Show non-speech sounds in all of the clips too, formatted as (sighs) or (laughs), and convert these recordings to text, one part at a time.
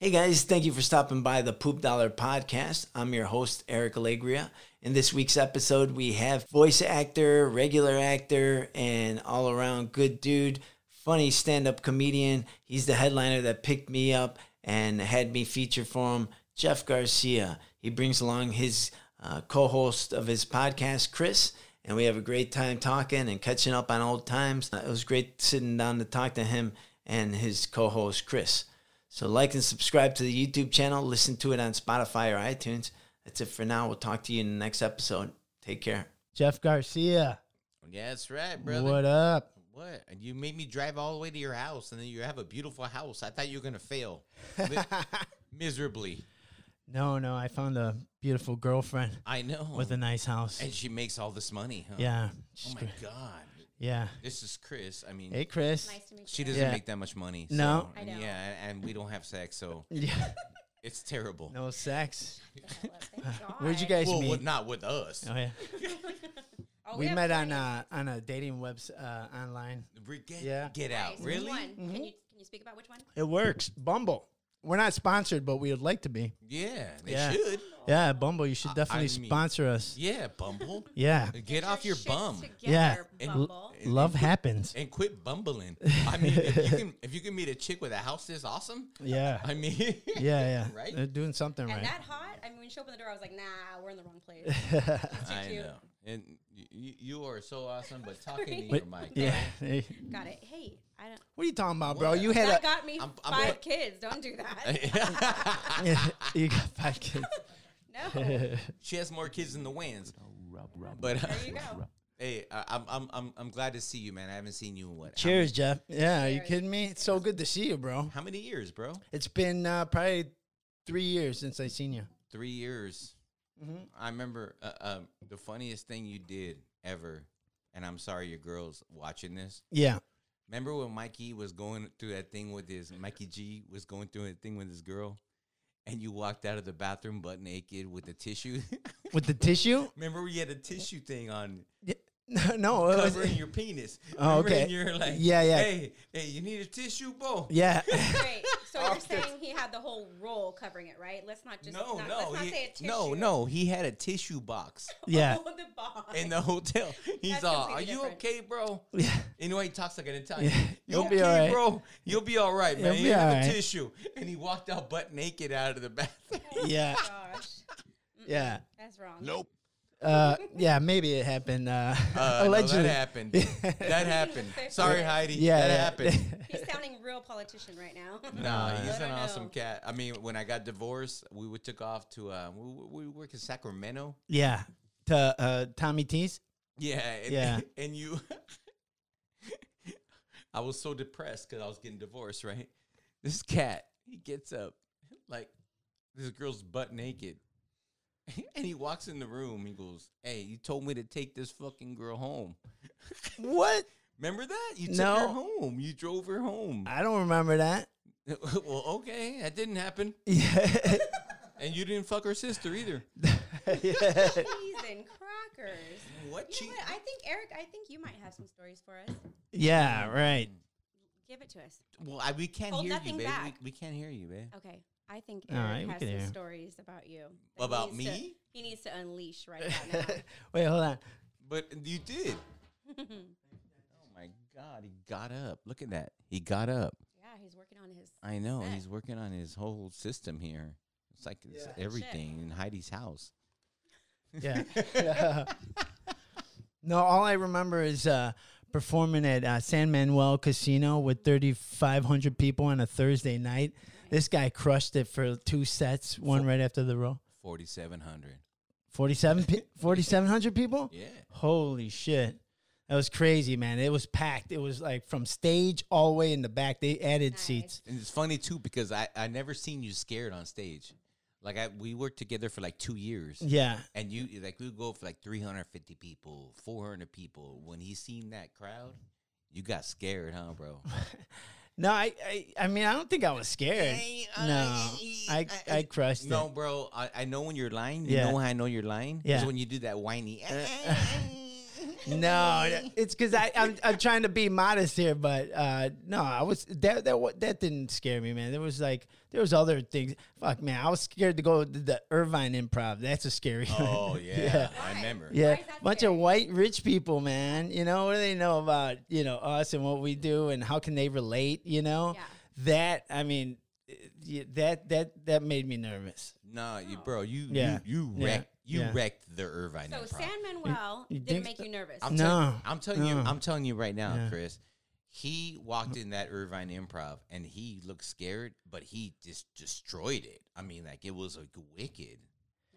Hey guys, thank you for stopping by the Poop Dollar Podcast. I'm your host, Eric Allegria. In this week's episode, we have voice actor, regular actor, and all around good dude, funny stand up comedian. He's the headliner that picked me up and had me feature for him, Jeff Garcia. He brings along his uh, co host of his podcast, Chris. And we have a great time talking and catching up on old times. Uh, it was great sitting down to talk to him and his co host, Chris. So like and subscribe to the YouTube channel. Listen to it on Spotify or iTunes. That's it for now. We'll talk to you in the next episode. Take care. Jeff Garcia. Yeah, that's right, brother. What up? What? And you made me drive all the way to your house, and then you have a beautiful house. I thought you were gonna fail (laughs) Mi- miserably. No, no, I found a beautiful girlfriend I know. with a nice house. and she makes all this money, huh? Yeah. Oh she's my gr- god. Yeah. This is Chris. I mean, Hey, Chris. Nice to meet you. she doesn't Yeah. make that much money. So, No. I know. Yeah, and, and we don't have sex, so Yeah. it's terrible. No (laughs) sex. (laughs) Thank Where'd you God. guys well, meet? with- not with us. oh yeah. Oh, we have met on plenty. uh, on a dating webs uh, online. Re- Get, Yeah. get out. Nice. Which Really? one? Can you can you speak about which one? It works. Bumble. We're not sponsored, but we would like to be. Yeah, they Yeah. should. Yeah, Bumble, you should definitely mean- sponsor us. Yeah, (laughs) Bumble. Yeah. Get off your shits bum. Together, Yeah. And- Bumble. Love (laughs) happens. and quit (laughs) bumbling. I mean, if you can if you can meet a chick with a house this awesome, Yeah. (laughs) I mean, Yeah, yeah. Right? They're doing something And right. that hot? I mean, when she opened the door, I was like, nah, we're in the wrong place. (laughs) (laughs) That's too I cute. know. And y- y- you are so awesome, but talking to Wait, your mic. yeah. Hey, Got it. Hey, I don't. What are you talking about, bro? What? You had That a got me I'm- I'm- 5 kids. Don't do (laughs) that. (laughs) you got five kids. No. (laughs) she has more kids than the winds. But uh, There you (laughs) go. hey, I- I'm I'm I'm I'm glad to see you, man. I haven't seen you in what? how Cheers, Jeff. Yeah, are you Cheers. kidding me? It's so good to see you, bro. many- How many years, bro? It's been uh, probably three years since I seen you. Three years. Mm-hmm. I remember uh, um, the funniest thing you did ever, and I'm sorry your girls watching this. Yeah. Remember when Mikey was going through that thing with his Mikey G was going through a thing with his girl, and you walked out of the bathroom butt naked with the tissue. (laughs) With the tissue? Remember we had a tissue thing on Yeah. (laughs) No, it was, covering your penis. (laughs) Oh, Remember? And okay. you're like, Yeah, yeah. Hey, hey, you need a tissue bowl. yeah. (laughs) Great. So you're saying he had the whole roll covering it, right? Let's not just. no, not, no, Let's not he- say a tissue. no, no. He had a tissue (laughs) box Yeah. Oh, the box. in the hotel. He's That's all, "Are completely you different. okay, bro?" Yeah. You know he talks like an Italian. (laughs) Yeah, You'll you'll be be all right. bro. You'll be all right, man. You'll You be have all a right." tissue, and he walked out butt naked out of the bathroom. Yeah. (laughs) Gosh, Yeah. that's wrong. Uh, yeah, maybe it happened. Uh, (laughs) Uh, (laughs) no, allegedly. that happened. that happened. Sorry, Heidi. Yeah. that yeah. (laughs) happened. He's sounding real politician (laughs) right now. Nah, he's Let an her awesome know. cat. I mean, when I got divorced, we would took off to uh, we, we we work in Sacramento. yeah. To uh, Tommy T's? Yeah, and, Yeah. (laughs) And you, I was so depressed because I was getting divorced. Right, this cat he gets up like this girl's butt naked, (laughs) and he walks in the room. He goes, "Hey, you told me to take this fucking girl home. What? Remember that? You took her No. home. You drove her home. I don't remember that. (laughs) (laughs) well, okay, that didn't happen." Yeah. (laughs) And you didn't fuck her sister either. yeah. Cheese and crackers. What You know what? I think Eric, I think you might have some stories for us. Yeah, (laughs) right. Give it to us. Well, I, we can't Hold hear you, nothing babe. We, back. we can't hear you, babe. Okay. I think All Eric right, we has can some hear. stories about you. that he About needs to- me? he needs to unleash (laughs) right about now. (laughs) Wait, hold on. But you did. oh my God, he got up. Look at that. He got up. yeah, he's working on his. I know. Hey. He's working on his whole system here. It's like it's Yeah. everything in Heidi's house. Yeah. no, all I remember is uh, performing at uh, San Manuel Casino with 3,500 people on a Thursday night. This guy crushed it for two sets, one right after the row. 4,700. 47 pe- 4,700 people? Yeah. Holy shit. That was crazy, man. It was packed. It was like from stage all the way in the back. They added Nice. seats. And it's funny too because I, I never seen you scared on stage. Like I, we worked together for like two years. Yeah. And you like we would go for like 350 people, 400 people. When he seen that crowd, you got scared, huh, (laughs) bro? No, I, I, I mean, I don't think I was scared. Hey, no, uh, y- I, y- I crushed it. No, bro. I, I know when you're lying. You Yeah. know when I know you're lying. Is Yeah. when you do that whiny. No, that- it's because I I'm, I'm trying to be modest here, but uh, no, I was that that wa- that didn't scare me, man. There was like there was other things. Fuck, man, I was scared to go to the Irvine Improv. That's a scary. one. (laughs) Oh yeah, I remember. Yeah, is that bunch scary? of white rich people, man. You know what do they know about you know us and what we do and how can they relate? You know Yeah. that I mean it- y- that that that made me nervous. Nah, you, bro, you Yeah. you, you Yeah. wrecked you Yeah. wrecked the Irvine. So Improv. San Manuel you didn't think make so? you nervous. I'm No. telling, I'm telling you, no. I'm telling you right now, Yeah. Chris. He walked in that Irvine Improv and he looked scared, but he just destroyed it. I mean, like it was like wicked.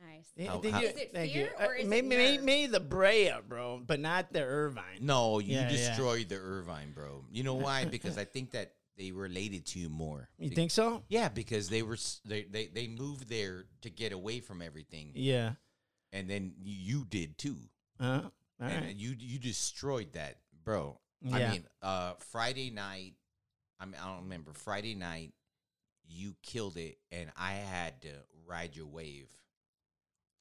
nice. How- Thank how- you. Is it Thank fear you. or is it maybe, maybe, nerves? maybe the Brea, bro, but not the Irvine. No, you Yeah, yeah. destroyed the Irvine, bro. You know (laughs) why? Because I think that they related to you more. You Be- think so? Yeah, because they were s- they they, they moved there to get away from everything, Yeah. and then you, you did too. Uh, all and right. you you destroyed that, bro. I Yeah. mean, uh, Friday night. I mean, I don't remember Friday night. You killed it, and I had to ride your wave.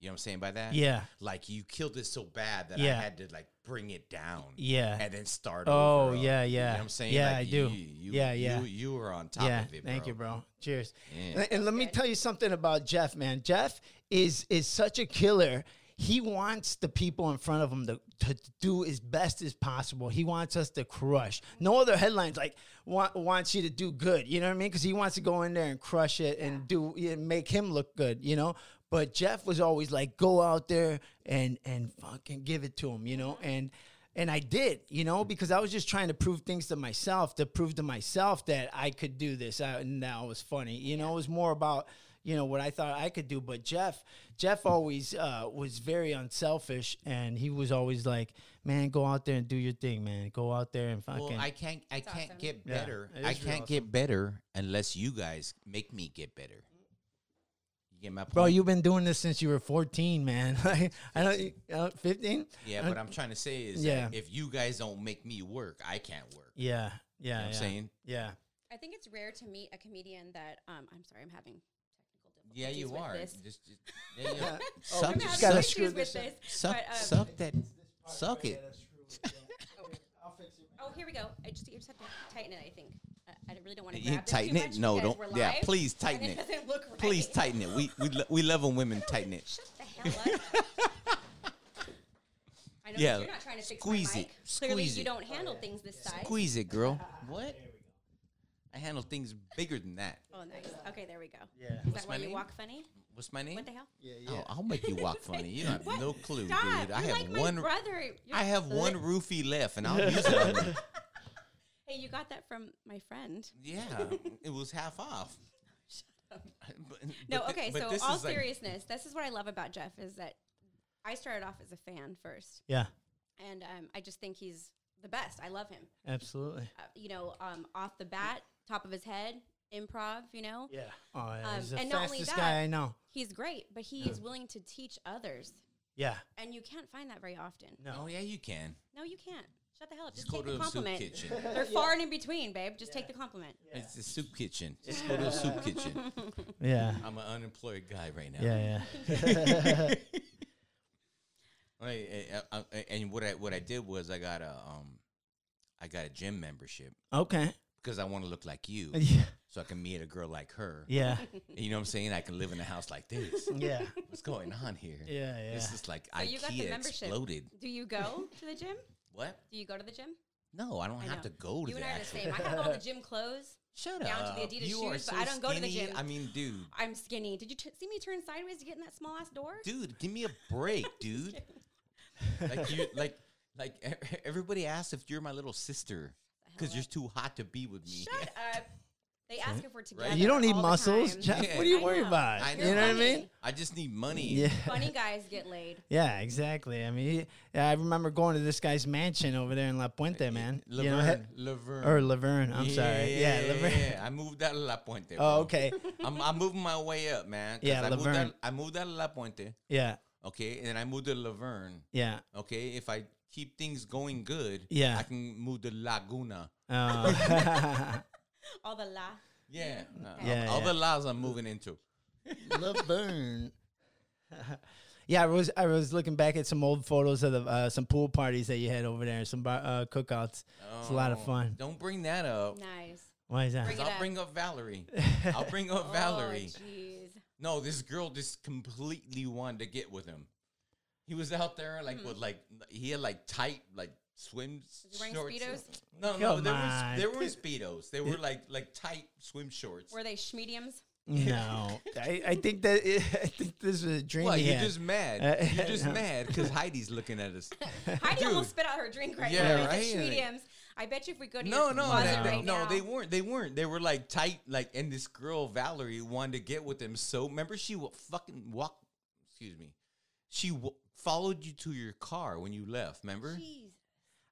You know what I'm saying by that? Yeah. Like you killed it so bad that Yeah. I had to like bring it down. Yeah. And then start. Oh, over, uh, yeah, You yeah. know what I'm saying? Yeah, Like, I you- do. You, you, Yeah, yeah. You, you were on top Yeah. of it. Thank you, bro. Cheers. Yeah. And, and let me Good. tell you something about Jeff, man. Jeff is is such a killer. He wants the people in front of him to, to do as best as possible. He wants us to crush. No other headlines like want, wants you to do good. You know what I mean? Because he wants to go in there and crush it and do and make him look good. You know. But Jeff was always like, go out there and and fucking give it to him. You know. And and I did, you know, because I was just trying to prove things to myself, to prove to myself that I could do this. I, and that was funny, you know. It was more about, you know, what I thought I could do. But Jeff, Jeff always uh, was very unselfish, and he was always like, "Man, go out there and do your thing, man. Go out there and fucking." Well, I can't. I can't awesome. get Yeah, better. it I is real can't get better unless you guys make me get better. You get my point, Bro, you've been doing this since you were 14, man. (laughs) I don't, uh, 15? Yeah, what I'm trying to say is, yeah. yeah. if you guys don't make me work, I can't work. You Yeah, yeah, know yeah. what I'm saying. Yeah. I think it's rare to meet a comedian that um, I'm sorry, I'm having technical difficulties. Yeah, you with are. This. Just, just, (laughs) yeah, yeah. Oh, Suck, (laughs) I'm you having just suck, gotta issues screw with this this. up. suck, but, um, suck that. Suck it. (laughs) Oh, here we go. I just you just have to tighten it. I think uh, I really don't want to. You tighten it? No, don't. Yeah, please tighten and it. it. Doesn't look right. Please tighten it. We we lo- we love when women tighten it. Shut the hell up. (laughs) I know Yeah, that you're not trying to fix squeeze my it, mic. Clearly, squeeze you it. don't handle things this size. Squeeze it, (laughs) girl. What? I handle things bigger than that. Oh, nice. Okay, there we go. Yeah. Is What's that why my you name? walk funny? What's my name? What the hell? Yeah, yeah. Oh, I'll make you walk funny. You (laughs) don't have no clue, Stop. dude. You're I have like one. My brother. You're I have li- one roofie left, and Oh, I'll (laughs) use it. on you. Hey, you got that from my friend. Yeah, it was half off. But- No, but thi- okay. but So, this all is like- seriousness, this is what I love about Jeff is that I started off as a fan first, (laughs) Yeah, and um, I just think he's the best. I love him. absolutely. Uh, you know, um, off the bat, top of his head, improv. You know, Yeah. Oh, yeah, Um, he's the and not only fastest that- guy I know. he's great, but he is willing to teach others, (laughs) Yeah. and you can't find that very often. No. Oh yeah, you can. No, you can't. Shut the hell up. Just, Just go to take the a soup compliment. kitchen. They're far and in between, babe. Just take the compliment. It's a soup kitchen. Just go to a soup (laughs) kitchen. Yeah. I'm an unemployed guy right now. Yeah, (laughs) yeah. Right, eh, and- and- and- uh, and what I what I did was I got a um, I got a gym membership okay. (laughs) because I want to look like you, Yeah. so I can meet a girl like her. Yeah. You know what I'm saying? I can live in a house like this. (laughs) Yeah. What's going on here? Yeah, yeah. This is like So you got the IKEA membership. exploded. Do you go to the gym? What? Do you go to (laughs) the gym? No, I don't I have know. to go to you the and I are the actual. same. I (laughs) have all the gym clothes. Shut down to up. the Adidas Uh, you are shoes, so but I don't go to the skinny. gym. I mean, dude, I'm skinny. Did you t- see me turn sideways to get in that small ass door? dude, give me a (laughs) break, dude. like you, like, like e- everybody asks if you're my little sister because you're too hot to be with me. Shut up. They ask if we're together. You don't need all the muscles, time. Jeff. Yeah. What do you I worry know. about? I You know what I mean? (laughs) I just need money. Yeah. (laughs) (laughs) Funny guys get laid. Yeah, exactly. I mean, he- I remember going to this guy's mansion over there in La Puente, man. You know, Uh, Laverne, Laverne. he- or Laverne. I'm sorry. Yeah, Laverne. yeah. I moved out of La Puente. Oh, bro. okay. (laughs) I'm, I'm moving my way up, man. 'cause Yeah, I moved, Laverne. out, I moved out of La Puente, Yeah, okay, and then I moved to Laverne, yeah. okay. If I keep things going good, Yeah. I can move to Laguna. Oh. (laughs) All the la. Yeah, uh, Yeah, all yeah. the laws I'm moving into. Laverne. (laughs) Yeah, I was I was looking back at some old photos of the, uh, some pool parties that you had over there, some bar, uh, cookouts. It's a lot of Oh, fun. Don't bring that up. Nice. Why is that? Bring 'cause it I'll up. bring up (laughs) Valerie. I'll bring up Valerie. Oh, jeez. No, this girl just completely wanted to get with him. He was out there like Hmm. with like he had like tight like swim Was he wearing shorts. Speedos? No, no, Come they on. were they (laughs) were speedos. They were like like tight swim shorts. Were they schmediums? no, (laughs) I, I think that I think this was a dream. Well, he you're had. just mad. Uh, (laughs) you're just no. mad because Heidi's looking at us. (laughs) Heidi Dude. almost spit out her drink right Yeah, now. Right? right? Like- Schmediums. I bet you if we go to No, your no, closet that- right no, now, they weren't. They weren't. They were like tight, like. And this girl Valerie wanted to get with him. So remember, she will fucking walk. Excuse me. She w- followed you to your car when you left. Remember? Jeez.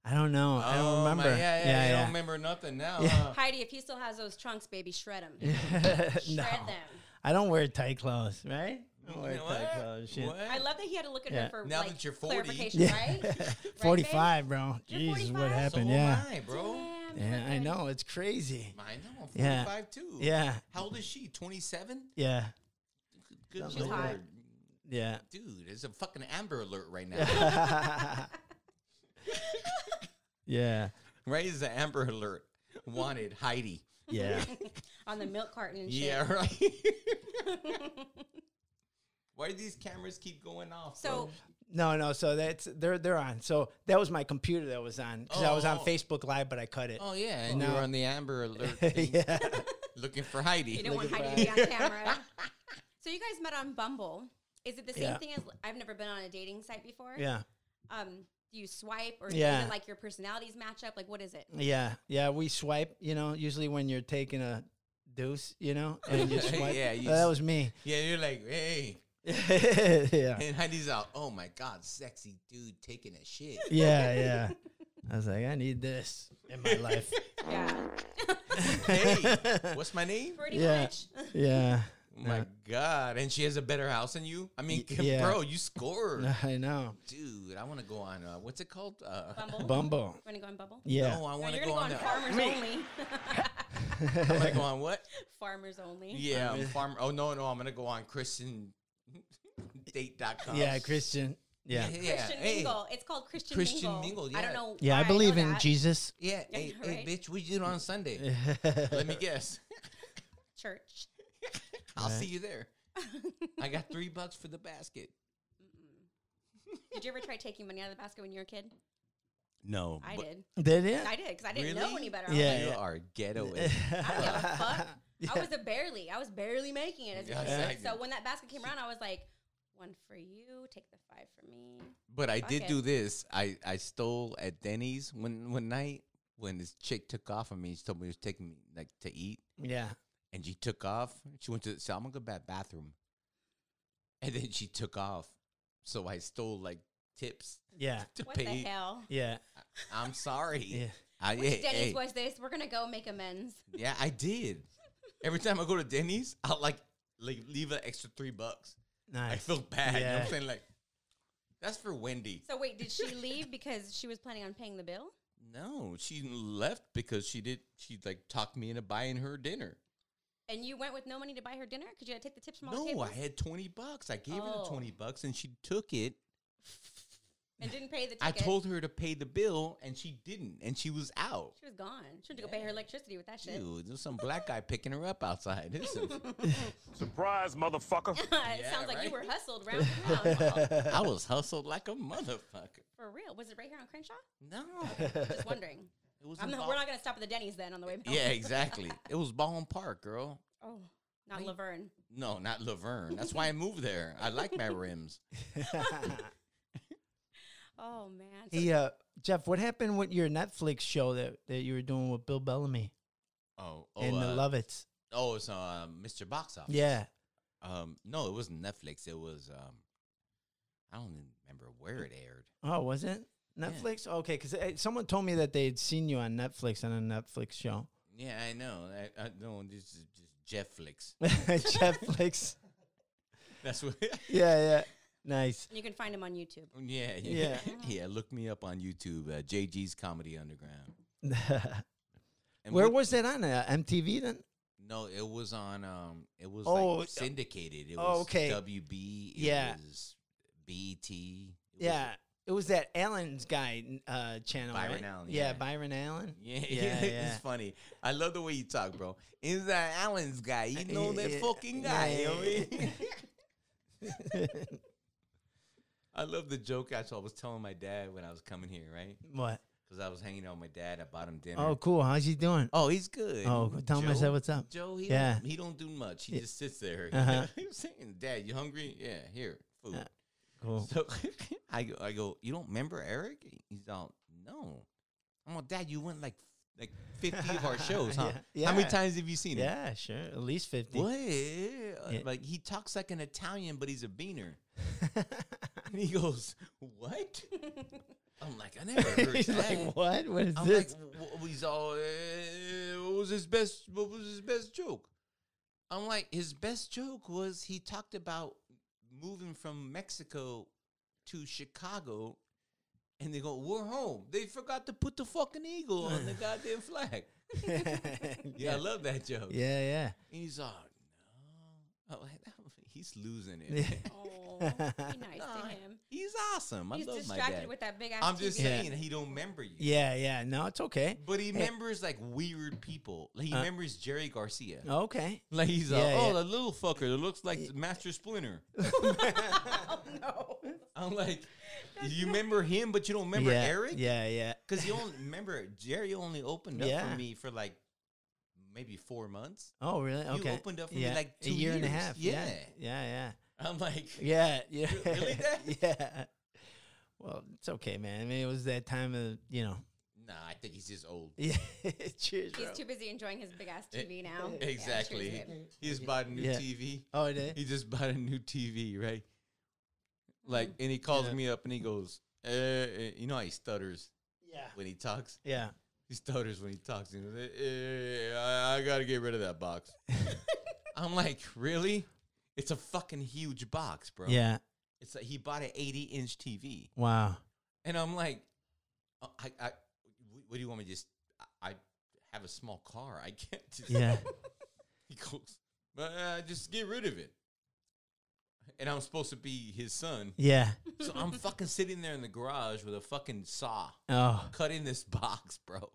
I don't know. I don't Oh, my- remember. yeah, yeah, yeah. You yeah. don't remember nothing now. Yeah. (laughs) huh? Heidi, if he still has those trunks, baby, shred them. (laughs) Shred no, them. I don't wear tight clothes. Right? I don't wear tight What? clothes. Shit. What? I love that he had to look at Yeah. her for Now like, that you're 40. clarification, (laughs) Yeah. (laughs) right? right? babe? Forty-five, bro. You're Jesus, what 45? So So happened? am yeah. I, bro. Damn, Yeah, I look at- know. It's crazy. I know. I'm Yeah. 45 too. Yeah. How old is she? 27. Yeah. Good She's hot. lord, Yeah. dude! It's a fucking Amber Alert right now. (laughs) yeah. right? It's an Amber Alert. Wanted Heidi. Yeah. On the milk carton and shit. Yeah, (laughs) (laughs) right. Why do these cameras keep going off? (laughs) So, bro? No, no. So that's they're they're on. So that was my computer that was on because I was on Oh. Facebook Live, but I cut (laughs) it. uh, oh yeah, and you No. were on the Amber (laughs) Alert thing, yeah. looking for Heidi. you don't want at Heidi to be (laughs) on camera. so, you guys met on Bumble. Is it the same Yeah. thing as I've never been on a dating site before? Yeah. Um, do you swipe or Yeah. do even like your personalities match up? Like, what is it? Yeah. Yeah. We swipe. You know, usually when you're taking a deuce, you know, and you swipe. (laughs) Yeah, you Oh, that s- was (laughs) me. yeah, you're like, hey, yeah. Yeah. and Heidi's out. Oh my God, sexy dude taking a shit. Yeah. I was like, I need this in my life. (laughs) Yeah. hey, what's my name? (laughs) Pretty Yeah. much. (laughs) yeah. Oh my God, and she has a better house than you. I mean, Y- yeah. bro, you scored, I know. dude. I want to go on. Uh, what's it called? Uh, (laughs) Bumble. Bumble. Want to go on Bumble? Yeah. No, I No, want to you're go gonna on. go the- on (laughs) farmers only. I want to go on what? farmers only. Yeah, I'm farm. Oh no, no, I'm gonna go on Christian (laughs) (laughs) date.com. yeah, Christian. Yeah. Christian hey, Mingle. It's called Christian, Christian Mingle. Mingle, I don't yeah. know. Yeah, why I believe know in that. Jesus. Yeah, hey, right? hey, bitch, we do it (laughs) on Sunday. Let me guess. Church. (laughs) I'll see you there. I got three bucks for the basket. Did you ever try taking money out of the basket when you were a kid? No, I but did. Did it? I did because I didn't know Really? any better. Yeah. You are (laughs) ghetto. as I was like, I don't give a fuck. I Yeah. was a barely. I was barely making it. As a Yeah, kid. exactly. So when that basket came around, I was like, one for you, take the five for me. But I did Okay. do this. I, I stole at Denny's one one night when this chick took off on me. She told me she was taking me like to eat, (laughs) Yeah. and she took off. She went to so I'm gonna go back bathroom, and then she took off. So I stole like tips (laughs) Yeah. to What the pay. hell? Yeah. I'm sorry. Yeah. I, Which hey, Denny's hey. was this? We're gonna go make amends. Yeah, I did. Every time I go to Denny's, I'll like like leave an extra three bucks. I (laughs) (laughs) Nice. feel bad. You know what Yeah. I'm saying? Like that's for Wendy. So wait, did (laughs) she leave because she was planning on paying the bill? No, she left because she did. She like talked me into buying her dinner. And you went with no money to buy her dinner because you had to take the tips from all the No, I tables had twenty bucks. I gave her Oh. the twenty bucks, and she took it. and didn't pay the ticket. I told her to pay the bill, and she didn't, and she was out. she was gone. She had to go pay her electricity with that (laughs) shit. Dude, there's some black guy picking her up outside. This (laughs) is- Surprise, motherfucker. it Yeah, sounds like you were right? hustled round (laughs) and round. (laughs) I was hustled like a motherfucker. For real, was it right here on Crenshaw? No, Just wondering. (laughs) it was. I'm in not, Bal- we're not gonna stop at the Denny's then on the way back. yeah, exactly. It was Ballin Park, girl. Oh, not Laverne. No, not Laverne. That's why I moved there. I like my (laughs) rims. Oh man. So- Hey, uh, Jeff, what happened with your Netflix show that, that you were doing with Bill Bellamy Oh, oh, and uh, the Lovitz? oh, it's uh, Mr. Box Office. Yeah. Um, no, it wasn't Netflix. It was um, I don't even remember where it aired. Oh, was it Netflix? Okay, because someone told me that they had seen you on Netflix on a Netflix show. (laughs) Yeah, I know. I, I no, this is just Jefflix. (laughs) Netflix. That's what. (laughs) Yeah, yeah. Nice. (laughs) you can find him on YouTube. yeah, yeah, Yeah. (laughs) yeah. Look me up on YouTube. Uh, JG's Comedy Underground. And Where we- was that on? Uh, MTV then? No, it was on. Um, it was Oh, uh, like syndicated. It oh, was okay. WB. It Yeah. was E BT. Yeah. It was that Allen's guy uh, channel. Byron right? Allen, Yeah. yeah. Byron Allen. (laughs) Yeah, Yeah, yeah, yeah. (laughs) it's funny. I love the way you talk, bro. Is that Allen's guy? You know that yeah, fucking guy. you know what I yeah. (laughs) mean? I love the joke I saw. I was telling my dad when I was coming here, right? What? Because I was hanging out with my dad. I bought him dinner. Oh, cool. How's he doing? Oh, he's good. Oh, tell him I said what's up. Joe, he Yeah. don't, he don't do much. He just sits there. (laughs) Uh-huh. he was saying, "Dad, you hungry? Yeah, here, food." Yeah. Cool. So (laughs) I go, I go, you don't remember Eric? He's all, no. I'm all, Dad, you went like like 50 (laughs) of our shows, huh? Yeah. How many Yeah. times have you seen him? Yeah, sure. At least 50. What? Uh, Yeah. Like he talks like an Italian, but he's a beaner. and he goes, what? I'm like, I never (laughs) heard He's that. like, what? What is I'm this? like, "Wh- wh- he's all, "Eh, what was his best? What was his best joke? I'm like, his best joke was he talked about moving from Mexico to Chicago, and they go, "We're home." They forgot to put the fucking eagle on (laughs) the goddamn flag. (laughs) Yeah, I love that joke. yeah, And he's all, "No, oh, that- (laughs) he's losing it." yeah. (laughs) (laughs) Oh, be nice Nah, to him. He's awesome. I He's love uh, Ah, my dad. distracted with that big ass I'm just TV. Yeah. saying he don't remember you. Yeah, yeah. No, it's okay. But he remembers like weird people. Like, he Uh, remembers Jerry Garcia. Okay. Like he's Yeah, a, oh yeah. that little fucker that looks like Master (laughs) Splinter. Oh no. I'm like, you remember him, but you don't remember yeah, Eric. Yeah, yeah. because you only remember Jerry only opened up Yeah. for me for like maybe four months. Oh, really? Okay. opened up for me yeah. like a two year and a years. half. Yeah. Yeah. Yeah, I'm like, yeah. Yeah, yeah. (laughs) Really, Dad? yeah. Well, it's okay, man. I mean, it was that time of, you know. (laughs) nah, I think he's just old. Yeah. Cheers, bro. He's too busy enjoying his big ass Eh, TV now. Yeah, Exactly. cheers, babe. he just bought a new Yeah. TV. oh, it is? He just bought a new TV, right? Like, and he calls Yeah. me up and he goes, eh, eh," you know how he stutters Yeah. when he talks. Yeah. He stutters when he talks. He goes, "Eh, eh, eh, I, I gotta get rid of (laughs) that box. I'm like, really? It's a fucking huge box, bro. Yeah. It's like he bought an 80 inch TV, Wow. and I'm like, "Uh, I, I, wh- what do you want me to just? I, I have a small car. I (laughs) can't just. Yeah. He goes, uh, just get rid of it. And I'm supposed to be (laughs) his son, yeah. so I'm fucking sitting there in the garage with a fucking saw Oh. cutting this (laughs) box, bro.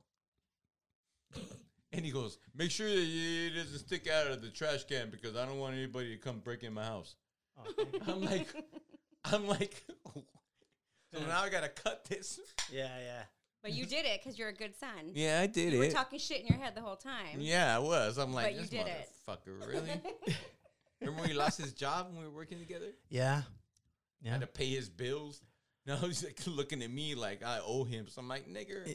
And he goes, make sure that it doesn't stick out of the trash can because I don't want anybody to come break in my house. I'm like, I'm like, so now I gotta cut this. Yeah, (laughs) yeah. But you did it because you're a good son. (laughs) Yeah, I did You were talking shit in your head the whole time. yeah, I was. I'm like, But you this did it." motherfucker, (laughs) really? Remember when he lost his job when we were working together? Yeah. I Yeah. had to pay his bills. Now (laughs) he's like looking at me like I owe him. So I'm like, nigger,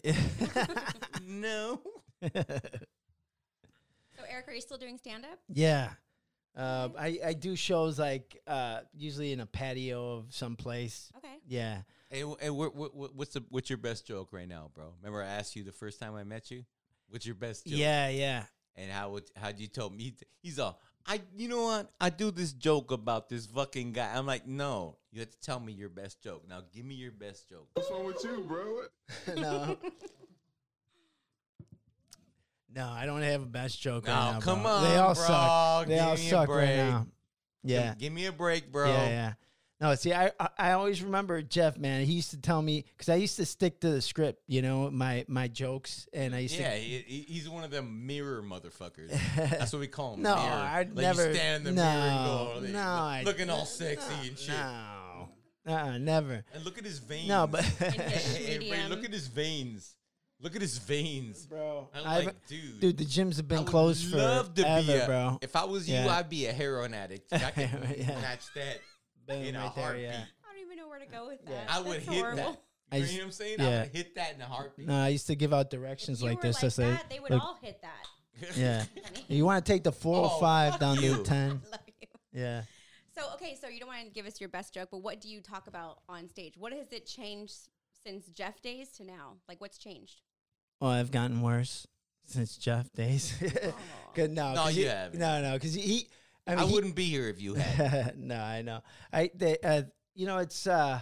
no. So Eric, are you still doing stand up? (laughs) yeah. Uh, I, I do shows like uh, usually in a patio of some place. Okay. Yeah. Hey, wh- hey what, what, what's the what's your best joke right now, bro? Remember I asked you the first time I met you, what's your best joke? Yeah, yeah. And how would how would you tell me? He's all, I you know what? I do this joke about this fucking guy. I'm like, no, you have to tell me your best joke. Now give me your best joke. What's wrong with you, bro? no. No, I don't have a best joke right No, now. come bro. They all on, suck. bro. They Give all me a suck right break. now. Yeah. Give me a break, bro. Yeah, yeah. No, see, I, I I always remember Jeff, man. He used to tell me because I used to stick to the script, you know, my my jokes, and I used Yeah, (laughs) to. he, he- he's one of them mirror motherfuckers. (laughs) That's what we call him. No, mirror. I'd like never. You stand in the no, mirror and go, no, like, I- looking all no, sexy no, and shit. No, uh, never. And look at his veins. No, (laughs) but Hey, hey, Ray, Medium. look at his veins. Look at his veins. bro, I'm I've- like, dude. dude, the gyms have I been would closed for love to be forever, a, bro. If I was you, Yeah. I'd be a heroin (laughs) addict. I could Yeah. match that Boom, in a right there, heartbeat. yeah. I don't even know where to go with that. Yeah. I would That's hit horrible. that. I You know just- what I'm saying? yeah. I would hit that in a heartbeat. (laughs) No, I used to give out If directions you like were this. like I say, that, they would look- all hit that. yeah. Honey. (laughs) You want to take the four Oh, or five fuck down to you. ten? (laughs) Love you. Yeah. So okay, so you don't want to give us your best joke, but what do you talk about on stage? What has it changed since Jeff days to now? Like what's changed? Oh, I've gotten worse since Jeff days. Good, no, (laughs) No, 'cause you he- haven't. No, no, because he. I, I, mean, he- wouldn't be here if you (laughs) had. no, I know. I they, uh, you know, it's. uh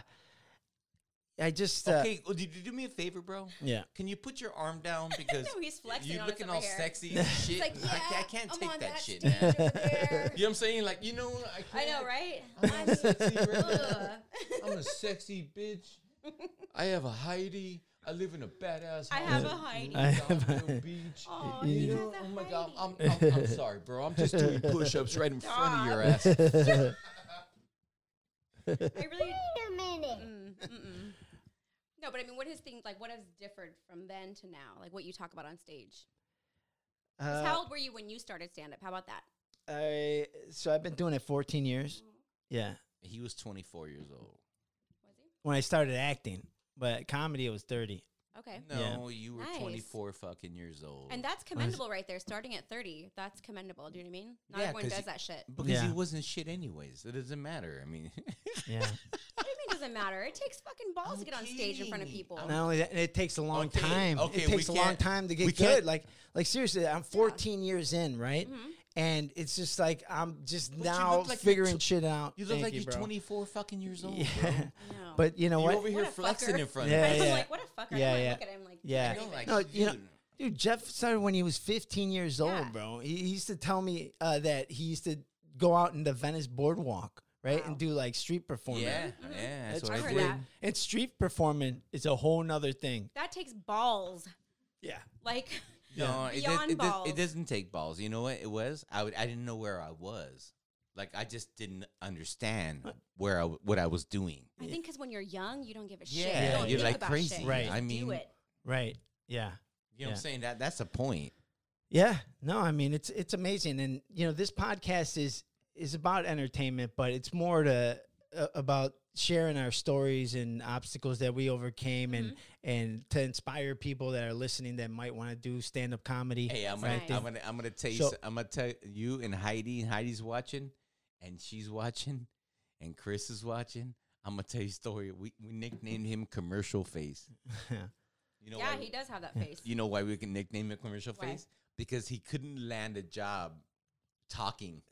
I just. Uh, okay, well, did you do me a favor, bro? Yeah. Can you put your arm down (laughs) because He's flexing you're on us looking over all (laughs) here. sexy and shit? It's like, yeah, I, ca- I can't I'm take on that, shit, man. stage (laughs) over there. You know what I'm saying? Like, you know, I, (laughs) I can't- know, right? (laughs) I'm I'm- sexy, right? Ugh. I'm a sexy bitch. I have a Heidi. I live in a badass. I house have a in Heidi. I have Redondo a- Beach. Oh, You he know, has a oh my god, I'm, Heidi. I'm, I'm sorry, bro. I'm (laughs) just doing push-ups right in front of your ass. I really. Wait a minute. Mm, mm-mm. no, but I mean, what is things like? What has differed from then to now? Like what you talk about on stage? 'Cause Uh, how old were you when you started stand up? How about that? I, so I've been doing it 14 years. Mm-hmm. Yeah, He was 24 years old. Was he when I started acting, but comedy it was 30. okay? No, you were Nice. 24 fucking years old. And that's commendable right there. Starting at 30, that's commendable. Do you know what I mean? Not Yeah, everyone 'cause does you- that shit. because he Yeah. wasn't shit anyways. It doesn't matter. I mean, (laughs) Yeah. What do you mean doesn't matter? It takes fucking balls I'm to get on stage in front of kidding. people. I'm- Not only that, and it takes a long Okay, time. okay, it takes we a long can't- time to we get can't- Mm-hmm. good. Like, like seriously, I'm 14 years in, right? And it's just like I'm just you now look like you're figuring tw- shit out. you look Thank like you, are bro. 24 fucking years old. Yeah. Bro. No. (laughs) But you know You're what? over here What a flexing fucker. in front Yeah, of I'm me. like, what a fucker. Yeah, I don't yeah. wanna look at him like, Yeah. dirty, No, like, but- No, you know, dude. dude, Jeff started when he was 15 years Yeah. old, bro. He, he used to tell me uh, that he used to go out in the Venice Boardwalk, right, Wow. and do like street performing. Yeah, Mm-hmm. yeah. That's, That's what I I've did. heard that. And street performing is a whole nother thing. that takes balls. Yeah. Like, No, it, Beyond does, it, does, balls. it doesn't take balls. You know what it was? I would, I didn't know where I was. Like I just didn't understand where I, w- what I was doing. I think because when you're young, you don't give a Yeah, shit. you don't you're think like about crazy. Shit. Right. You I just do mean- it. Right. Yeah. You know what Yeah. I'm saying? That that's the point. Yeah. No, I mean it's it's amazing, and you know this podcast is is about entertainment, but it's more to uh, about sharing our stories and obstacles that we overcame, and Mm-hmm. and to inspire people that are listening that might want to do stand up comedy. Hey, I'm Right. gonna, I'm gonna, I'm gonna tell you, So- so, I'm gonna tell you and Heidi, and Heidi's watching, and she's watching, and Chris is watching. I'm gonna tell you a story. We we nicknamed him Commercial Face. You know Yeah, why? he does have that face. You know why we can nickname him Commercial Why? Face? Because he couldn't land a job (laughs) talking.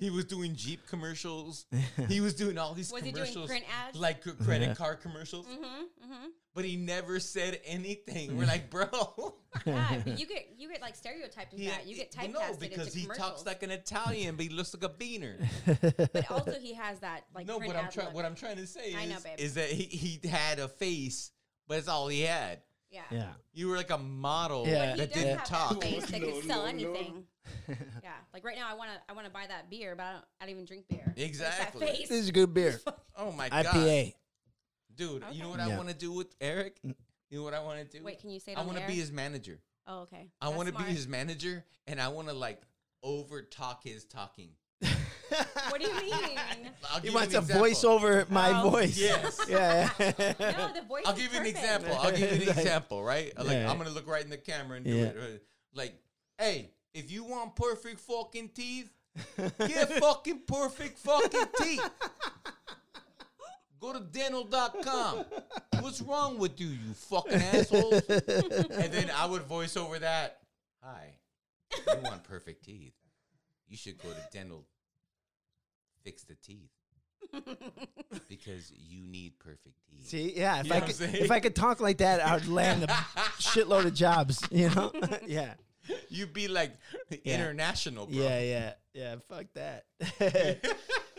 He was doing Jeep commercials. he was doing all these Was he doing commercials, print ads? like cr- credit card commercials. (laughs) Mm-hmm, mm-hmm. But he never said anything. We're like, (laughs) bro, Yeah, but you get you get like stereotyped with he, that. You get well, typecasted No, because into he talks commercials. like an Italian, but he looks like a beaner. But also, he has that (laughs) like. no, print what I'm ad trying, look. what I'm trying to say I is, know, babe. is that he, he had a face, but it's all he had. Yeah. (laughs) yeah. You were like a model Yeah. He that does didn't have talk. that face that No, could sell no, no. (laughs) anything. yeah, like right now, I wanna I wanna buy that beer, but I don't, I don't even drink beer. But it's that Exactly. face. This is a good beer, Oh my god, IPA. dude! You know what I Yeah. want to do with Eric? Mm. You know what I want to do? Wait, can you say it I on the wanna be air? his manager. Oh, okay. I That's want to be smart. his manager, and I want to like over talk his talking. (laughs) What do (laughs) you mean? He I'll give you wants an a example. voice over my Oh. voice. Yes. Yeah. (laughs) yeah. no, the voice. I'll is give you an perfect. example. I'll give you an (laughs) Like- example, right? Like Yeah. I'm gonna look right in the camera and do Yeah. it. right? Like, hey, if you want perfect fucking (laughs) teeth, get fucking perfect fucking teeth. Go to dental.com. What's wrong with you, you fucking assholes? and then I would voice over that. Hi. You want perfect teeth. You should go to dental. Fix the teeth. because you need perfect teeth. See, yeah. If You I know what I'm could, saying? if I could talk like that, I'd (laughs) land a shitload of jobs. You know? (laughs) yeah. You'd be like (laughs) international, bro. Yeah, yeah, yeah. Fuck that. (laughs)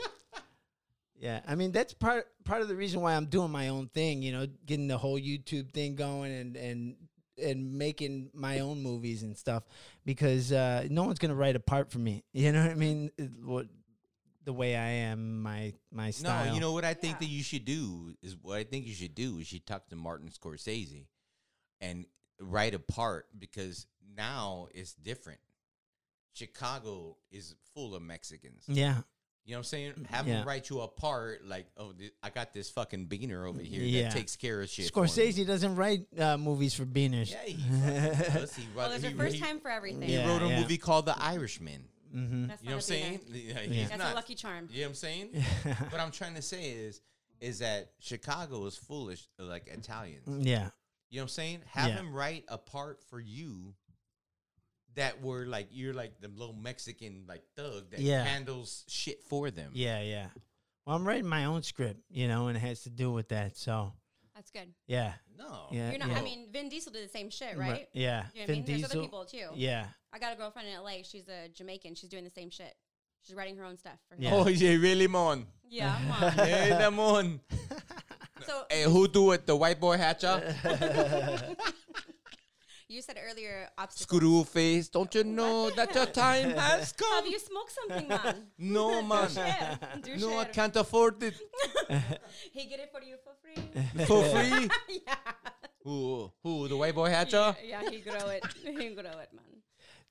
yeah, I mean that's part part of the reason why I'm doing my own thing. You know, getting the whole YouTube thing going and and and making my own movies and stuff because uh, no one's gonna write a part for me. (laughs) You know what I mean? It- What the way I am, my my style. No, you know what I think Yeah. that you should do is what I think you should do is you talk to Martin Scorsese and write a part because now it's different. Chicago is full of Mexicans. Yeah, You know what I'm saying? Have Mm. Yeah. them write you a part like, oh, th- I got this fucking beaner over here Yeah. that takes care of shit. for me." Scorsese doesn't write uh, movies for beaners. Yeah, he (laughs) fucking does. He wrote, Well, there's he, a first he- time for everything. he Yeah. wrote a movie called The Irishman. Mm-hmm. That's You know what I'm not a saying? beaner. Yeah, he's Yeah. That's nuts. a lucky charm. You know what I'm saying? Mm-hmm. what I'm trying to say is, is that Chicago is foolish like (laughs) Italians. yeah, You know what I'm saying? Have Mm-hmm. Yeah. them write a part for you that were like you're like the little Mexican like thug that Yeah. handles shit for them. yeah, yeah. Well, I'm writing my own script, you know, and it has to do with that. So, That's good. yeah, No. yeah. (laughs) You're not. yeah. I mean, Vin Diesel did the same shit, Right, right? Yeah. You know what I Vin mean? There's other Diesel. people too. Yeah. I got a girlfriend in LA. She's a Jamaican. She's doing the same shit. She's writing her own stuff for her. Yeah. Oh, yeah, really, mon. Yeah, (laughs) mom. Yeah, mon. so Hey, who do it? The white boy hatcher? (laughs) you said earlier obstacles. Screw face. Don't you know (laughs) that your time has Have come? you smoked (laughs) something, man? No, man. Shit. No, I can't (laughs) afford it He get it for you for (laughs) free. for free. (laughs) yeah. Who? Who? The white boy hatcher? yeah. Yeah, he grow it. (laughs) He grow it, man.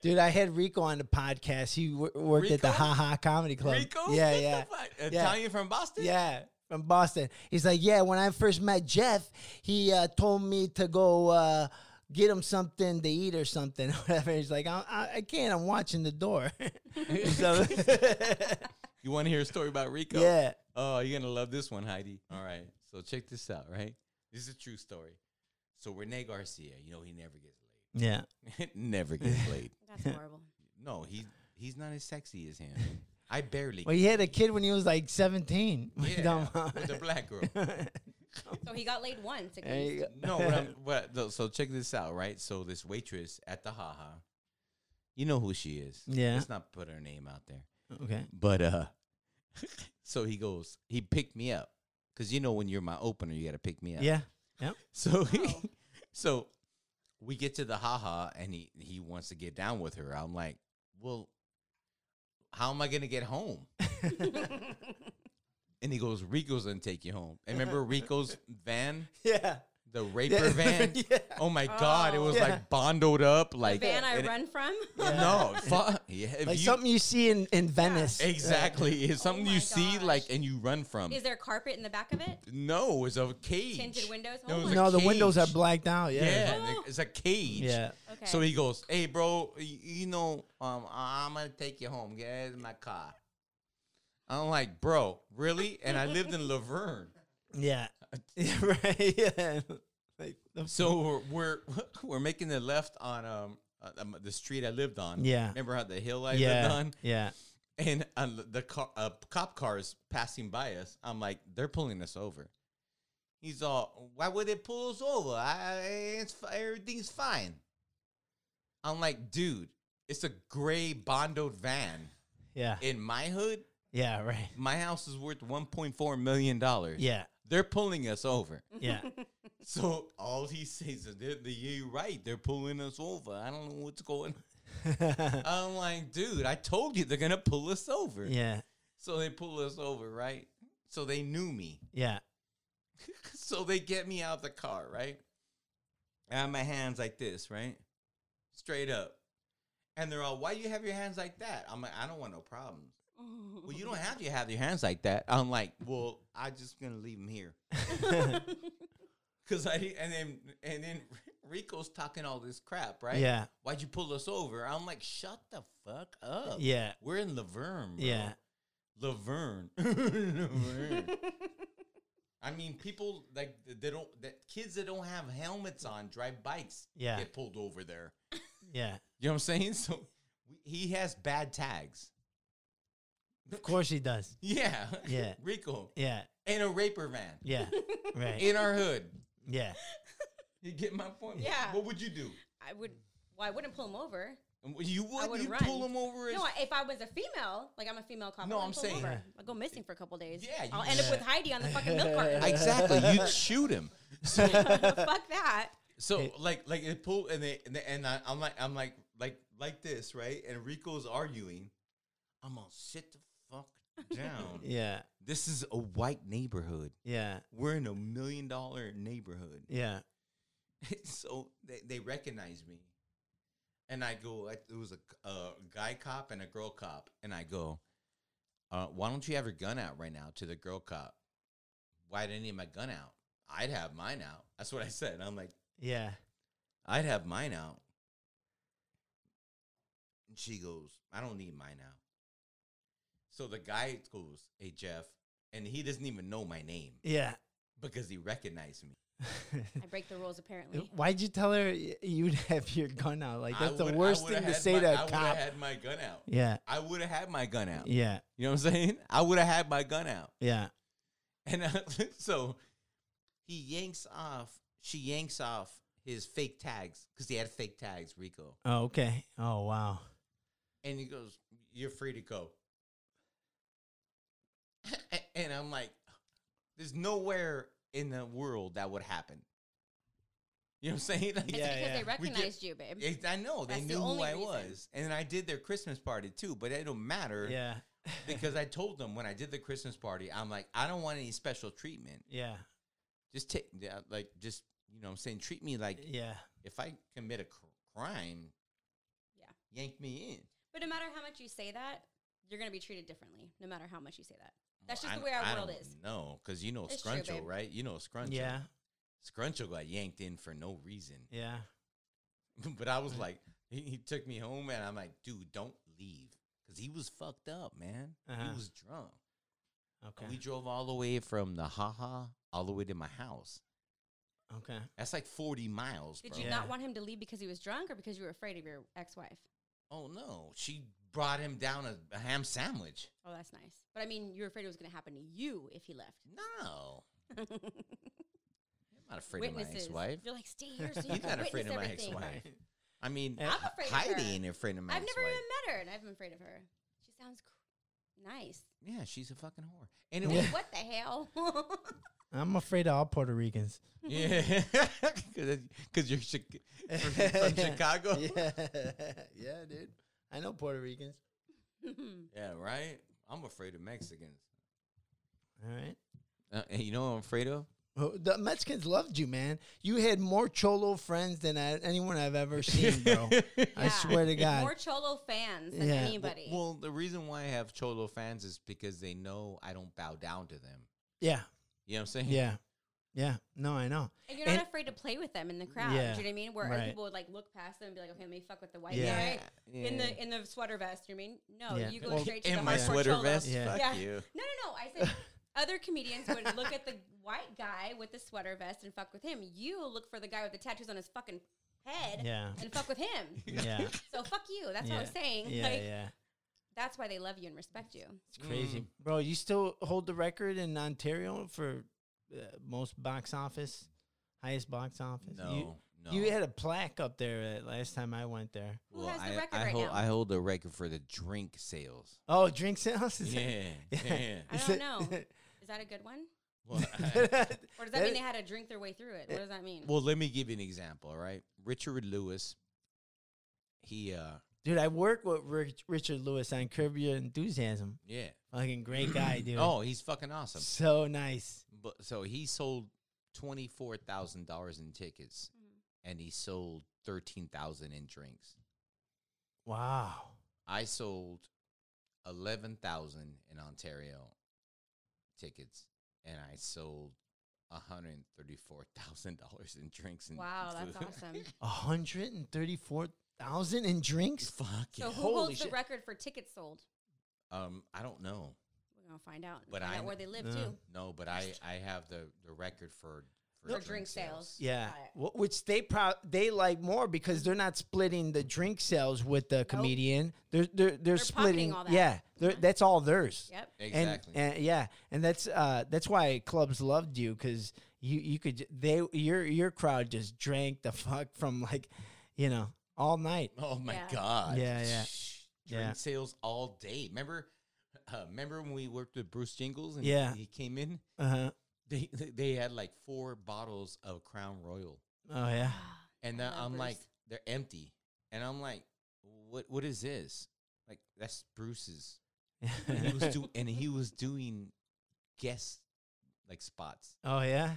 Dude, I had Rico on the podcast. He w- worked at the Rico? Ha Ha Comedy Club. Rico? Yeah, What the yeah. fuck? Yeah. Italian from Boston? Yeah, from Boston. He's like, yeah, when I first met Jeff, he uh, told me to go uh, get him something to eat or something (laughs) or whatever. He's like, I, I, I can't. I'm watching the door. (laughs) (laughs) so, You want to hear a story about Rico? (laughs) yeah. Oh, you're gonna love this one, Heidi. All right. So check this out, right? This is a true story. So Rene Garcia, you know he never gets Yeah. laid. (laughs) never gets (laughs) laid. That's horrible. No, he he's not as sexy as him. I barely Well, he had a kid when he was like (laughs) 17. get- yeah, Dumb. with a black girl. (laughs) So he got laid once. at There least. you go. No, (laughs) what I'm, what, no, so check this out, right? So this waitress at the haha, you know who she is. Yeah. Let's not put her name out there. Okay. But uh (laughs) so he goes, he picked me up. Cause you know when you're my opener, you gotta pick me up. Yeah. So (laughs) he, Oh. so we get to the haha and he he wants to get down with her. I'm like, "Well, how am I going to (laughs) get home?" and he goes, "Rico's going to take you home." (laughs) And remember Rico's van? Yeah. The (laughs) raper van? yeah. Oh my god, it was Yeah. like bondoed up like Van I and it- run from. No, fuck. (laughs) Yeah, if Like you- something you see in, in Venice. (laughs) Exactly. It's something Oh my you see gosh. like and you run from. (laughs) Is there carpet in the back of it? no, it's a cage. Tinted windows? No, Oh it was my a No, the windows are cage. blacked out. Yeah. Yeah, Oh. it's a cage. Yeah. Okay. So he goes, "Hey, bro, y- you know, um, I'm gonna take you home. Get out of my car." I'm like, "Bro, really?" And I lived in Laverne, Yeah. (laughs) right. (laughs) Yeah. Like, the- so we're (laughs) we're, we're making the left on um uh, um, the street I lived on. Yeah. remember how the hill I (laughs) lived yeah. on, Yeah. and uh, the car, uh, cop cars passing by us. I'm like, "They're pulling us over." He's all, "Why would they pull us over? I, I- it's fi- everything's fine." I'm like, "Dude." It's a gray bondoed van. Yeah. in my hood, Yeah. Right. my house is worth one point four million dollars. Yeah. they're pulling us over. (laughs) Yeah. (laughs) So all he says is, they're, they- "You're right, they're pulling us over." I don't know what's going. (laughs) I'm like, dude, I told you they're gonna pull us over. yeah. So they pull us over, right? So they knew me. (laughs) Yeah. so they get me out of the car, right? I have my hands like this, right? Straight up. And they're all, why you have your hands like that? I'm like, I don't want no problems. well, you don't have to have your hands like that. I'm like, well, I just gonna leave them here. Cause I didn't- and then and then Rico's talking all this crap, right? Yeah. Why'd you pull us over? I'm like, shut the fuck up. Yeah. We're in Laverne. Bro. Yeah. Laverne. (laughs) Laverne. I mean, people like th- they don't that kids that don't have helmets on drive bikes. Yeah. get pulled over there. Yeah. You know what I'm saying? (laughs) So we, he has bad tags. (laughs) Of course he does. Yeah, Yeah. (laughs) Rico Yeah. in a raper van (laughs) Yeah. Right. in our hood. Yeah. You get my point? Yeah. What would you do? I would. Well, I wouldn't pull him over. You would would you run. pull him over? As, No, I- if I was a female, like I'm a female cop, No, I I'm wouldn't pull him saying- over. I'll go missing for a couple days. Yeah, you I'll end up just- with Heidi on the (laughs) fucking milk carton. exactly. You'd shoot him. So (laughs) Fuck that. So like like it pull and they and, they, and I, I'm like I'm like like like this right and Rico's arguing. I'm gonna sit the fuck down. (laughs) Yeah. This is a white neighborhood. Yeah. We're in a million dollar neighborhood. Yeah. so they, they recognize me, and I go. I, it was a, c- a guy cop and a girl cop, and I go, uh, "Why don't you have your gun out right now?" To the girl cop, "Why didn't I have my gun out? I'd have mine out." That's what I said. I'm like. Yeah. I'd have mine out. And she goes, I don't need mine out. So the guy goes, Hey, Jeff. And he doesn't even know my name (laughs) Yeah. (laughs) because he recognized me. I break the rules apparently. Why'd you tell her y- you'd (laughs) have your gun out? Like I that's would- the I worst would've thing to had say my- to I a would've cop. had my gun out. (laughs) Yeah. I would have had my gun out. Yeah. You know what I'm saying? I would have had my gun out. (laughs) Yeah. And uh, so he yanks off, she yanks off his fake tags because he had fake tags, Rico. Oh, okay. Oh, wow. And he goes, You're free to go. (laughs) I'm like, there's nowhere in the world that would happen. You know what I'm saying? (laughs) Like, It's Yeah, because yeah. they We get- recognized you, babe. it- I know they That's the knew who only I reason. was, and then I did their Christmas party too. But it don't matter (laughs) Yeah. because I told them when I did the Christmas party, I'm like, I don't want any special treatment. Yeah. Just take, yeah, like, just you know, what I'm saying, treat me like Yeah. if I commit a cr- crime, Yeah. yank me in. But no matter how much you say that, you're going to be treated differently. No matter how much you say that, that's just the way our world is. No, because you know It's true, Scruncho, babe. right? You know Scruncho. Yeah. Scruncho got yanked in for no reason. (laughs) Yeah. but I was like, he, he took me home, and I'm like, dude, don't leave, because he was fucked up, man. Uh-huh. He was drunk. Okay. We drove all the way from the haha all the way to my house. Okay. That's like 40 miles, bro. Did you Yeah. not want him to leave because he was drunk or because you were afraid of your ex-wife? Oh no, she brought him down a, a ham sandwich. Oh, that's nice. But I mean, you were afraid it was going to happen to you if he left. No, I'm not afraid of my Witnesses. ex-wife. You're like, stay here. (laughs) So you You're can not afraid witness of my everything." ex-wife. I mean, I'm afraid of Heidi her. ain't afraid of my I've ex-wife. never even met her, and I've been afraid of her. She sounds cr- (laughs) nice. yeah, she's a fucking whore. Wait, Anyway, what the hell? (laughs) I'm afraid of all Puerto (laughs) Ricans. (laughs) yeah, because you're Chi- from, (laughs) from Chicago. (laughs) yeah. Yeah, dude. I know Puerto Ricans. Yeah, right. I'm afraid of Mexicans. All right. Uh, and you know what I'm afraid of? Oh, The Mexicans loved you, man. You had more cholo friends than I, anyone I've (laughs) ever seen, bro. I Yeah. swear to God. More Cholo fans than Yeah. anybody. Well, the reason why I have Cholo fans is because they know I don't bow down to them. yeah, You know what I'm saying? yeah, yeah. No, I (laughs) know. and you're not and- afraid to play with them in the crowd. Yeah. Do you know what I mean? Where Right. other people would like look past them and be like, okay, let me fuck with the white Yeah. guy in Yeah. the in the sweater vest. You know what I mean? No, Yeah. you go Well, straight to the In my hardcore sweater Cholo. vest? Yeah. Fuck Yeah. you. No, no, no. I said (laughs) other (laughs) comedians would look at the white guy with the sweater vest and fuck with him. You look for the guy with the tattoos on his fucking head Yeah. and fuck (laughs) with him. Yeah, So fuck you. That's yeah. what I was saying. Yeah, like yeah. that's why they love you and respect you. It's crazy, Mm. bro. You still hold the record in Ontario for uh, most box office, highest box office. No, you, no. you had a plaque up there uh, last time I went there. Who has the I, record I right hold, now? I hold the record for the drink sales. (laughs) Oh, drink sales. (laughs) Is that- Yeah, yeah. (laughs) I Is don't it- (laughs) know. Is that a good one? Well, I- Or does that mean they had to drink their way through it? What does that mean? well, let me give you an example. All right, Richard Lewis. He, uh, dude, I work with Rich, Richard Lewis on Curb Your Enthusiasm. yeah. Fucking great (clears throat) guy, dude. Oh, he's fucking awesome. so nice. But so he sold twenty four thousand dollars in tickets, Mm-hmm. and he sold thirteen thousand in drinks. Wow. I sold eleven thousand in Ontario tickets, and I sold one hundred thirty four thousand dollars in drinks. And wow, (laughs) that's food. (laughs) awesome. A 134,000 in drinks? Fuck So yeah. who Holy holds shit. the record for tickets sold? Um, I don't know. We're gonna find out. But But find I out kn- where they live Yeah. too. No, but I I have the the record for For drink sales. Yeah. Got it. Wh- Which they pro- they like more because they're not splitting the drink sales with the comedian. They're they're they're, splitting. all that. Yeah. They're, that's all theirs. (sighs) Yep. And- Exactly. And, yeah, and that's uh that's why clubs loved you because you you could j- they your your crowd just drank the fuck from like, you know, all night. oh my Yeah. god. Yeah, yeah. Shh. Drink Yeah. sales all day. Remember, uh, remember when we worked with Bruce Jingles and Yeah. he came in. Uh huh. They they- they had like four bottles of Crown Royal, Oh yeah. and then love I'm Bruce. like they're empty, and I'm like, what what is this? Like that's Bruce's. And he (laughs) was do and he was doing guest like spots. oh yeah.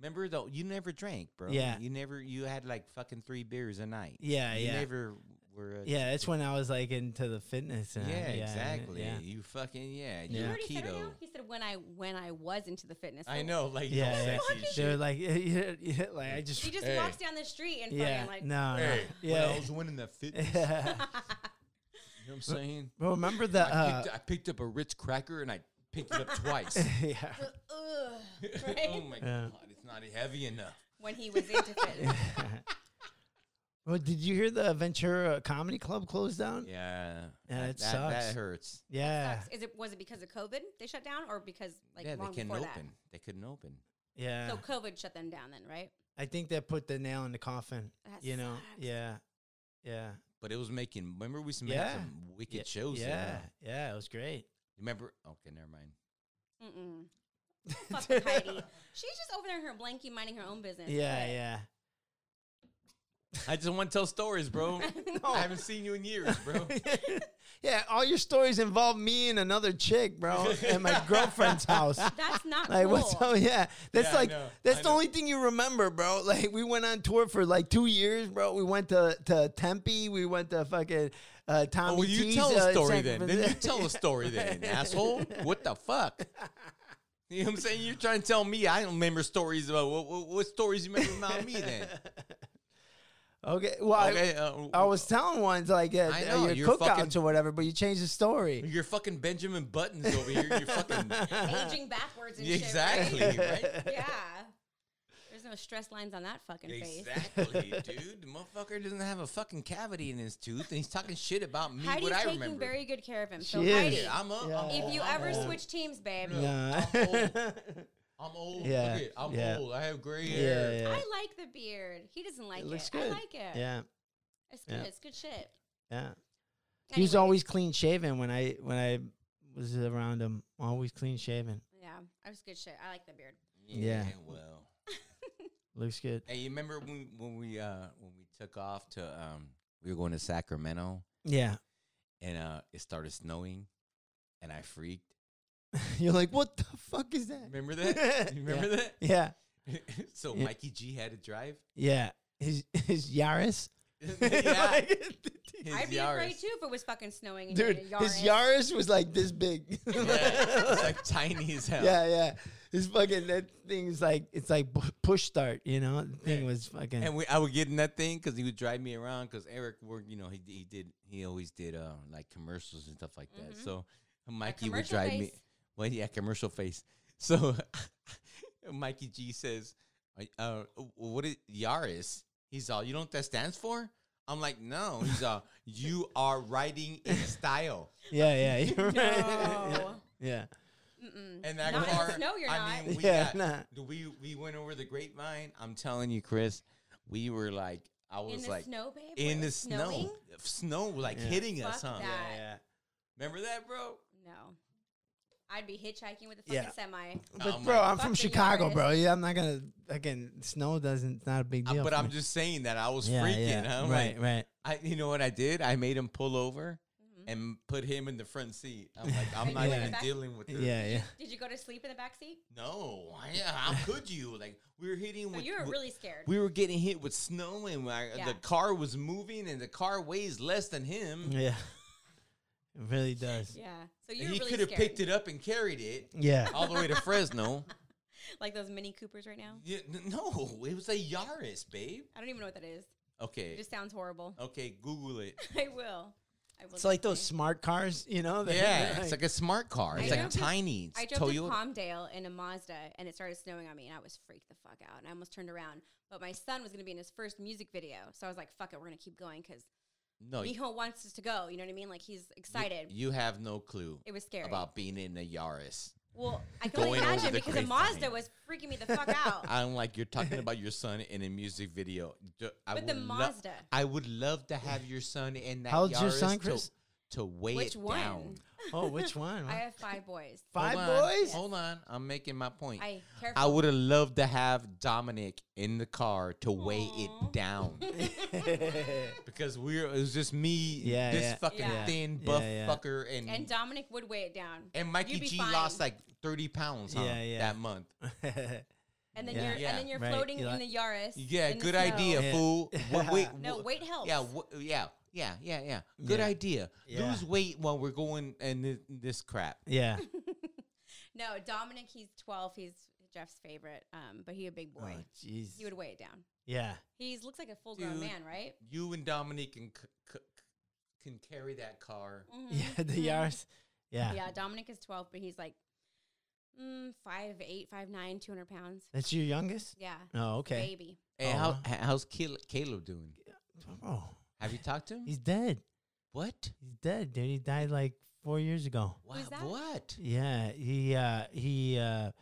Remember though, you never drank, bro. Yeah. you never. You had like fucking three beers a night. Yeah, you yeah. Never were. A, Yeah, that's when I was like into the fitness. And Yeah, I- exactly. Yeah. You fucking yeah. You You're heard he said right keto. now? He said when I when I was into the fitness. I So know, like Yeah, yeah, yeah. sexy shit. They're like, (laughs) like I just, He just Hey. walks down the street and yeah, fucking like no, no, Hey, when I yeah. was winning the fitness, you know yeah. what I'm saying? (laughs) Well, remember the, I, uh, picked, I picked up a Ritz cracker and I picked it up twice. (laughs) yeah, (laughs) (laughs) Ugh, oh right? my Yeah. god, it's not heavy enough. when he was into (laughs) fitness. well, did you hear the Ventura Comedy Club closed down? Yeah, Yeah, that, it that, sucks. that hurts. Yeah, Sucks. Is it was it because of COVID they shut down or because like yeah, they long couldn't before open. that? They couldn't open. yeah. So COVID shut them down then, right? I think that put the nail in the coffin. That you know, sucks. yeah, yeah, But it was making. Remember, we used to make Yeah. some wicked yeah, shows. there, Yeah, huh? yeah, it was great. Remember? Okay, never mind. (laughs) Mm-mm. Don't Fuck with Heidi. She's just over there in her blankie minding her own business. Yeah, yeah. I just want to tell stories, (laughs) bro. I haven't seen you in years, bro. yeah, all your stories involve me and another chick, bro, at my girlfriend's house. That's not Like cool. what's oh yeah. That's Yeah, I like know, that's I the know. only thing you remember, bro. (laughs) Like we went on tour for like two years, bro. We went to, to Tempe, we went to fucking uh Tommy. Oh, well, you T's, tell uh, a story San then. Then you Francisco. tell a story then, asshole. What the fuck? You know what I'm saying? You're trying to tell me I don't remember stories about what, what, what stories you remember about me then? (laughs) Okay. Well (laughs) I- Okay, uh, I, was telling ones like uh, I know, your you're cookouts or fucking- whatever, but you changed the story. You're fucking Benjamin Buttons over here. (laughs) You're fucking Aging backwards and exactly shit. right. Right? Yeah. There's no stress lines on that fucking face. Exactly, dude. The motherfucker doesn't have a fucking cavity in his tooth, and he's talking shit about me. Heidi's what I taking remember. very good care of him. So She is. Heidi, Yeah, I'm up. Yeah. if you I'm ever old. switch teams, babe, Nah. (laughs) I'm old. I'm old. Yeah, Look it. I'm yeah. old. I have gray yeah, hair. yeah. I like the beard. He doesn't like it. looks I good. like it. yeah. It's good. Yeah. It's good shit. Yeah. He was Anyway, always clean shaven when I when I was around him. Always clean shaven. Yeah, I was good shit. I like the beard. Yeah. Well, Looks good. hey, you remember when when we uh when we took off to um we were going to Sacramento Yeah. (laughs) and uh it started snowing, and I freaked. You're like, what the fuck is that? (laughs) Remember that? (laughs) You remember Yeah. that? so Yeah. Mikey G had (laughs) to drive. (laughs) Yeah. His his Yaris. (laughs) yeah. His I'd be afraid Yaris. too if it was fucking snowing. and you Dude, had a his Yaris was like this big. (laughs) (laughs) Yeah, it's like tiny as hell. yeah, yeah. His fucking that thing is like it's like pu- push start, you know. The thing Yeah. was fucking And we, I would get in that thing because he would drive me around because Eric worked, you know, he, he did, he always did uh, like commercials and stuff like that. Mhm. So Mikey would commercial drive me. face. Well, yeah, commercial face. (laughs) So Mikey G says, uh, uh, what is Yaris? He's all, you know what that stands for? I'm like, no. He's (laughs) all, you are riding in style. (laughs) yeah, yeah, you're right. (laughs) No. yeah, Mm-mm. And that Not in the car, snow, you're I not. mean, we Yeah, got, nah. th- we we went over the grapevine. I'm telling you, Chris, we were like, I was in the like, snow, babe. in Where the it's snowing? snow, snow like Yeah. hitting us, Fuck huh? that. yeah, yeah. Remember that, bro? No, I'd be hitchhiking with a fucking Yeah. semi. But Oh my- bro, I'm from Fuck the Chicago, Yaris. bro. Yeah, I'm not gonna again. Snow doesn't. It's not a big Uh, deal. but for I'm me. just saying that I was Yeah, freaking. yeah. I'm right, like, right. I, you know what I did? I made him pull over Mm-hmm. and put him in the front seat. I'm like, I'm And not you went even back- dealing with this. Yeah, (laughs) yeah. Did you go to sleep in the back seat? No, yeah. How could you? Like, we were hitting So with. you were with- really scared. we were getting hit with snow, and I, Yeah. the car was moving, and the car weighs less than him. Yeah. It really does. yeah. So you And were he really could have scared. picked it up and carried it Yeah. (laughs) all the way to Fresno. like those Mini Coopers right now. (laughs) Yeah, n- no, it was a Yaris, babe. I don't even know what that is. It Okay, just sounds horrible. okay, Google it. (laughs) I will. I will. It's like those definitely. smart cars, you know? (laughs) that- (laughs) Yeah, it's like a smart car. I It's like drove to- tiny. I It's drove Toyota. to Palmdale in a Mazda and it started snowing on me and I was freaked the fuck out and I almost turned around. But my son was going to be in his first music video. So I was like, fuck it, we're going to keep going because no, y- Mijo wants us to go. You know what I mean? Like he's excited. Oh, you have no clue it was scary. about being in a Yaris. well, I can only going over imagine the because the grapevine. Mazda was freaking me the fuck (laughs) out. I'm like, (laughs) you're talking about your son in a music video. D- I But the would lo- Mazda. I would love to have your son in that How old's your Yaris son, to- Chris? To, weigh Which it one? down. Oh, which one? I have five boys. Five Hold on, boys? Hold on. I'm making my point. I careful. I would have loved to have Dominic in the car to weigh Aw. it (laughs) down because we're it was just me, Yeah, this yeah. fucking Yeah. thin Yeah, buff yeah. fucker, and and and, Dominic would weigh it down. Mikey you'd be G fine. lost like thirty pounds, huh, Yeah, yeah. that month. And then Yeah. you're Yeah. and then you're Right. floating You're in like- the Yaris. Yeah, in the good snow. idea, Yeah. fool. Wait, (laughs) wait, No, wha- weight helps. Yeah, wha- yeah, yeah, yeah, yeah. Good Yeah. idea. Yeah. Lose weight while we're going and this, this crap. (laughs) yeah. (laughs) No, Dominic, he's 12. He's Jeff's favorite, um, but he a big Oh, boy. jeez. he would weigh it down. Yeah. He looks like a full grown Dude. man, right? You and Dominic can c- c- can carry that car. Yeah, (laughs) the Yaris. Yeah. Mm-hmm. (laughs) Yeah, Dominic is 12, but he's like mm, 5'8, 5'9, 200 pounds. That's your youngest? Yeah. Oh, okay. Baby. (gasps) Hey, Oh, how, wow. h- how's Caleb Caleb doing? Oh, Have you talked to him? he's dead. what? He's dead, dude. He died like four years ago. Wha- Who's that? What? Yeah. He, uh, he, uh,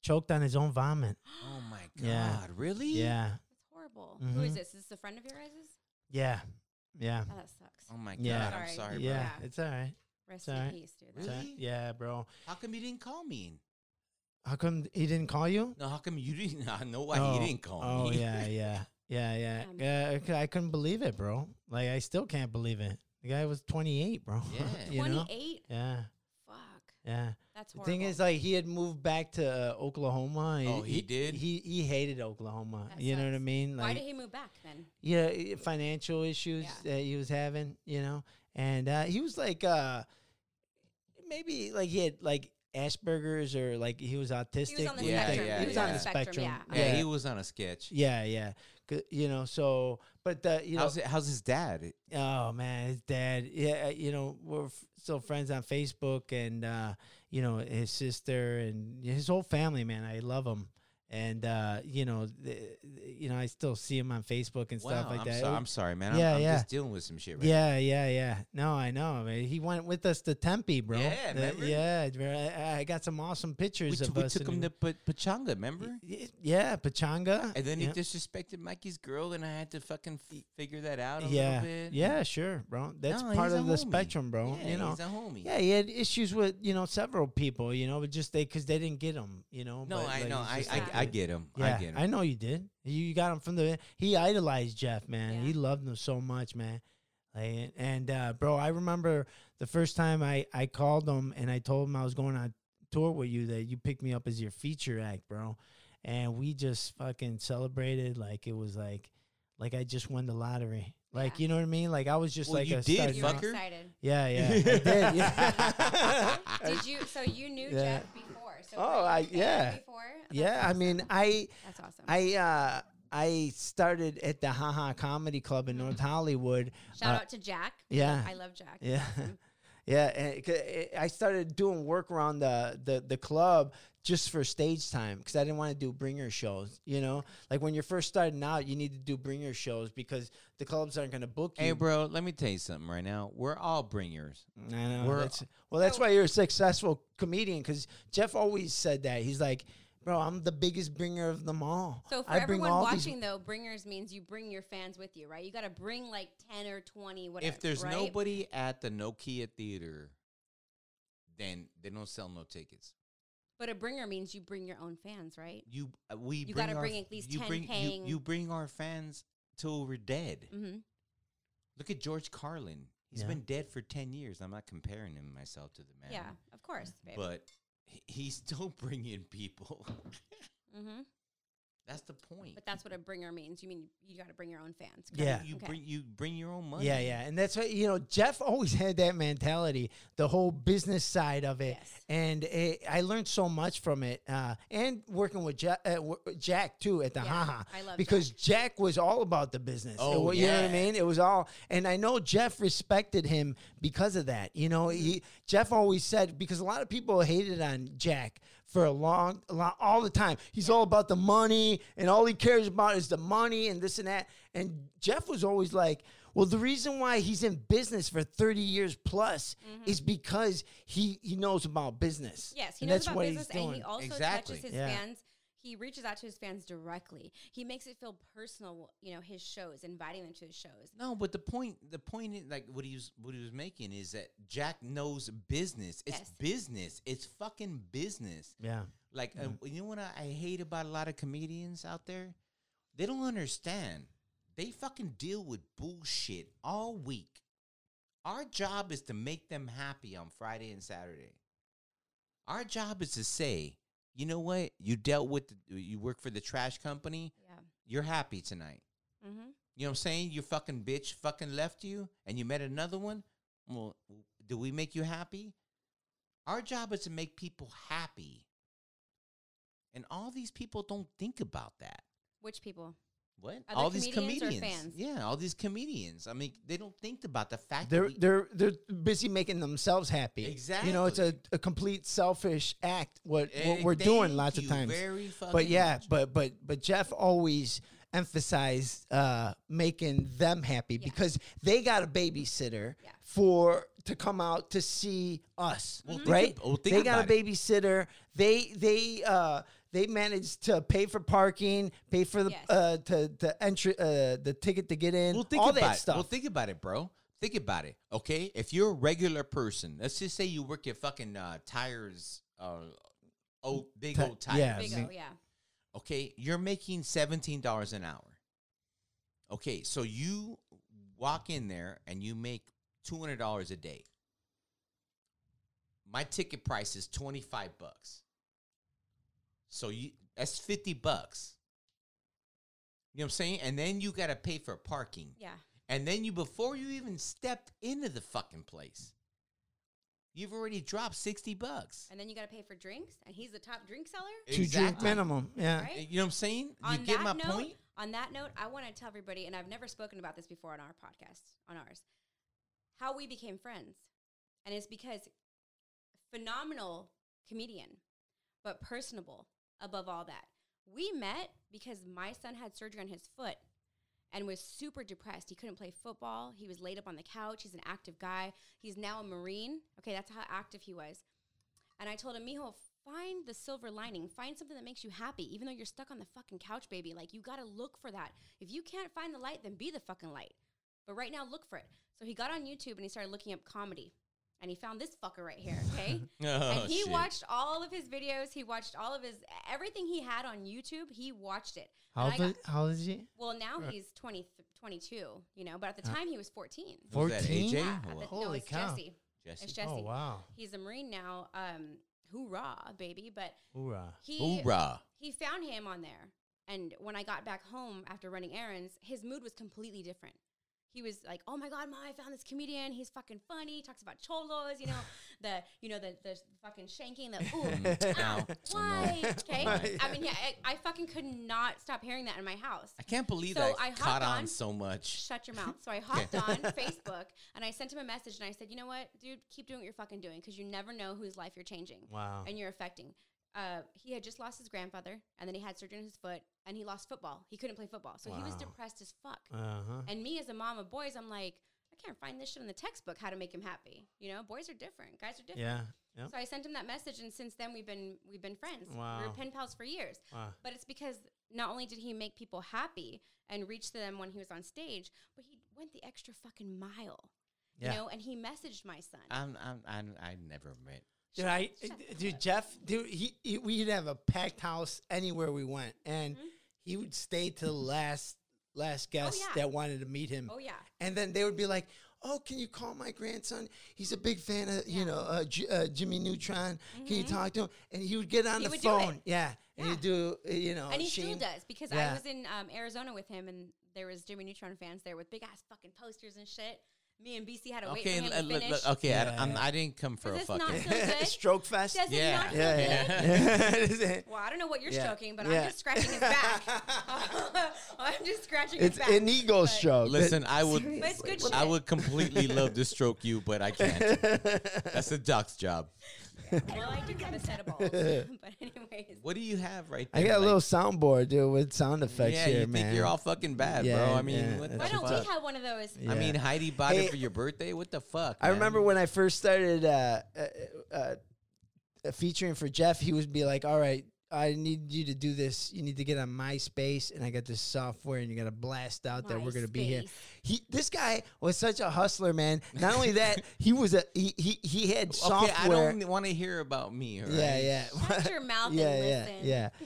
choked on his own vomit. Oh my (gasps) god! Yeah. Really? Yeah. That's horrible. Who Mhm. is this? Is this a friend of your guys'? Yeah. Yeah. Oh, that sucks. Oh my god! Yeah. I'm Sorry. sorry, Yeah. bro. It's all right. Rest sorry. in peace, dude. Really? It's all right. Yeah, bro. bro. How come you didn't call me? How come he didn't call you? No, how come you didn't? (laughs) I know why Oh. he didn't call Oh me. yeah, yeah, yeah, yeah. Um, Yeah, I cou- I couldn't believe it, bro. Like I still can't believe it. The guy was 28, bro. (laughs) Yeah. you know? 28? Yeah, Fuck. yeah. That's The horrible. thing is, like, he had moved back to uh, Oklahoma. and Oh, he did? He he hated Oklahoma. That you know what I sucks. mean? why Like, did he move back then? yeah, i- financial issues Yeah. that he was having. You know, and uh, he was like, uh, maybe like he had like Asperger's or like he was autistic. on the we Yeah, think. yeah, he was on yeah. the spectrum, spectrum. (laughs) yeah. Yeah, he was on a sketch. yeah, yeah. 'Cause, You know, so but the you know, how's, it, how's his dad? Oh man, his dad. Yeah, uh, you know we're f- still friends on Facebook, and uh, you know his sister and his whole family. Man, I love him, and uh, you know, th- you know, I still see him on Facebook and stuff like I'm, that. so- It I'm sorry, man. Yeah, I'm, I'm yeah. just dealing with some shit right yeah, yeah, yeah. No, I know. man. He went with us to Tempe, bro. Yeah, The- remember? yeah. it's very- I, I got some awesome now. We, pictures t- of we us. took and- him to P- Pachanga, remember? Y- Yeah, Pachanga. And then he yeah. disrespected Mikey's girl, and I had to fucking f- figure that out a yeah, little bit. yeah, sure, bro. That's No, part he's a of the homie. spectrum, bro. Yeah, you know, he's a homie. Yeah, he had issues with you know several people, you know, but just they because they didn't get him, you know. No, but, I like, know. it's I, just I, like, I uh, get him. Yeah, I get him. know you did. You, you got him from the. He idolized Jeff, man. He Yeah. loved him so much, man. Like, and uh, bro, I remember the first time I I called him and I told him I was going on tour with you that you picked me up as your feature act, bro. And we just fucking celebrated like it was like like I just won the lottery. Like Yeah. you know what I mean? Like I was just Well, like you a did, You starting were out- fucker. excited. Yeah, yeah, (laughs) I did. (laughs) Yeah. Did you? So you knew Yeah. Jeff before? So Oh, were you I- a fan yeah. Before? That's Yeah, I mean, I awesome. that's awesome. I uh I started at the Haha Comedy Club in North Hollywood. Shout uh, out to Jack. yeah. I love Jack. Yeah. Yeah, and it- 'cause it- I started doing work around the, the, the club just for stage time because I didn't want to do bringer shows. You know, like when you're first starting out, you need to do bringer shows because the clubs aren't going to book you. Hey, bro, let me tell you something right now. We're all bringers. I know. We're- that's- well, that's why you're a successful comedian because Jeff always said that. He's like, bro, I'm the biggest bringer of them all. So for I bring everyone all these- watching though, bringers means you bring your fans with you, right? You got to bring like ten or twenty, whatever. if there's right? nobody at the Nokia Theater, then they don't sell no tickets. but a bringer means you bring your own fans, right? You uh, we You bring gotta our bring f- at least you 10 bring, paying- You, you bring our fans till we're dead. Mm-hmm. Look at George Carlin. He's Yeah. been dead for ten years. I'm not comparing him myself to the man. Yeah, of course, babe. but he- he's (laughs) still bringing people. mm-hmm. That's the point. But that's what a bringer means. You mean you got to bring your own fans? correct? Yeah. you Okay. bring you bring your own money. Yeah, yeah. And that's what, you know, Jeff always (laughs) had that mentality, the whole business side of it. Yes. And it, I learned so much from it. Uh, and working with Jack, uh, wo- Jack too, at the Yeah, haha. I love Because Jack. was all about the business. Oh, It wa- You know what I yeah. mean? It was all. And I know Jeff respected him because of that. You know, he, Jeff always said, because a lot of people hated on Jack. For a long, a lot, all the time, he's all about the money, and all he cares about is the money and this and that. And Jeff was always like, well, the reason why he's in business for 30 years plus is because he, he knows about business. Mm-hmm. Yes, he And knows that's about what business, he's doing. and he also Exactly. touches his Yeah. fans. He reaches out to his fans directly. He makes it feel personal. You know, his shows, inviting them to his shows. No, but the point the point is like what he was what he was making is that Jack knows business. It's Yes. business. It's fucking business. yeah. Like uh, you know what I, I hate about a lot of comedians out there? They don't understand. They fucking deal with bullshit all week. Our job is to make them happy on Friday and Saturday. Our job is to say, you know what? You dealt with the, you work for the trash company. Yeah. You're happy tonight. Mm-hmm. You know what I'm saying? Your fucking bitch fucking left you and you met another one. Well, do we make you happy? Our job is to make people happy. And all these people don't think about that. Which people? What? Other all these comedians or comedians. fans? Yeah, all these comedians. I mean, they don't think about the fact They're, that we- they're, they're busy making themselves happy. You know, it's a, a complete selfish act, what, what Eh, we're doing thank lots of you times. Very But fucking yeah, much. but, but, but Jeff always emphasized uh, making them happy Yeah. because they got a babysitter Yeah. for to come out to see us, Well, think right? ab- well, think they got a about it. babysitter. They they uh they managed to pay for parking, pay for the Yes. uh to the entry uh the ticket to get in, Well, think all about that it. stuff. Well, think about it, bro. Think about it. Okay, if you're a regular person, let's just say you work at fucking uh, tires, uh, oh big Ti- old tires. yeah. Big mean- O, yeah. Okay, you're making seventeen dollars an hour. Okay, so you walk in there and you make two hundred dollars a day. My ticket price is twenty five bucks. So you that's fifty bucks. You know what I'm saying? And then you gotta pay for parking. Yeah. And then you, before you even stepped into the fucking place, you've already dropped 60 bucks. And then you got to pay for drinks, and he's the top drink seller. Two drink Exactly. minimum. Yeah. Right? You know what I'm saying? on you that get my note, point? On that note, I want to tell everybody, and I've never spoken about this before on our podcast, on ours, how we became friends, and it's because phenomenal comedian, but personable above all that. We met because my son had surgery on his foot and was super depressed. He couldn't play football. He was laid up on the couch. He's an active guy. He's now a Marine. Okay, that's how active he was. And I told him, Mijo, find the silver lining. Find something that makes you happy, even though you're stuck on the fucking couch, baby. Like, you gotta look for that. If you can't find the light, then be the fucking light. But right now, look for it. So he got on YouTube and he started looking up comedy. And he found this fucker right here, okay? Oh, and he shit. watched all of his videos. He watched all of his everything he had on YouTube. He watched it. How And I old, is, got- how old is he? well, now he's 20, 22, you know, but at the time he was 14. Was that 14? AJ? Yeah, or at the- what? no, Holy it's cow. Jesse. Jesse? It's Jesse. Oh wow! He's a Marine now. Um, hoorah, baby. But Hoorah! he (laughs) Hoorah. he found him on there. And when I got back home after running errands, his mood was completely different. He was like, "Oh my god, mom, I found this comedian. He's fucking funny. He talks about cholos, you know, the you know the the fucking shanking, the Mm. ooh, Now, (laughs) (laughs) why? Okay, Right. I mean, yeah, I, I fucking could not stop hearing that in my house. I can't believe So that I hopped caught on, on- so much. Shut your mouth. So I hopped on Facebook and I sent him a message and I said, you know what, dude, keep doing what you're fucking doing because you never know whose life you're changing Wow! and you're affecting. Uh, he had just lost his grandfather and then he had surgery on his foot and he lost football. He couldn't play football. So he was Wow. depressed as fuck. Uh huh. And me as a mom of boys, I'm like, I can't find this shit in the textbook how to make him happy. You know, boys are different. Guys are different. Yeah. Yep. So I sent him that message, and since then we've been we've been friends. We Wow. were pen pals for years. Wow. But it's because not only did he make people happy and reach them when he was on stage, but he went the extra fucking mile. Yeah. Um, You know, and he messaged my son. I'm, I'm, I'm, I never met. Dude, I, shut dude, Jeff, dude, he, he- we'd have a packed house anywhere we went, and Mm-hmm. he would stay to the last last guest Oh, yeah. that wanted to meet him. oh yeah. And then they would be like, "Oh, can you call my grandson? He's a big fan of you Yeah. Mm-hmm. know uh, J- uh, Jimmy Neutron. Can you talk to him?" And he would get on He the would do it. phone, yeah, and he'd do uh, you know, and he Shane- still (laughs) does because Yeah. I was in um, Arizona with him, and there was Jimmy Neutron fans there with big ass fucking posters and shit. Me and BC had to wait for Okay, him l- to l- finish. l- okay, I- Yeah, I'm- yeah. I didn't come for a Does this not (laughs) fucking. feel good? stroke fest. Does it Yeah. not feel yeah, good? yeah, yeah. Well, I don't know what you're Yeah. stroking, but Yeah. I'm just scratching his back. (laughs) I'm just (laughs) scratching it's his back. an ego But- stroke. (laughs) (laughs) Listen, I would, But it's good shit. I would completely love to stroke you, but (laughs) I can't. That's a duck's job. Well, I do have a set (laughs) of balls. (laughs) but anyways, What do you have right there? I got a Like, little soundboard, dude, with sound effects yeah, here, you man. think you're all fucking bad, bro? Yeah, I mean, yeah, what the why that's don't fuck? we have one of those? Yeah. I mean, Heidi bought Hey- it for your birthday. What the fuck? I man? remember when I first started uh, uh, uh, uh, featuring for Jeff, he would be like, "All right, I need you to do this. You need to get on MySpace, and I got this software, and you got to blast out that we're gonna be here." MySpace. He, this guy was such a hustler, man. Not only (laughs) that, he was a he he, he had software. Okay, I don't want to hear about me. all Yeah, right? yeah, (laughs) Shut your (laughs) mouth yeah, and yeah, listen. (laughs)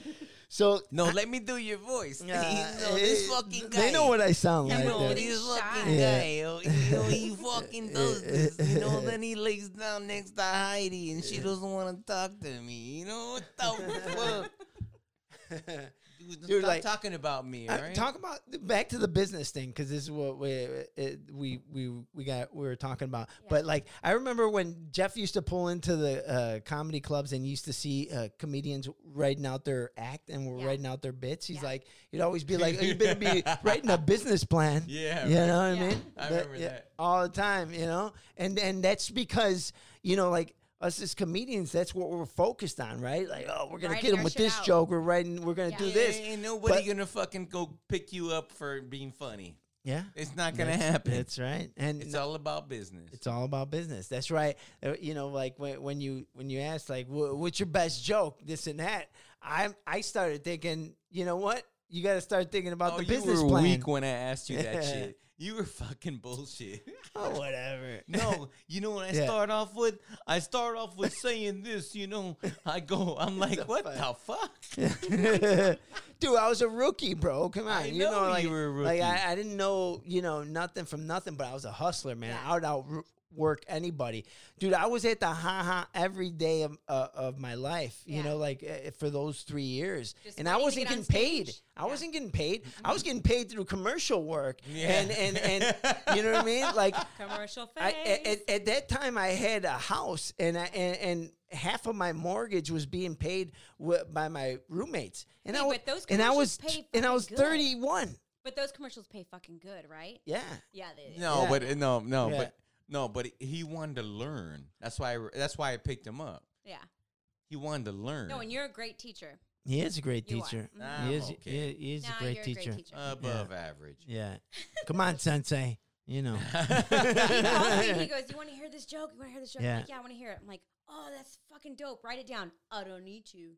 yeah. So. No, let me do your voice. (laughs) you know, uh, this it- fucking guy. They know what I sound like. You know, dude. they- This Shy. fucking Yeah. guy, (laughs) oh, you know, he fucking does this. You know, then he lays down next to Heidi and she doesn't want to talk to me. You know, (laughs) what the fuck? Dude, Dude, stop like- talking about me, all Uh, right? Talk about back to the business thing because this is what we it, we we we got we were talking about. But like I remember when Jeff used to pull into the uh, comedy clubs and used to see uh, comedians writing out their act and were Yeah. writing out their bits. He's Yeah. like, he'd always (laughs) be like, oh, "You better be writing a business plan." Yeah, you know what I Yeah. mean. I remember that. all the time, you know. And and that's because you know like. Us as comedians, that's what we're focused on, right? Like, oh, we're gonna Writing get him our with shit this out. joke. We're writing. We're gonna Yeah. do Yeah, this. Ain't nobody But- gonna fucking go pick you up for being funny. Yeah, It's not gonna That's- happen. That's right, and It's no, all about business. it's all about business. That's right. Uh, You know, like when, when you when you ask like, "Wha- "What's your best joke?" This and that. I I started thinking, you know what? You got to start thinking about oh, the you business were plan. weak when I asked you that Yeah. shit. You were fucking bullshit. (laughs) Oh, (laughs) whatever. (laughs) No, you know what I Yeah. start off with? I start off with saying this, you know. I (laughs) go, I'm like, what the fuck? Dude, I was a rookie, bro. Come on, I you know know, you like, were a like rookie. I, I didn't know, you know, nothing from nothing, but I was a hustler, man. I would outwork anybody, dude. I was at the haha every day of, uh, of my life, you Yeah. know, like uh, for those three years, Just and I waiting to wasn't get getting on paid. stage. I Yeah. Mm-hmm. wasn't getting paid. I was getting paid through commercial work, Yeah. and and and you know what I (laughs) mean, like. Commercial face. I, at, at- at that time, I had a house, and I and, and half of my mortgage was being paid wi- by my roommates, and I Wait, was but those and I commercials was pay and I fucking was good. thirty one. but those commercials pay fucking good, right? Yeah, Yeah, they do. No, Yeah. but no, no, Yeah. but no, but he wanted to learn. That's why. I, that's why I picked him up. Yeah. He wanted to learn. No, and you're a great teacher. he is a great You are. teacher. Mhm. He is, I'm okay. he, he is Nah, a great you're teacher. Uh, a great teacher. above average. Yeah, come on, sensei. You (laughs) know, (laughs) he calls me and he goes, "You want to hear this joke? You want to hear this joke?" Yeah. I'm like, "Yeah, I want to hear it." I'm like, "Oh, that's fucking dope. Write it down. I don't need you."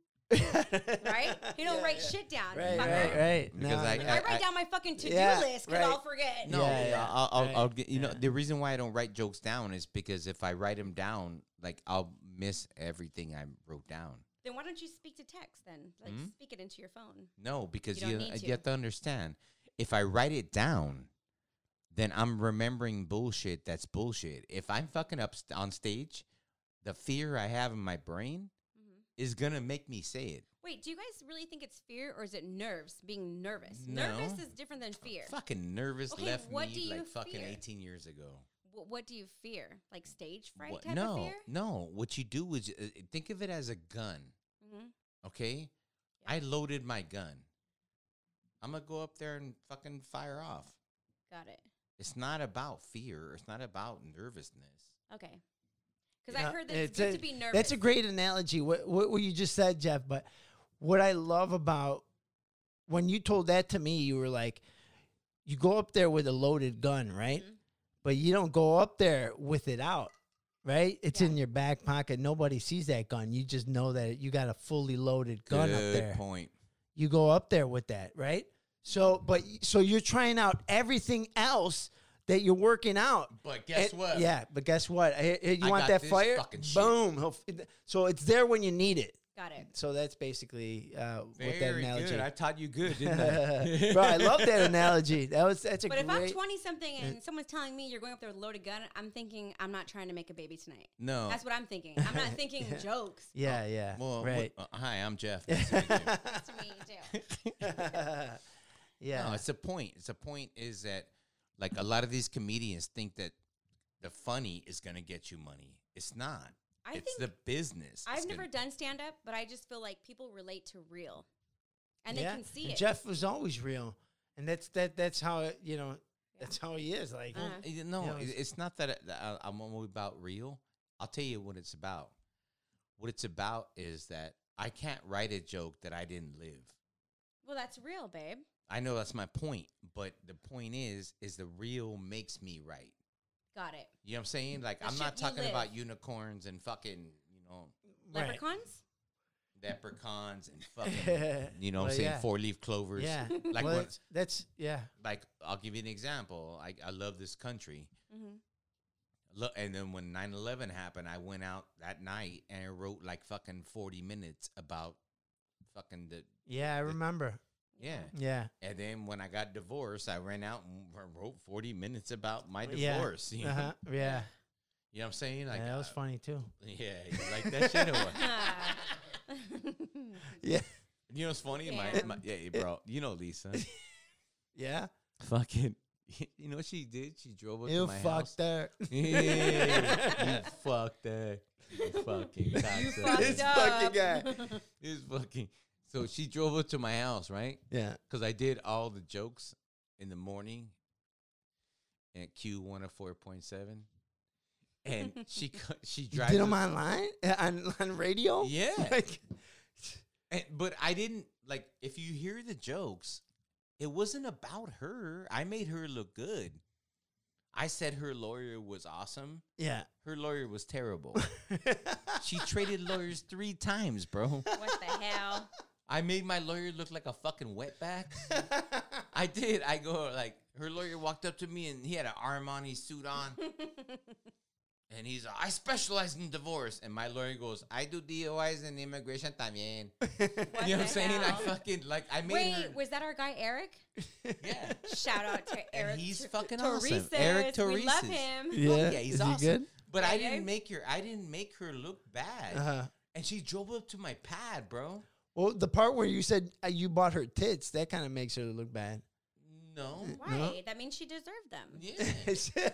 right? He don't write shit down. right, fucker. right, right. Because I- I no. write down my fucking to do Yeah, list because right. I'll forget. No, Yeah, yeah, I'll, I'll, right, I'll get, you know yeah. the reason why I don't write jokes down is because if I write them down, like I'll miss everything I wrote down. Then why don't you speak to text then? Like speak it into your phone. No, because You don't you need you, to. have to understand. If I write it down, then I'm remembering bullshit that's bullshit. If I'm fucking up st- on stage, the fear I have in my brain Mm-hmm. is gonna make me say it. Wait, do you guys really think it's fear or is it nerves? Being nervous. No. Nervous is different than fear. Fucking nervous Okay, left what do me you like fucking fear? 18 years ago. Wh- what do you fear? Like stage fright What- type no, of fear? no. What you do is uh, uh, think of it as a gun. Mhm. Okay, I loaded my gun. I'm gonna go up there and fucking fire off. Got it. It's not about fear. It's not about nervousness. Okay. Because I Yeah, heard that it's, Uh, a, good to be nervous. That's a great analogy. What, what what you just said, Jeff. But what I love about when you told that to me, you were like, you go up there with a loaded gun, right? Mm-hmm. But you don't go up there with it out, right? It's in your back pocket. Nobody sees that gun. You just know that you got a fully loaded gun up there. point. You go up there with that, right? So, but so you're trying out everything else that you're working out. But guess And- what? Yeah, but guess what? Eh, eh, you I want got that this fire? fucking shit. Boom. He'll f- So it's there when you need it. Got it. So that's basically uh, what that Very analogy. good. I taught you good, didn't (laughs) I? Bro, I love that analogy. That was that's a But great. if I'm 20 something and someone's telling me you're going up there with a loaded gun, I'm thinking I'm not trying to make a baby tonight. (laughs) No. That's what I'm thinking. I'm not thinking jokes. Oh, yeah, yeah, (laughs) Well, (laughs) right. what- uh, hi, I'm Jeff. Nice (laughs) to meet you. That's to me (laughs) too. yeah, No, it's a point. It's a point is that like a lot of these comedians think that the funny is going to get you money. It's not. I it's think- the business. I've It's never gonna- done stand up, but I just feel like people relate to real, and they yeah. can see And it. Jeff was always real, and that's that. That's how it- you know. That's how he is. Like Uh-huh. Eh, No, Yeah, it- it's- it's not that I- I- I'm only about real. I'll tell you what it's about. What it's about is that I can't write a joke that I didn't live. well, that's real, babe. I know that's my point, but the point is, is the real makes me right. Got it. You know what I'm saying? Like The I'm not shit you talking live. about unicorns and fucking, you know, right. Leprechauns. leprechauns and (laughs) fucking, you know, what Well, I'm saying yeah. four leaf clovers. Yeah, (laughs) like well, when, that's- that's yeah. like I'll give you an example. I, I love this country. (laughs) Mhm. Look, and then when 9-11 happened, I went out that night and I wrote like fucking forty minutes about fucking the Yeah, I remember. yeah. Yeah. And then when I got divorced, I ran out and w- wrote forty minutes about my Yeah. divorce. You, know? Uh-huh. Yeah. you know what I'm saying? (laughs) Like yeah. That was uh, funny too. Yeah, you like that shit. Or what? (laughs) Ah. Yeah. You know what's funny? My, Damn. my yeah, bro. You (laughs) know Lisa. Yeah. fucking. (laughs) You know what she did? She drove up You to my (laughs) house. (laughs) fucked her. Yeah, you fucked that. You (laughs) fucking you cocksucker. (laughs) fucked This up. fucking This fucking. So she drove up to my house, right? (laughs) Yeah. Because I did all the jokes in the morning at Q one hundred four point seven, and (laughs) she co- she You drives. did up- them online? (laughs) Uh, On, on radio? Yeah. (laughs) Like, and, but I didn't like. If you hear the jokes, it wasn't about her. I made her look good. I said her lawyer was awesome. yeah. Her lawyer (laughs) was terrible. she traded lawyers three times, bro. What the hell? (laughs) I made my lawyer look like a fucking wetback. I did. I go like her lawyer walked up to me and he had an Armani suit (laughs) on. and he's like, I specialize in divorce. And my lawyer goes, I do DOIs and immigration también. What you know the what I'm saying? I hell? fucking, like, I made Wait, her. was that our guy Eric? yeah. Shout out to Eric. and he's Ter- fucking awesome. Tereses. Eric Tereses. We love him. (laughs) Yeah. Oh, yeah, he's Is he awesome. good? But I Yeah, yeah. didn't make her. I didn't make her look bad. Uh-huh. And she drove up to my pad, bro. Well, the part where you said uh, you bought her tits, that kind of makes her look bad. No. Why? That means she deserved them. Yeah. (laughs) yeah.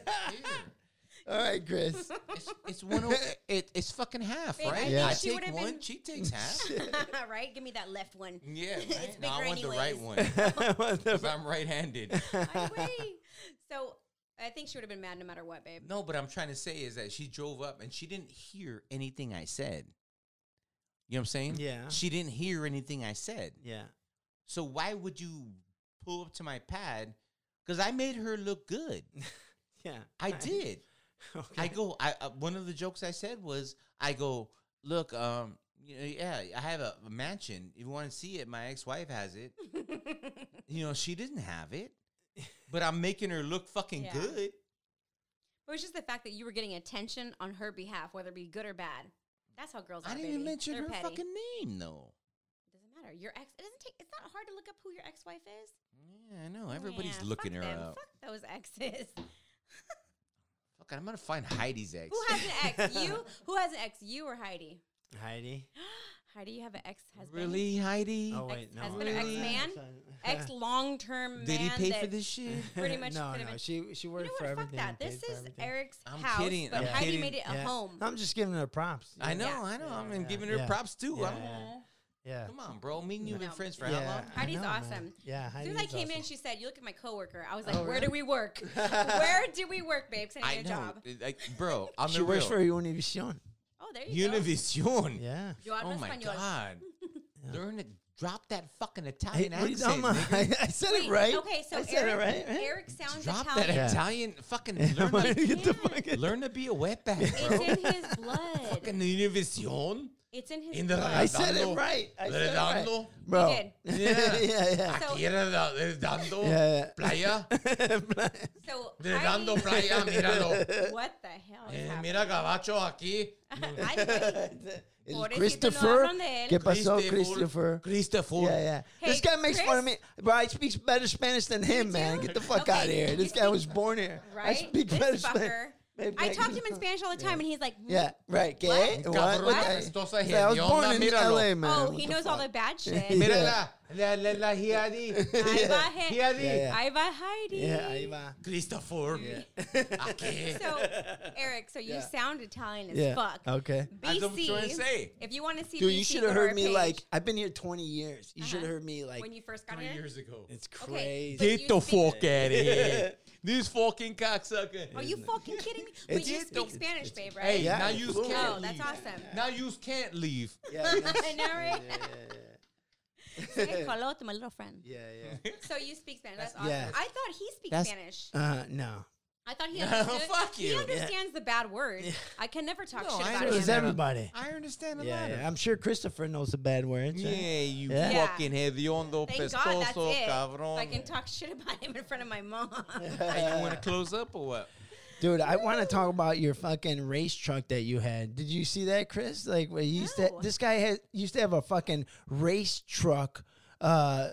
All right, (laughs) Chris. (laughs) It's, it's one. (laughs) o- It, it's fucking half, Babe, I right? think I she take would've one. been- She takes (laughs) half. right? Give me that left (laughs) one. yeah, right. It's no, I bigger want the right anyways. one. What the 'cause (laughs) I'm right-handed. I agree. So I think she would have been mad no matter what, babe. (laughs) No, but I'm trying to say is that she drove up and she didn't hear anything I said. You know what I'm saying? Yeah. She didn't hear anything I said. yeah. So why would you pull up to my pad? Because I made her look good. Yeah. I did. Okay. I go. I uh, one of the jokes I said was, I go, look, um, you know, yeah, I have a, a mansion. If you want to see it, my ex-wife has it. you know, she didn't have it, but I'm making her look fucking Yeah. good. It was just the fact that you were getting attention on her behalf, whether it be good or bad. That's how girls are. I didn't baby. even mention They're her petty. fucking name though. Doesn't matter. Your ex. It doesn't take. It's not hard to look up who your ex-wife is. Yeah, I know. Everybody's Yeah, looking fuck her them. up. Fuck those (laughs) exes. Fuck, I'm gonna find Heidi's ex. Who has an (laughs) ex? You? Who has an ex? You or Heidi? Heidi. Heidi, you have an ex-husband. really, Heidi? Oh wait, no. Ex-husband or Really? ex-man? (laughs) Ex long-term man. Did he pay for that- this shit? (laughs) Pretty much. no, no. could have been- She she You worked know for what? Fuck everything. that. and This paid for is everything. Eric's I'm house, kidding, but I'm Heidi kidding. made it a Yeah. home. I'm just giving her props. I know, Yeah. I know. I'm yeah, giving her yeah. props too. Yeah, I'm- yeah. Yeah. Come on, bro. Me and you've been No. friends for Yeah, how long? I Heidi's know, man. awesome. Yeah, As Heidi's soon as I came awesome. in, she said, "You look at my coworker." I was like, "Where Oh, really? do (laughs) we work? Where do we work, babe? 'Cause I I need a know, job." It- like, (laughs) bro. I'm she works for Univision. Oh, there you Univision. Yeah. go. Yo hablo Oh my español. god. Learn to drop that fucking Hey, Italian what are you talking accent. about? nigga. (laughs) I, said Wait, it right. Okay, so I said Eric, it right. man. (laughs) Eric sounds Drop that Italian. Yeah. Italian (laughs) fucking. Learn Why to, did you get the Yeah. fucking- learn to be a wetback, bro. It's (laughs) in his blood. Fucking Univision. It's in his In the I blood. said it Redondo. right. I said it right. Redondo. Bro. You (laughs) did. yeah, (laughs) Yeah. yeah. So- Aquí era Redondo. Yeah, yeah. (laughs) Playa. (laughs) So (laughs) Redondo Heidi- Playa. Míralo. what the hell? Is Eh, happening? Mira Gabacho aquí. (laughs) I wait. El Pobrecito, no Christopher. hablan de él. ¿Qué pasó, Christopher? Christopher. Christopher. Yeah, yeah. Hey, this guy makes fun of me. Chris? Bro, I speak better Spanish than him, You man. do? Get the fuck Okay, out of here. you This guy speak- was born here. (laughs) I right? speak This better fucker. Spanish. I talk (laughs) to him in Spanish all the time, and he's like, "Mm, Yeah, right. Gay? What? What? What Cabrón, the- estosa Say, I was hedionda, born in míralo. LA, man. Oh, What he the knows all fuck? the bad shit. Mira (laughs) Yeah. la, la, la, la Hiadi. (laughs) I va Hiadi. He- Yeah, yeah. I va (laughs) Heidi. Yeah, ahí (laughs) va. Christopher. Ah, (laughs) Aquí. So, Eric, so you Yeah. sound Italian as Yeah. fuck. Okay. BC, That's what I'm trying to say. If you want to see Dude, BC, you should go have to our heard me page. like, I've been here 20 years. You should have Uh-huh. heard me like, when you first got Three here. years ago. it's crazy. Okay. But Get you the speak- fuck out of here. (laughs) This fucking cocksucker. Are you fucking (laughs) kidding me? But you It's- speak it's- Spanish, babe, right? (laughs) Hey, Yeah, now you absolutely. can't Oh, that's leave. awesome. Now you can't leave. Yeah, (laughs) I that's- know, right? (laughs) Say hello to my little friend. yeah, (laughs) yeah. So you speak Spanish. That's awesome. That's- yeah. I thought he speaks That's- Spanish. Uh, no. I thought (laughs) he No, understood. fuck He you. understands the bad word. I can never talk No, shit So I about him. does understand. everybody. I understand a Yeah, lot of yeah, I'm sure Christopher knows the bad words. right? Yeah, you Yeah. Yeah. fucking hediondo, Thank God that's pestoso, it. cabrón. I can talk shit about him in front of my mom. (laughs) Hey, you want to close up or what? Dude, I want to talk about your fucking race truck that you had. Did you see that, Chris? Like, where he used to, No. this guy had used to have a fucking race truck uh, uh,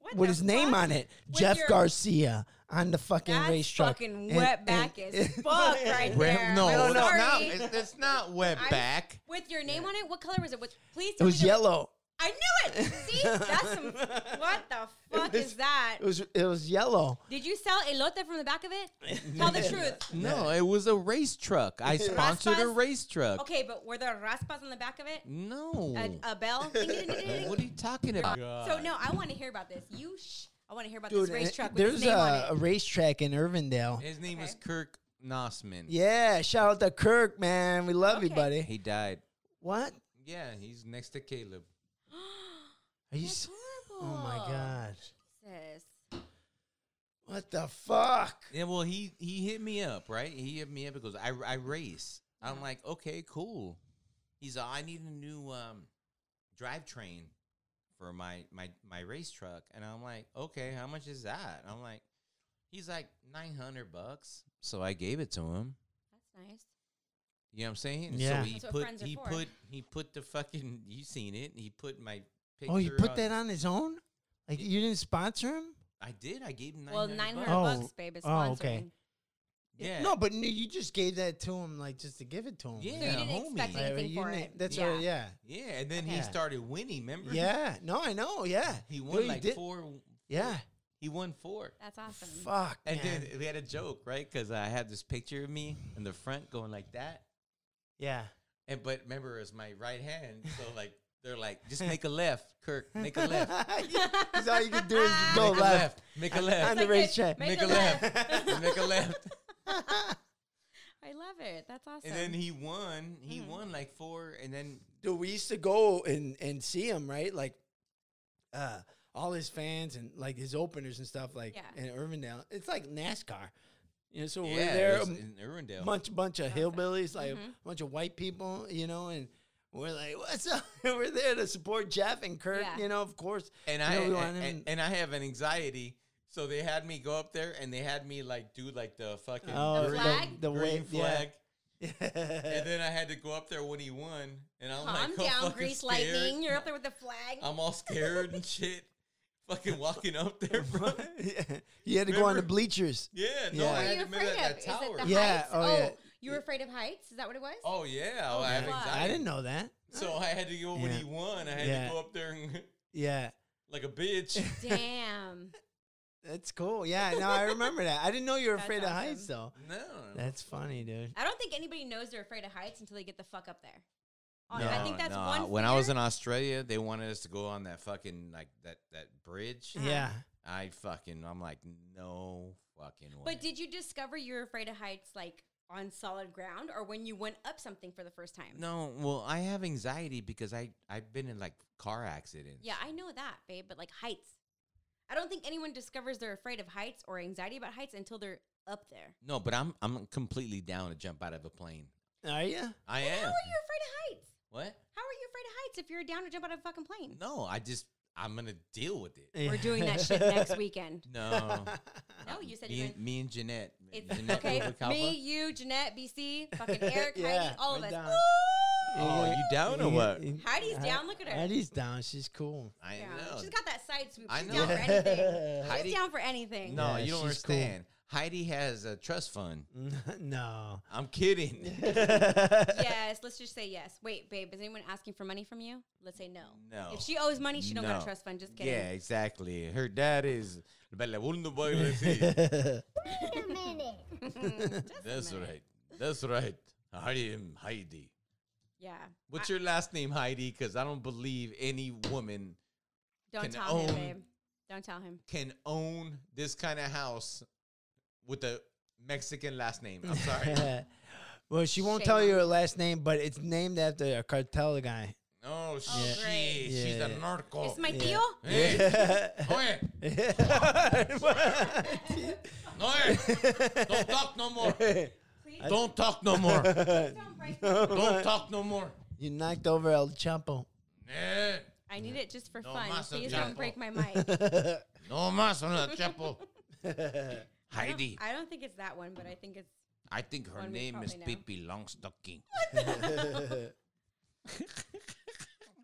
What with the his name fuck? on it, With Jeff your- Garcia on the fucking That's race truck. fucking And- wet back and- (laughs) as fuck right there. no, I'm it's not. sorry. It's, it's not wet I'm- back. With your name on it, what color was it? Was please? It tell me was there yellow. I knew (laughs) it. See, that's some. What the fuck was- is that? It was it was yellow. Did you sell elote from the back of it? (laughs) Tell the truth. No, it was a race truck. I sponsored a Raspas? race truck. Okay, but were there raspas on the back of it? No. A, (laughs) a bell? what are you talking about? so no, I want to hear about this. You sh- I want to hear about Dude, this and race truck with his there's name on a, a it. racetrack in Irvindale. His name was Okay. Kirk Nossman. Yeah, shout out to Kirk, man. We love you, Okay. buddy. He died. What? Yeah, he's next to Caleb. Are you? That's s- Oh my horrible. god! Jesus. What the fuck? Yeah, well, he he hit me up, right? He hit me up because I I race. I'm like, okay, cool. He's uh, I need a new um drivetrain for my my my race truck, and I'm like, okay, how much is that? I'm like, He's like nine hundred bucks. So I gave it to him. That's nice. You know what I'm saying? Yeah. So he That's what put friends are he for. put he put the fucking you seen it. He put my picture. Oh, you put that on his own? Like you didn't sponsor him? I did. I gave him nine Well, hundred. nine hundred Oh. bucks, babe, is oh, sponsoring. okay. Yeah. Oh. No, but n- you just gave that to him, like just to give it to him. Yeah, So you didn't homie. expect Like, anything you for na- it. That's yeah. right. Yeah. Yeah, and then he Yeah. started winning. Remember? Yeah. No, I know. Yeah. He No, won you like did- four. Yeah. He won four. That's awesome. Fuck. And man. then we had a joke, right? Because I had this picture of me in the front going like that. yeah. And but remember, it was my right hand. So like they're like, just make a left, Kirk. Make a (laughs) left. Make Because all you can do (laughs) is go a left. left. Make I a It's left. know. the like this, racetrack. Make, Make a a left. Just make a left. (laughs) I love it. That's awesome. Mm-hmm. And then he won. He won like four. And then Dude, we used to go and and see him, right? Like, uh, all his fans and like his openers and stuff, like Yeah. in Irvindale. It's like NASCAR. You know, so yeah, we're it there. was um, in Irwindale. bunch bunch of hillbillies, like Mhm. a bunch of white people, you know, and we're like, what's up? (laughs) we're there to support Jeff and Kurt, Yeah. you know, of course. and You I know, we and, wanted him- and- and I have an anxiety. So they had me go up there and they had me like do like the fucking Oh, The green, flag? the green wave, yeah. Uh, flag. Yeah. (laughs) And then I had to go up there when he won. And I'm Calm (laughs) like, down, all Grease fucking scared. Lightning. You're up there with the flag. (laughs) I'm all scared and shit. Fucking walking up (laughs) there, bro. (laughs) you had to go on the Remember- bleachers. Yeah, no, Yeah. I what are had you to remember afraid of? that, that Is it tower. the Yeah, heights? oh, yeah. you were afraid of heights? Is that what it was? (laughs) Oh yeah, I have fuck. anxiety. I didn't know that. So I had to go when Yeah. he won. I had Yeah. to go up there and, (laughs) Yeah. like a bitch. (laughs) Damn. That's cool. Yeah, no, I remember that. I didn't know you were (laughs) That's afraid of heights awesome. though. no, That's funny, dude. I don't think anybody knows they're afraid of heights until they get the fuck up there. Oh, I think that's one. When I was fear. in Australia, they wanted us to go on that fucking like that that bridge. Mm-hmm. Yeah. I fucking I'm like no fucking way. But did you discover you were afraid of heights like on solid ground or when you went up something for the first time? no, well, I have anxiety because I I've been in like car accidents. Yeah, I know that, babe, but like heights. I don't think anyone discovers they're afraid of heights or anxiety about heights until they're up there. No, but I'm I'm completely down to jump out of a plane. Are you? I How am. are you afraid of heights? What? How are you afraid of heights if you're down to jump out of a fucking plane? No, I just I'm gonna deal with it. We're doing (laughs) that shit next weekend. No. (laughs) No, you said me, you're and, me and Jeanette. It's Jeanette okay. Rubalcaba. Me, you, Jeanette, BC, (laughs) fucking Eric, (laughs) Yeah, Heidi, all of we're us. down. Ooh! Oh, you down or what? Heidi's down. Look at her. Heidi's down. She's cool. (laughs) I Yeah, know. She's got that side swoop. I She's know. down for anything. (laughs) Heidi- She's down for anything. No, Yeah, you don't she's cool. understand. Heidi has a trust fund. Mm. no. I'm (laughs) kidding. (laughs) yes, let's just say yes. Wait, babe, is anyone asking for money from you? Let's say no. No. If she owes money, she don't got No. a trust fund. Just kidding. yeah, exactly. Her dad is. (laughs) That's Just a minute. right. That's right. I am Heidi. Yeah. What's your last name, Heidi? Because I don't believe any woman Don't can tell him, own- babe. Don't tell him. can own this kind of house with a Mexican last name. I'm sorry. (laughs) well, she won't Shame tell you on her last name, but it's named after a cartel guy. (laughs) oh, Oh, shit. great. She's a Yeah. narco. It's my yeah. deal. (laughs) (laughs) Hey, oye, no, don't talk no more. Please Don't talk no more. don't (laughs) break me. Don't talk no more. you knocked over El Champo. Nah, I need it just for No fun. mas, Please yeah. don't break (laughs) my mic. I don't- No mas on the chapel. Heidi, I don't think it's that one, but I think it's I think her One we name is probably know. Pippi (laughs) Longstocking.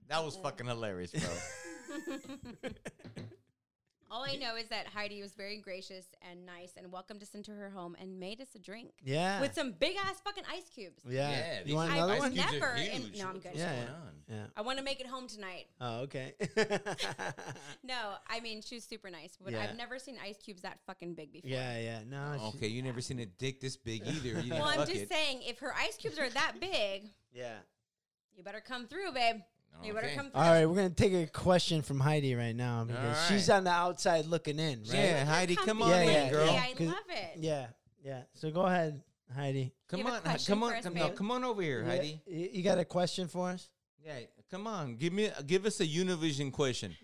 that was fucking hilarious, bro. all I know is that Heidi was very gracious and nice and welcomed us into her home and made us a drink. Yeah. With some big ass fucking ice cubes. yeah. Yeah, you these want ice another I've one? cubes are never in- huge. no, What I'm the good. fuck's Yeah, going yeah. on? Yeah. I want to make it home tonight. Oh, (laughs) okay. (laughs) No, I mean she was super nice, but Yeah. I've never seen ice cubes that fucking big before. yeah, yeah. No. she- Okay, you never seen a dick this big either. You Well, fuck I'm just it. saying, if her ice cubes are that big, Yeah. you better come through, babe. You better Okay. come through. All right, we're gonna take a question from Heidi right now because right. she's on the outside looking in, right? Yeah, Heidi, come on Yeah, in, yeah, girl. Yeah, yeah. I 'Cause- love it. Yeah, yeah. So go ahead, Heidi. You Come have a on, Heidi, question come for on, us, come, no, babe? come on over here, Yeah, Heidi. y- you got a question for us? Yeah, come on, give me, give us a Univision question.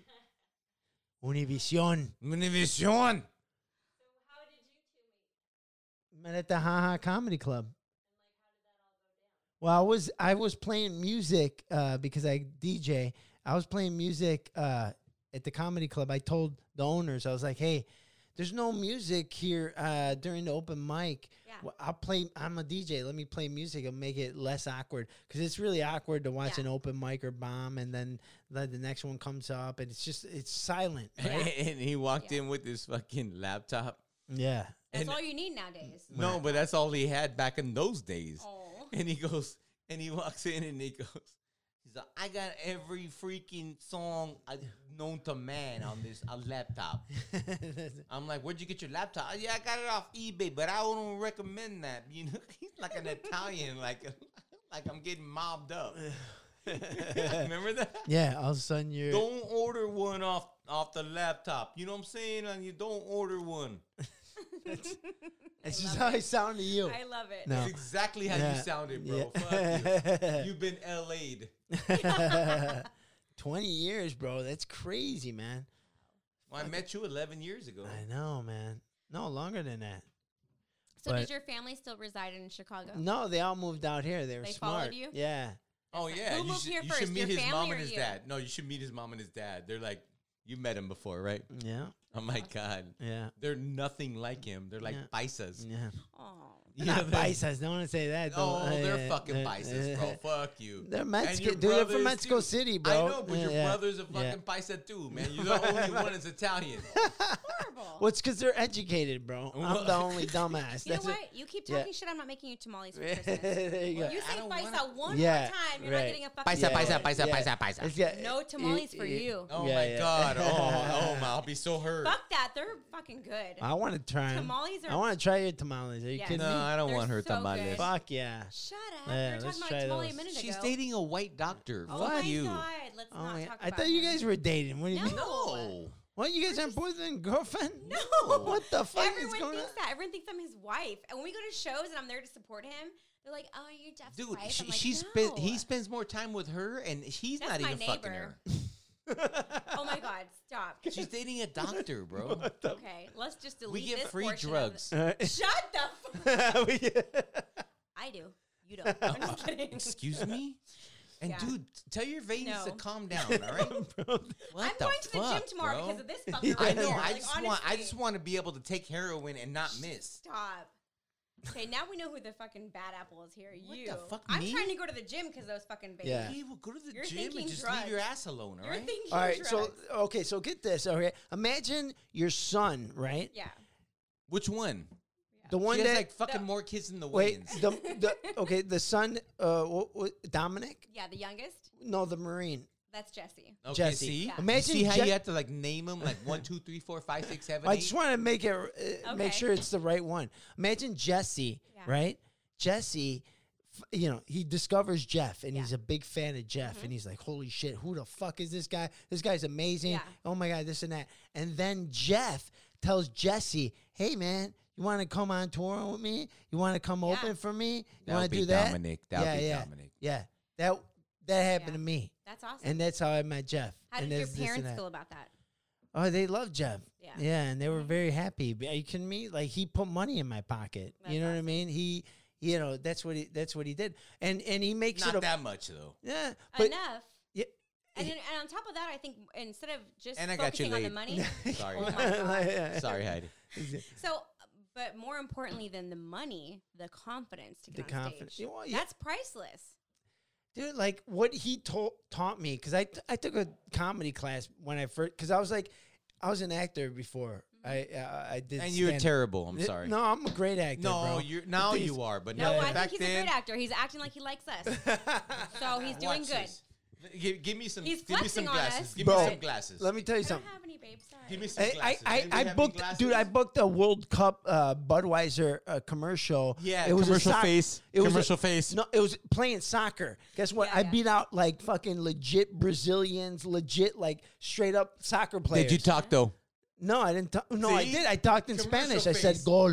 Univision. (laughs) Univision. Met at the Haha Comedy Club. Well, I was I was playing music uh, because I DJ. I was playing music uh, at the comedy club. I told the owners I was like, "Hey, there's no music here uh, during the open mic. Yeah. Well, I'll play. I'm a DJ. Let me play music and make it less awkward because it's really awkward to watch Yeah. an open mic or bomb, and then the, the next one comes up, and it's just it's silent. Right? and he walked Yeah. in with his fucking laptop. yeah. That's and- all you need nowadays. No, but that's all he had back in those days. Oh. And he goes, and he walks in and he goes, he's like, I got every freaking song I, known to man on this uh, (laughs) laptop. I'm like, where'd you get your laptop? "Oh, yeah, I got it off eBay, but I don't recommend that. (laughs) You know, he's like an Italian, like, (laughs) like I'm getting mobbed up. (laughs) Remember that? yeah. All of a sudden you're. Don't order one off off the laptop. You know what I'm saying? And you don't order one. it's I just love how it sounds to you. I love it. No. That's exactly how Yeah. you sounded, bro. Fuck you. (laughs) Yeah. You've been LA'd. 20 years, bro. That's crazy, man. Well, I met you 11 years ago. I know, man. No, longer than that. So But- does your family still reside in Chicago? No, they all moved out here. They were They smart. followed you? Yeah. Oh, That's yeah. fine. Who you moved should, here you first, should meet your his family mom or and his you? dad. No, you should meet his mom and his dad. They're like, you met him before, right? Yeah. Oh, my (laughs) God. Yeah. They're nothing like him. They're like Yeah. paisas. Yeah. (laughs) (laughs) Oh. They're Yeah, not they're- paisas. Don't want to say that. Oh, though. Uh, they're yeah, fucking they're- (laughs) paisas, bro. Fuck you. They're And Mexican. your Dude, they're from brothers, Mexico too. City, bro. I know, but your Yeah. brother's a Yeah. fucking paisa (laughs) too, man. You're the only one that's Italian. Horrible. Well, it's because they're educated, bro. I'm (laughs) the Well- only dumbass. you know That's what? it. You keep Yeah. talking shit. I'm not making you tamales (laughs) for Christmas. there you go. you say I don't paisa wanna- one Yeah, more time, you're right. not getting a fucking Yeah, tamale. paisa, paisa, yeah. It's got- No tamales for you. Oh Yeah, my yeah. (laughs) god! Oh, oh my! I'll be so hurt. Fuck that. They're fucking good. I want to try 'em. Tamales I are- want to try your tamales. Are you Yes. kidding No, I don't They're want her so tamales. good. Fuck yeah. Shut up. Yeah, you were let's try talking about tamale those. a minute She's ago. dating a white doctor. Oh Fuck my you. god. Let's Oh, not yeah. talk I about thought you him. guys were dating. What do you mean? No. What? You guys aren't boyfriend, girlfriend? (laughs) No. What the fuck Everyone is going thinks on? that. Everyone thinks I'm his wife. And when we go to shows and I'm there to support him, they're like, "Oh, you're Jeff's Dude, wife." she, I'm like, she no. spend, he spends more time with her, and he's That's not my even fucking her. neighbor. (laughs) Oh my god, (laughs) stop. She's dating a (laughs) doctor, bro. okay, let's just delete we get this free portion of drugs. the- (laughs) (laughs) Shut the. F- I do. You don't. (laughs) I'm just kidding. Excuse me. And Yeah. dude, tell your veins to No. calm down. All right. What (laughs) I'm the going to the gym fuck, tomorrow bro? because (laughs) of this fucker. I right know. here. I Like, just want. I honestly, just want to be able to take heroin and not miss. Stop. Okay, now we know who the fucking bad apple is here. What the you. fuck, I'm me? trying to go to the gym because those fucking babies. Yeah. Hey, well, go to the You're gym thinking and just leave your drugs. ass alone. All You're right. thinking. All right, so drugs. okay, so get this. All right, imagine your son, right? yeah. Which one? The one she has that like fucking No. more kids than the wait, Wayans. the, (laughs) the okay, the son, uh, what, Dominic? Yeah, the youngest. No, the Marine. That's Jesse. Okay, Jesse. see, Yeah. You Imagine see how Je- you have to like name them like one, two, three, four, five, six, seven, I eight? just want to make it uh, Okay. make sure it's the right one. Imagine Jesse, Yeah. right? Jesse, f- you know, he discovers Jeff and Yeah. Mm-hmm. he's a big fan of Jeff and he's like, "Holy shit, who the fuck is this guy? This guy's amazing. Yeah. Oh my god, this and that." And then Jeff tells Jesse, "Hey man, you want to come on tour with me? You want to come Yeah. open for me? You That would want to be do that?" Dominic. That would yeah, be yeah, Dominic. Yeah. That that happened Yeah. to me. That's awesome. And that's how I met Jeff. How and did your that's this and parents that. feel about that? Oh, they love Jeff. Yeah. Yeah. and they were very happy. But Are you kidding me? Like he put money in my pocket. That's you know what I awesome. mean? He, you know, that's what he that's what he did. And and he makes Not it a, that much though. (laughs) yeah, but Enough. yeah, And, then, and on top of that, I think instead of just And I got you focusing on the laid. money, (laughs) (laughs) (laughs) Sorry, Oh my Heidi. God. sorry, Heidi. so but more importantly than the money, the confidence to get The on confidence. stage. Well, yeah. That's priceless. dude, like what he taught taught me because I t- I took a comedy class when I first because I was like I was an actor before I Mm-hmm. uh, I did And you're stand- terrible. I'm sorry. No, I'm a great actor. (laughs) no, bro. you're now you are, but No, no, I back think he's then, a good actor. He's acting like he likes (laughs) us. so he's doing Watch good. this. Give, give me some. He's give me some flexing on glasses. us, Give Bro, me some glasses. Let me tell you I don't (laughs) something. have any, babe. Sorry. Give me some I, I, glasses. I, Anybody have I any booked, dude. I glasses? booked a World Cup uh, Budweiser uh, commercial. Yeah, it was commercial a soc- face, It was a- commercial face. No, it was playing soccer. Guess what? Yeah, I yeah. beat out like fucking legit Brazilians, legit like straight up soccer players. Did you talk though? No, I didn't. talk no, I See? did. I talked in Commercial Spanish. I said face. goal,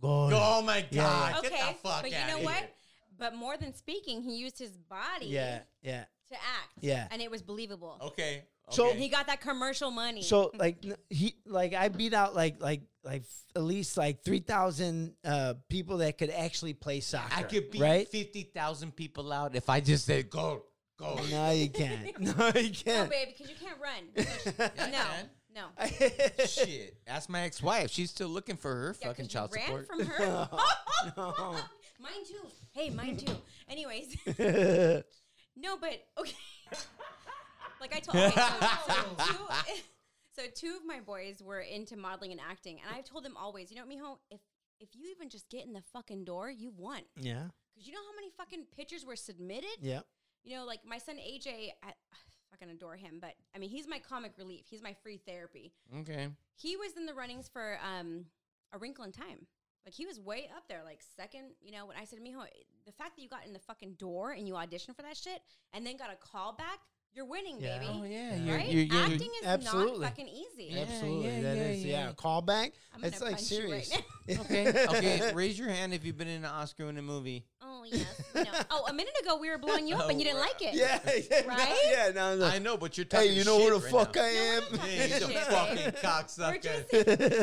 gool. Oh my yeah. god! okay, Get the fuck but you outta know here. what? But more than speaking, he used his body Yeah, yeah. to act. Yeah. And it was believable. Okay. So- And he okay. got that commercial money. So like n- he like I beat out like like like at least like three thousand uh, people that could actually play soccer. I could beat right. fifty thousand people out if I just said go, go. (laughs) no, you can't. No, you no, can't. baby, because you can't run. No, Yeah, I no, can. No. (laughs) Shit. Ask my ex-wife. She's still looking for her Yeah, 'cause fucking you child ran support. from her. No. (laughs) mine too. Hey, mine too. Anyways, no, but okay. (laughs) like I told, okay, so, so, two, (laughs) so two of my boys were into modeling and acting, and I've told them always, you know, Mijo, if if you even just get in the fucking door, you won. yeah. Cause you know how many fucking pictures were submitted. Yeah. You know, like my son AJ, I I fucking adore him, but I mean, he's my comic relief. He's my free therapy okay. he was in the runnings for um, a wrinkle in time. Like he was way up there, like second. You know, when I said, "Mijo, the fact that you got in the fucking door and you auditioned for that shit, and then got a call back, you're winning, Yeah. baby." Oh yeah. You're, Right? you're, you're, Acting is absolutely. not fucking easy. Yeah, Absolutely. yeah, that yeah, is, yeah. yeah. Callback. I'm gonna It's like punch you right serious. (laughs) okay. (laughs) Okay. Raise your hand if you've been in an Oscar in a movie. Oh yes. No. Oh, a minute ago we were blowing you up and you Oh, didn't like it. Yeah. yeah Right? Yeah. No, no. I know, but you're talking. Hey, you know who the shit right fuck now. I No, am? we're not Hey, you talking shit. (laughs) fucking We're cocksucker. just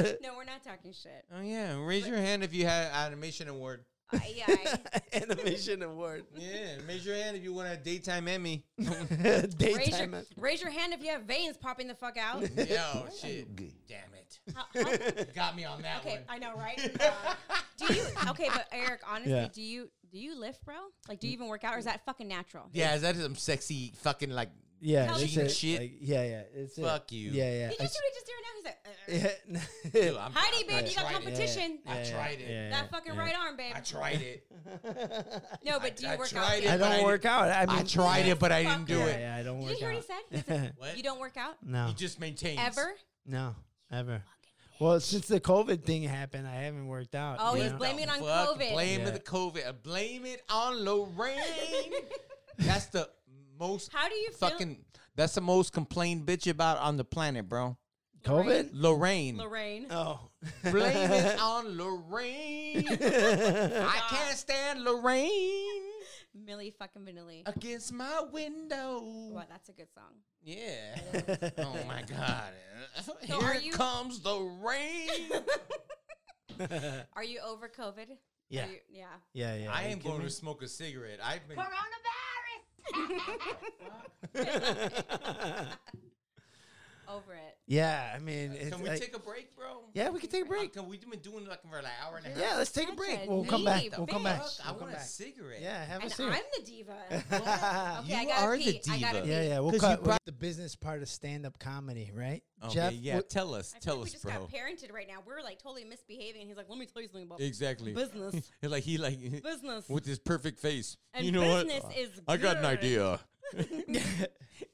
saying- (laughs) no, we're not (laughs) talking shit. Oh yeah. Raise your hand if you had an animation award. I, yeah, I, (laughs) Animation (laughs) award. Yeah. Raise your hand if you won a daytime (laughs) Emmy. raise, (laughs) Daytime. your, raise your hand if you have veins popping the (laughs) fuck out. Yo, shit. Damn it. How- how- Got me on that Okay, one. I know, (laughs) right? Uh, do you? Okay, but Eric, honestly, Yeah. do you do you lift, bro? Like, do you even work out, or is that fucking natural? Mm. Yeah, is that some sexy fucking like? Yeah, How that's did- it. Shit. Like, yeah, yeah. It's it. Fuck you. Yeah, yeah. Did you see (laughs) what he just did right now? He's like, "Uh, uh, Yeah. I'm- Heidi, I- babe, I you got tried it. competition. I tried it. yeah, That (laughs) fucking right arm, babe. I tried it. No, but do you I work out? tried dude? I it. but I don't work out. I, mean, I tried it, but I didn't do Fucker. it. Yeah, I don't Did work you hear out. what (laughs) he said? He said, What? You don't work out No, You just maintain ever. no, ever. Well, since the COVID thing happened, I haven't worked out. Oh, you he's know? blaming it on Fuck, COVID. Blame Yeah. it the COVID. Uh, Blame it on Lorraine. (laughs) that's the most How do you feel? fucking. That's the most complained bitch about on the planet, bro. COVID. Lorraine. Lorraine. Oh. (laughs) Blame (laughs) it on Lorraine. I can't stand Lorraine Millie fucking Vanilli. against my window. Wow, that's a good song. Yeah. oh my god. So are Here you- comes the (laughs) rain. Are you over COVID? Are Yeah. you- (laughs) yeah. Yeah, yeah. I you am kidding going me? to smoke a cigarette. I've been (laughs) Over it. (laughs) Yeah, I mean, it's Can we like- take a break, bro? yeah, we can take a Uh, break. Can we been doing like for like an hour and a half? Yeah, let's take a Such break. a We'll come back. diva, We'll come back. Fuck, I We'll come want a back. cigarette. Yeah, have a (laughs) And seat. I'm (laughs) the diva. okay, I You gotta are the pee. I gotta diva. pee. yeah, yeah. We'll 'Cause you cut brought- the business part of stand-up comedy, right? Okay, Jeff, yeah. what- tell us, I feel tell like us, we just bro. got parented right now. We were like totally misbehaving, and he's like, "Let me tell you something about Exactly. business. (laughs) like he like business. with his perfect face. And you know business what? is I got an good. idea.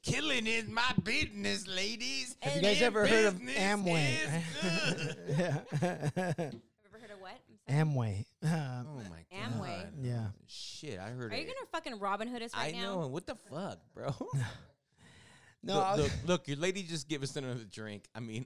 Killing is my business, ladies. Have you guys ever heard of business Amway? (laughs) is good. Yeah. (laughs) Have you ever heard of what? I'm sorry. Amway. (laughs) Uh, Oh my god. Amway. yeah. Shit, I heard Are it. you gonna fucking Robin Hood us I right now? know. What the fuck, (laughs) bro? No. look, I was- look, look, your lady just give us another drink. (laughs) I mean,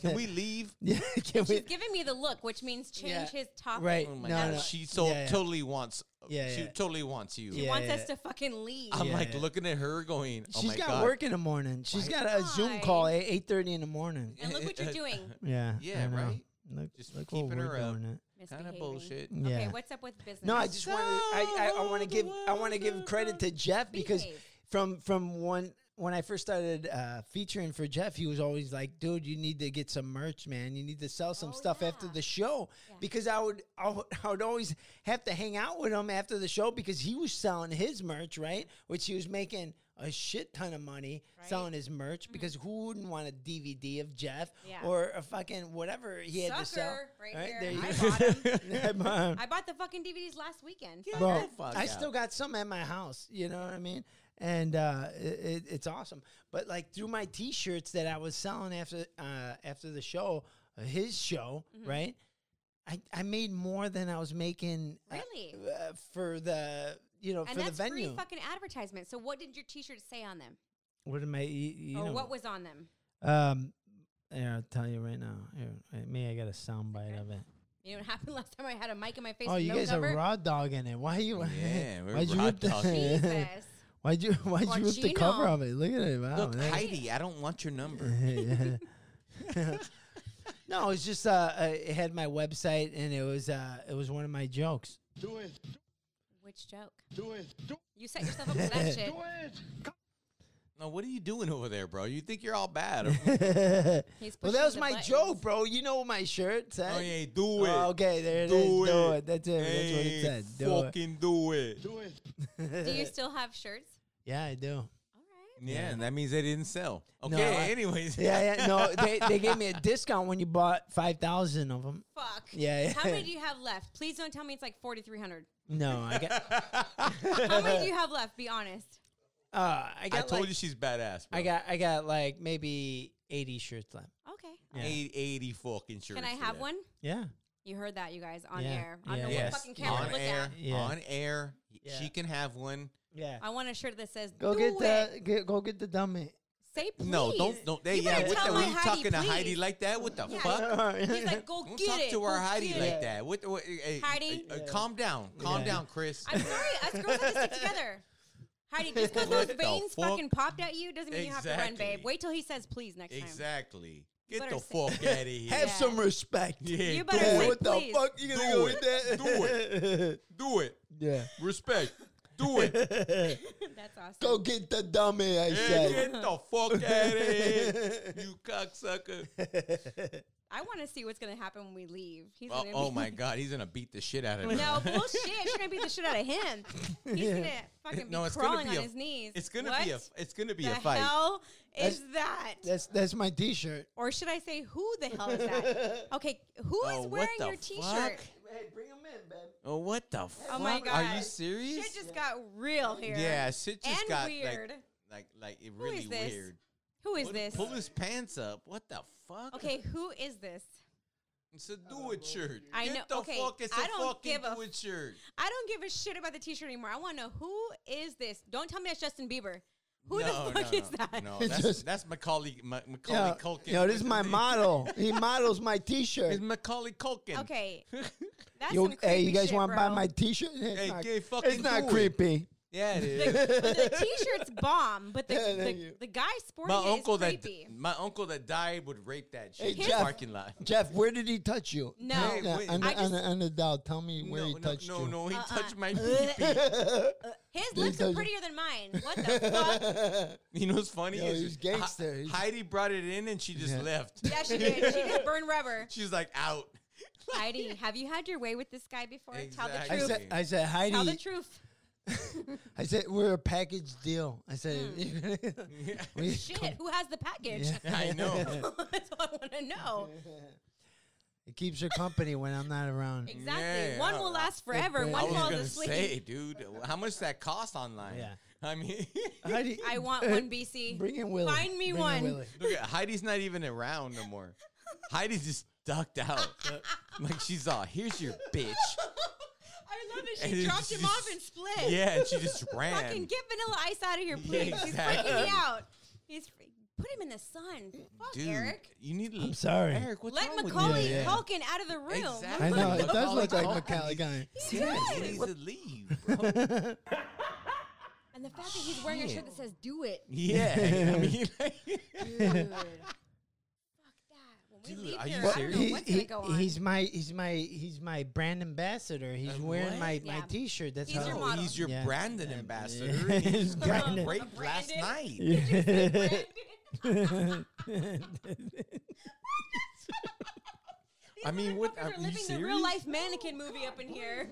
can we leave? yeah. Can we? He's giving me the look, which means change Yeah. his topic. Right. Oh my no, god, no. she so Yeah, yeah. totally wants. Yeah, she yeah. totally wants you. He Yeah, wants yeah. us to fucking leave. I'm Yeah, like yeah. looking at her, going, "Oh She's my got god, (laughs) work in the morning. She's got a Zoom call Why? at eight thirty in the morning. and look what you're doing. Yeah. Yeah, I know. right? Look, Just look what keeping we're her up. doing it. Kind Misbehaving. of bullshit." Okay, Yeah. what's up with business? No, I just want to. I, I, I want to So give. I want to give wonderful. credit to Jeff because Behave. from from one when I first started uh, featuring for Jeff, he was always like, "Dude, you need to get some merch, man. You need to sell some Oh, stuff after yeah. the show." Because I would, I would I would always have to hang out with him after the show because he was selling his merch, right? Which he was making a shit ton of money selling his merch because who wouldn't want a DVD of Jeff Mm-hmm. Yeah. or a fucking whatever he had to sell? Sucker, right here. there you I go. (laughs) bought 'em. Yeah, man. I bought the fucking DVDs last weekend. Fuck Bro, the fuck I out. still got some at my house. You know what I mean? And uh, it, it's awesome. But like through my T-shirts that I was selling after uh, after the show, uh, his show, Mm-hmm. right? I, I made more than I was making uh, Really? uh, for the you know And for the that's venue. free fucking advertisement. So what did your T-shirts say on them, what am I? You, you or know, what was on them? um, here, I'll tell you right now. Here, uh, me, I got a soundbite of it. You know what (laughs) happened last time I had a mic in my face? Oh, with you no guys cover? are raw dogging it. Why you? (laughs) Yeah, we're why'd you raw rip the- dogging it. (laughs) Jesus. Why'd you? (laughs) Why'd you rip the cover Guacino. of it? Look at it. Wow. Look, (laughs) that- Heidi, I don't want your number. (laughs) no, it's just uh, I- it had my website, and it was uh, it was one of my jokes. (laughs) Which joke? Do it. you set yourself up for that shit. No, what are you doing over there, bro? You think you're (laughs) all bad? Oh, or- He's well, pushing that was the my buttons. joke, bro. You know what my shirt said? oh yeah, do it. Oh, okay, there it is. do do It. it. That's it. That's what Hey, it said. Do it. fucking do it. Do (laughs) you still have shirts? Yeah, I do. All right. Yeah, and that means they didn't sell. Okay, I- anyways. (laughs) Yeah, yeah. No, they, they gave me a discount when you bought 5,000 of them. Fuck. Yeah, yeah. (laughs) How many do you have left? Please don't tell me it's like 4,300. No, I got. (laughs) How many do you have left? Be honest. (laughs) Uh, I got. I told like- you she's badass. Bro. I got. I got like maybe 80 shirts left. Okay. Yeah. eight, 80 fucking shirts. Can I have today. one? Yeah. You heard that, you guys, on Yeah. air. I don't know Yeah. what Yes, fucking camera on to look air, at. Yeah. on air. Yeah. She can have one. Yeah. I want a shirt that says, Go Do get it. the get, go get the (laughs) dummy. Say please. No, don't, don't. They, You yeah, better what tell the? my Were you Heidi, talking to Heidi please. like that? What the Yeah. fuck? He's like, go (laughs) Don't get talk it. to our go Heidi get like it." that. What? the- what hey, Heidi? uh, uh, calm down, calm Yeah. down, Chris. (laughs) I'm sorry. Us girls have to stick together. Heidi, just because What those the veins fuck? fucking popped at you doesn't mean you have to run, babe. Exactly. Wait till he says please next time. exactly. Get better the say- fuck out of here. Have some respect. Yeah, You do better say it. What the please. fuck? You gonna Do go it. with that? Do it. Do it. yeah. Respect. (laughs) Do it. (laughs) (laughs) That's awesome. Go get the dummy. I Yeah, said. get the fuck out of (laughs) here, you cocksucker. I want to see what's gonna happen when we leave. He's Oh, gonna oh be- (laughs) my god, he's gonna beat the shit out of me. (laughs) No bullshit. She's gonna beat the shit out of him. He's gonna fucking be No, it's gonna crawling be on a- his knees. It's gonna what be a it's gonna be the a fight. hell is That's- that? That's that's my T-shirt. Or should I say who the hell is that? (laughs) Okay, who Oh, is what wearing the your T-shirt? fuck? Hey, bring him in, man. Oh what the fuck? Oh my Are you God. serious? Shit just got real here. yeah, shit just and got weird. Like, like like it is really this? weird. who is Pull- this? Pull his pants up. What the fuck? Okay, who is this? (laughs) It's a do it shirt. I Get know- The okay, fuck, it's I a don't fucking give a do it shirt. I don't give a shit about the T-shirt anymore. I want to know who is this. Don't tell me that's Justin Bieber. (laughs) Who no, the fuck no, is that? (laughs) No, It's that's just- that's Macaulay Ma- Macaulay Yeah. Culkin. No, this is my (laughs) Isn't he? model. (laughs) He models my It's T-shirt. Macaulay Culkin. Okay, that's You, some hey, you creepy guys shit, want to buy bro. my T-shirt? It's Hey, not, gay fucking it's not do it. creepy. Yeah, it (laughs) the, (laughs) is. the t-shirt's bomb, but the, Yeah, thank the, you. the guy sporting my it is uncle that creepy. my uncle that died would rape that shit Hey, in the Jeff. parking lot. Jeff, where did he touch you? No. Hey, Hey, wait. on, the, I on, just- the, on the dial, tell me (laughs) where no, he no, touched no, you. no, he Uh-uh. touched (laughs) my Ugh. pee. His lips are doesn't- prettier than mine. What the fuck? (laughs) You know what's funny? Yo, is he's gangster. Hi- He's- Heidi brought it in and she just Yeah. left. Yeah, she did. She did burn rubber. She's like (laughs) out. Heidi, have you had your way with this guy before? I Tell the Exactly. truth. said, I said, Tell the Heidi, truth. I said, we're a package deal. I said, (laughs) (laughs) we- Hmm. Shit, who has the package? (laughs) Yeah. I know. (laughs) That's what I want to know. it keeps her company when I'm not (laughs) around. Exactly. Yeah, One I- will last forever. I I One was falls gonna asleep. say, dude, how much that cost online? Yeah. I mean, (laughs) Heidi, (laughs) I want one BC. Bring in Willie. Find me Bring in one. Willie. look at Heidi's not even around no more. Heidi's just ducked out. (laughs) like she's all, here's your bitch. I (laughs) love it. And (laughs) She it's dropped him just- off and split. Yeah, and she just (laughs) Fucking ran. get Vanilla Ice out (laughs) of here, please. He's freaking exactly. me out. He's fre- put him in the sun. Fuck Dude, Eric. you need to. I'm sorry. Eric, what's Let wrong with Macaulay you? Yeah, yeah. Culkin out of the room. Exactly. (laughs) I (laughs) know, it Look, does all look the like all Macaulay guy. Yeah, he needs to leave, bro. And the fact that he's wearing a shirt that says "Do it." Yeah, (laughs) I mean, like, Dude. Fuck that. (laughs) When we Dude, leave are here, you I don't serious? know He- what's he- gonna go on. (laughs) He's my he's my he's my brand ambassador. He's Uh, wearing what? my, my Yeah. T-shirt. That's He's how your no, model. oh, he's your Yeah. Brandon Yeah. ambassador. (laughs) Yeah. He's got Brandon. raped last Brandon. night. (laughs) (laughs) (laughs) Yeah. I mean, what? We're Are you living serious? the real life mannequin movie up in here.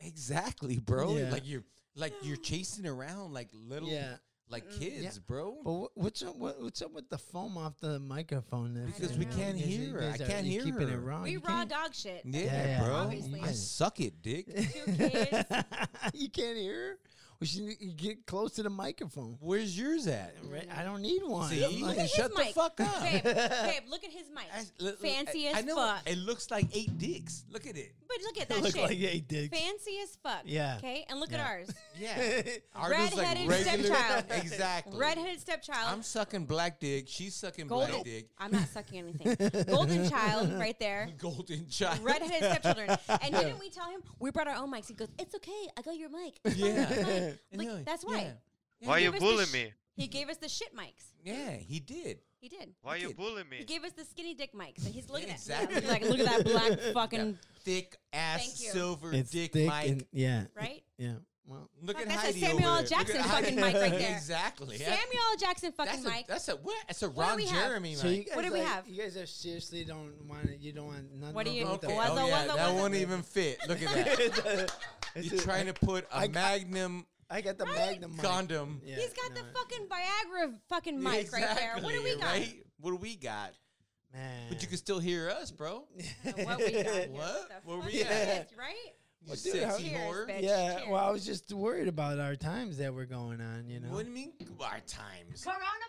Exactly, bro. Yeah. Like you're like you're chasing around like little Yeah. like Mm, kids, bro. But wha- what's up? What, what's up with the foam off the microphone? there? Because You we guys- can't you guys- hear you her. guys I are- can't you're hear keeping it her. wrong. we You raw can't- dog shit. yeah, yeah, bro. obviously. I suck it, (laughs) dick. Two (laughs) kids. you can't hear. her? We should n- get close to the microphone. Where's yours at? (laughs) Right? I don't need one. See? I'm Look like- at his Shut the mic. fuck up. (laughs) babe. Babe, look at his mic. I- l- l- Fancy I- as I know fuck. It looks like eight dicks. (laughs) Look at it. But look at I (laughs) that look shit. like eight dicks. Fancy as fuck. Yeah. Okay, and look at Yeah. (laughs) ours. Yeah. Ours is Redheaded stepchild. (laughs) exactly. Redheaded stepchild. I'm sucking black dick. She's sucking golden. black dick. (laughs) I'm not sucking anything. golden child, right there. Golden child. Redheaded (laughs) stepchildren. And didn't we tell him we brought our own mics? He goes, "It's okay. I got your mic." It's fine, Yeah. it's fine." (laughs) I (laughs) Like, know. that's why. Yeah. Why He you gave us the bullying sh- me? He gave us the shit mics. Yeah, he did. He did. Why you Kid. bullying He me? gave us the skinny dick mics, and he's looking Yeah, at me like, "Look at that black (laughs) Yeah. fucking Thick ass Thank you. silver It's dick thick Mike. and yeah, right." yeah. Well, Look Fuck, at that's a Heidi Samuel over there. Look Jackson at Heidi. fucking (laughs) mic right there. Exactly. Samuel L. Jackson fucking that's a, Mike. That's a what? That's a What do Ron we have? Jeremy So you mic. guys, What do we like- have? You guys are seriously don't want to. You don't want nothing. What do to you- do with Okay. that. Wazza, oh yeah, wazza, that wazza. won't even fit. Look (laughs) at (laughs) that. (laughs) You're trying to put a I- I- Magnum (laughs) I got the Right? Magnum mic. condom. Yeah, He's got no, the fucking Viagra fucking mic right there. What do we got? Right? What do we got? man. But (laughs) you can still hear us, bro. What we (laughs) got? here? What? the Where fuck we is at? this, Right? (laughs) You dude, how- sexy Cheers, whore. bitch. Yeah, Cheers. well, I was just worried about our times that were going on, you know. What do you mean our times? Coronavirus.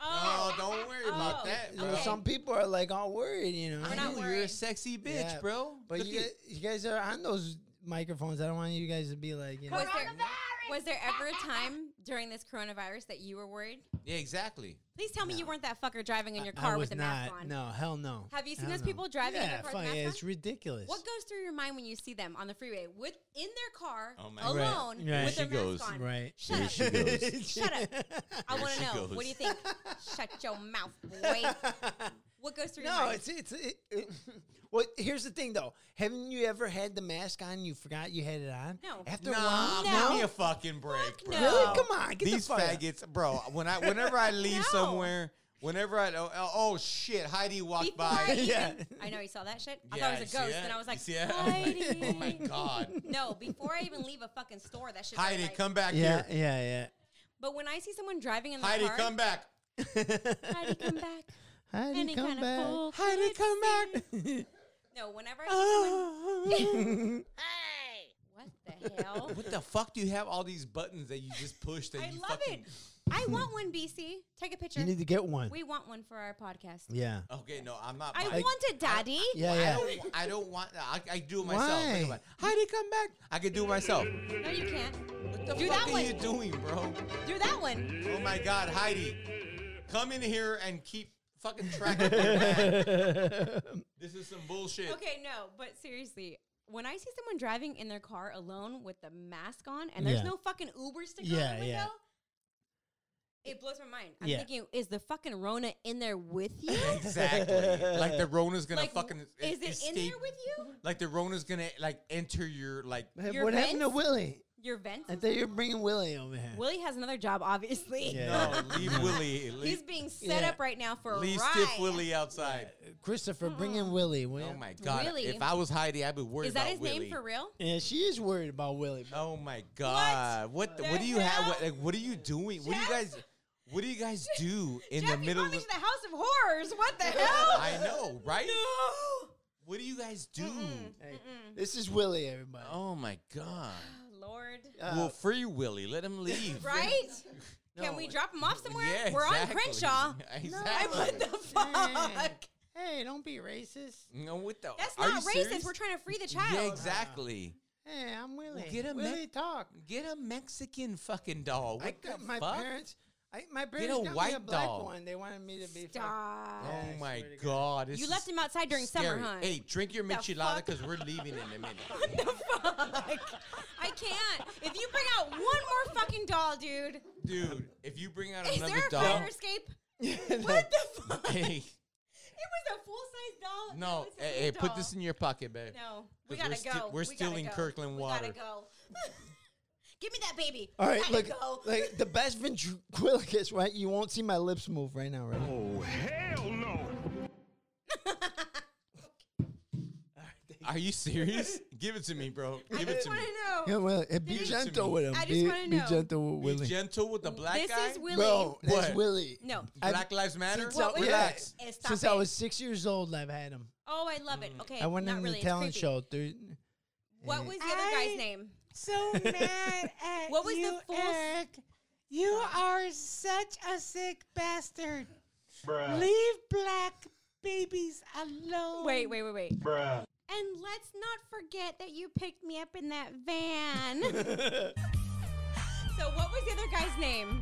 Oh, don't worry about that, You know, okay. Some people are like all worried, you know. I We're not know you're a worried. sexy bitch, Yeah, bro. But Look you guys, at- you guys are on those microphones. I don't want you guys to be like, you know. Was there, was there ever a time during this coronavirus that you were worried? yeah, exactly. Please tell me you weren't that fucker driving in your I car was with a mask not- on. No, hell no. Have you seen Hell those no. people driving in yeah, their car with fucking- mask It's on? ridiculous. (laughs) What goes through your mind when you see them on the freeway with in their car Oh my- Right, alone right. with She their goes, mask on? Right. Shut Here up. she goes. Shut up. I Here want to she know. goes. What do you think? (laughs) Shut your mouth, boy. What goes through your No, mind? it's it's it, it, (laughs) well. Here's the thing, though. Haven't you ever had the mask on? You forgot you had it on. No. After a Nah, while, No. give me a fucking break, Fuck bro. no. Really? Come on, get These the fuck out. faggots, bro. When I, whenever I leave (laughs) No. somewhere, whenever I, oh, oh, oh, shit, Heidi walked Before by. I even, Yeah. I know you saw that shit. I Yeah, thought it was a you see ghost, that? and I was You like, see that? (laughs) Heidi. oh (laughs) my god, No, before I even leave a fucking store, that shit. Heidi, like, come back Yeah, here. yeah, yeah. But when I see someone driving in the Heidi, car, come back. (laughs) Heidi, come back. Heidi, Any come kind back. of fool. Heidi, could come back. No, whenever I (laughs) see someone, what the hell? (laughs) what the fuck do you have all these buttons that you just push that I you love fucking? it. I want one, BC. Take a picture. you need to get one. we want one for our podcast. yeah. Okay, no, I'm not. I buying- want it, Daddy. Yeah, I yeah. don't, I don't want. I, I do it myself. Why? Think about it. Heidi, come back. I can do it myself. No, you can't. What the Do fuck that are one. you doing, bro? Do that one. Oh my God, Heidi, come in here and keep fucking track (laughs) of your bag. This is some bullshit. (laughs) Okay, no, but seriously. When I see someone driving in their car alone with the mask on and there's Yeah. no fucking Uber sticker Yeah, on the window, yeah. it blows my mind. I'm Yeah. thinking, is the fucking Rona in there with (laughs) you? Exactly. Like the Rona's gonna like, fucking is it in escape- there with you? Like the Rona's gonna like enter your like. Hey, Your what happened to vents? Willie? Your vents? I thought you were bringing Willie over here. Willie has another job, obviously. Yeah. (laughs) No, leave Willie. He's Leave, being set Yeah. up right now for leave a ride. stiff Willie outside. Christopher, bringing Willie. Will- Oh my God! Willie. If I was Heidi, I'd be worried Is that about his Willie. name for real? Yeah, she is worried about Willie. bro. Oh my god! What the, the what do you have? hell? What, like, what are you doing? What do you Jeff? guys? What do you guys do in Jeff, the middle? you brought of me to the House of Horrors. (laughs) What the hell? I know, right? What do you guys do? Hey, this is Willie, everybody. Oh my god! Lord. Uh, well, free Willie. Let him leave. (laughs) Right? No. Can we drop him off somewhere? Yeah, We're on exactly. (laughs) Crenshaw. Exactly. What the fuck? Hey, don't be racist. No, what the? That's are not you racist. serious? We're trying to free the child. Yeah, exactly. Hey, I'm Willie. get a Willie, Mac- talk. Get a Mexican fucking doll. What I got the my fuck? parents. I, my parents got a me a white black dog. one. They wanted me to be. fuck- Stop. Oh Yeah, I my swear to god! this You is left him outside during summer, scary. huh? Hey, drink your The michelada fuck? Oh, because we're leaving in a (laughs) minute. What the fuck? I can't. If you bring out one more fucking doll, dude, Dude, if you bring out is another there a doll, (laughs) fire escape? What the fuck? hey, It was a full size doll. and no, it was a hey, little hey, put doll. this in your pocket, babe. No, we 'Cause gotta we're go. sti- we're We gotta still in go. Kirkland water. We gotta go. (laughs) Give me that baby. All right, Gotta look, go. (laughs) like the best ventriloquist, right? You won't see my lips move right now, right? Oh, hell no. Are you (laughs) serious? Give it to me, bro. I Give it just to want me. to Yeah, know. well, and be Give it to gentle me. with him. I just be, wanna be know. gentle with Be Willie. gentle with the black This guy. is Willie. Bro, that's What? Willie. No. I've- black lives matter. Since I was- Relax. Eh, stop Since it. I was six years old, I've had him. Oh, I love it. Mm. Okay. I went not in really. the it's talent creepy. show, dude. What was the other guy's name? (laughs) so mad at What was the you, full s- Eric. You are such a sick bastard. Leave black babies alone. Wait, wait, wait, wait. Bruh. And let's not forget that you picked me up in that (laughs) van. so what was the other guy's name?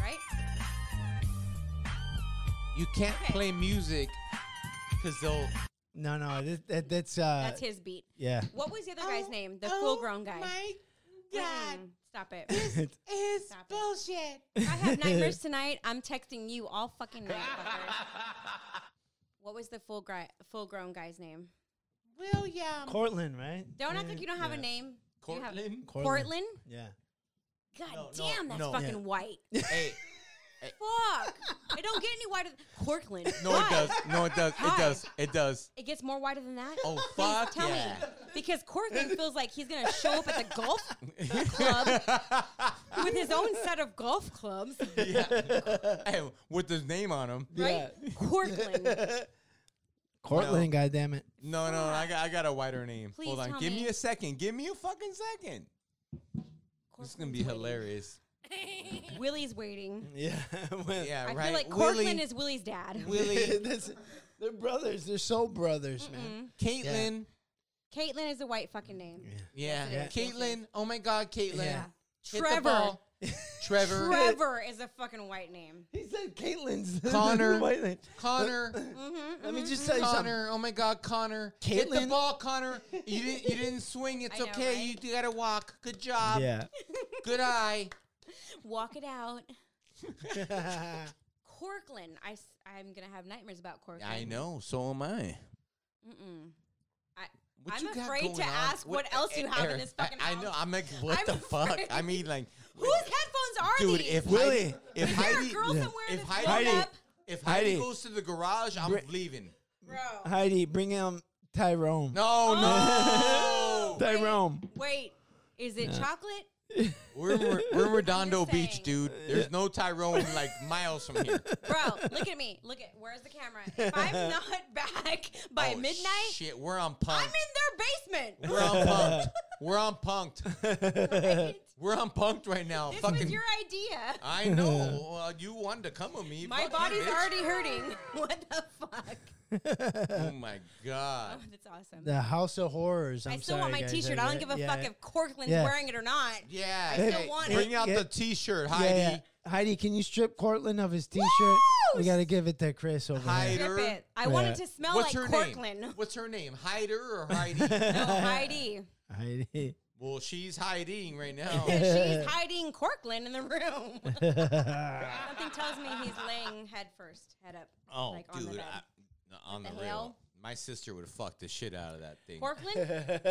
Right? You can't Okay. play (laughs) music because they'll. No, no, that, that, that's uh, That's his beat. yeah. What was the other guy's name? The oh full-grown guy. My God, Mm, stop it. (laughs) it's Stop it. bullshit. I have nightmares tonight. I'm texting you all fucking (laughs) night, fucker. what was the full gri- full grown guy's name? William. Cortland, right? um, Uh, Don't act like you don't have a Yeah. name. You have- (laughs) Cortland? Portland? Yeah. God No, no, damn, that's no. fucking Yeah. white. hey. Fuck. I don't get any whiter. than Portland. No, it Why? does. No, it does. It Why? does. It does. It gets more whiter than that? Oh, Please fuck tell me. yeah. Because Cortland feels like he's going to show up at the golf (laughs) club with his own set of golf clubs, Hey, with his name on him. right? (laughs) Cortland. Cortland, goddamn it. No, no, I got, I got a whiter name. Please Hold on. tell Give me me. a second. Give me a fucking second. This is gonna be Cortland's hilarious. waiting. Willie's waiting. Yeah. Yeah, (laughs) I right. feel like Willie, Cortland is Willie's dad. Willie, (laughs) (laughs) That's- they're brothers. They're soul brothers, man. (laughs) Caitlin. Caitlin is a white fucking name. Yeah, Yes, it is. Caitlin. Oh my God, Caitlin. Yeah. Hit the Trevor. ball. Trevor. Trevor is a fucking white name. He said Caitlin's (laughs) Connor. Wait, wait. (laughs) Connor. Let me just tell you something. Connor. Oh my God, Connor. Hit the Caitlin. ball, Connor. You didn't. You didn't swing. It's know, okay. right? You gotta walk. Good job. Yeah. Good eye. Walk it out. Corkland. I, am going to have nightmares about Corkland. I know. So am I. Mm-mm. I, What I'm you got afraid to going on? ask what, else you eh, have in Eric, this fucking I, house. I know. I'm like, what I'm the fuck? I afraid. mean, (laughs) like, Whose headphones are dude, these? if Willie. Heidi, if Is there Heidi, a girl yeah. somewhere if that's Heidi, Heidi, Heidi- up? if Heidi Heidi. goes to the garage, I'm Bri- leaving. Bro. (laughs) Heidi, bring him Tyrone. No, Oh. no. Tyrone. Wait, is it chocolate? we're, (laughs) we're, we're Redondo just Beach, saying. dude. There's no Tyrone like miles from here. Bro, look at me. Look at where's the camera? If (laughs) I'm not back (laughs) by Oh, midnight, Shit, we're on punk. I'm in their basement. (laughs) We're on punked. We're on punked. Right? (laughs) We're on punked right now. This Fucking. was your idea. (laughs) I know. Well, you wanted to come with me. My Fuck you, body's bitch. (laughs) already hurting. (laughs) What the fuck? Oh my god. Oh, (laughs) that's awesome. The House of Horrors. I'm I still sorry, want my guys. T-shirt. I don't give a yeah. fuck if Corkland's Yeah. wearing it or not. Yeah. I still want it. Bring out Yeah. the T-shirt, Yeah, Heidi. yeah. Heidi, can you strip Cortland of his T-shirt? We gotta give it to Chris over Heidi. here. Strip Hater. it. I want it Yeah. to smell What's like her Corkland. (laughs) (laughs) name? What's her name? Hyder or Heidi? No, Heidi. Heidi. well, she's hiding right now. (laughs) She's hiding Corkland in the room. Something tells me he's laying head first, head up. Oh, like on the dude, bed. I- no, on the, the real, hell? my sister would fuck the shit out of that thing. Corkland?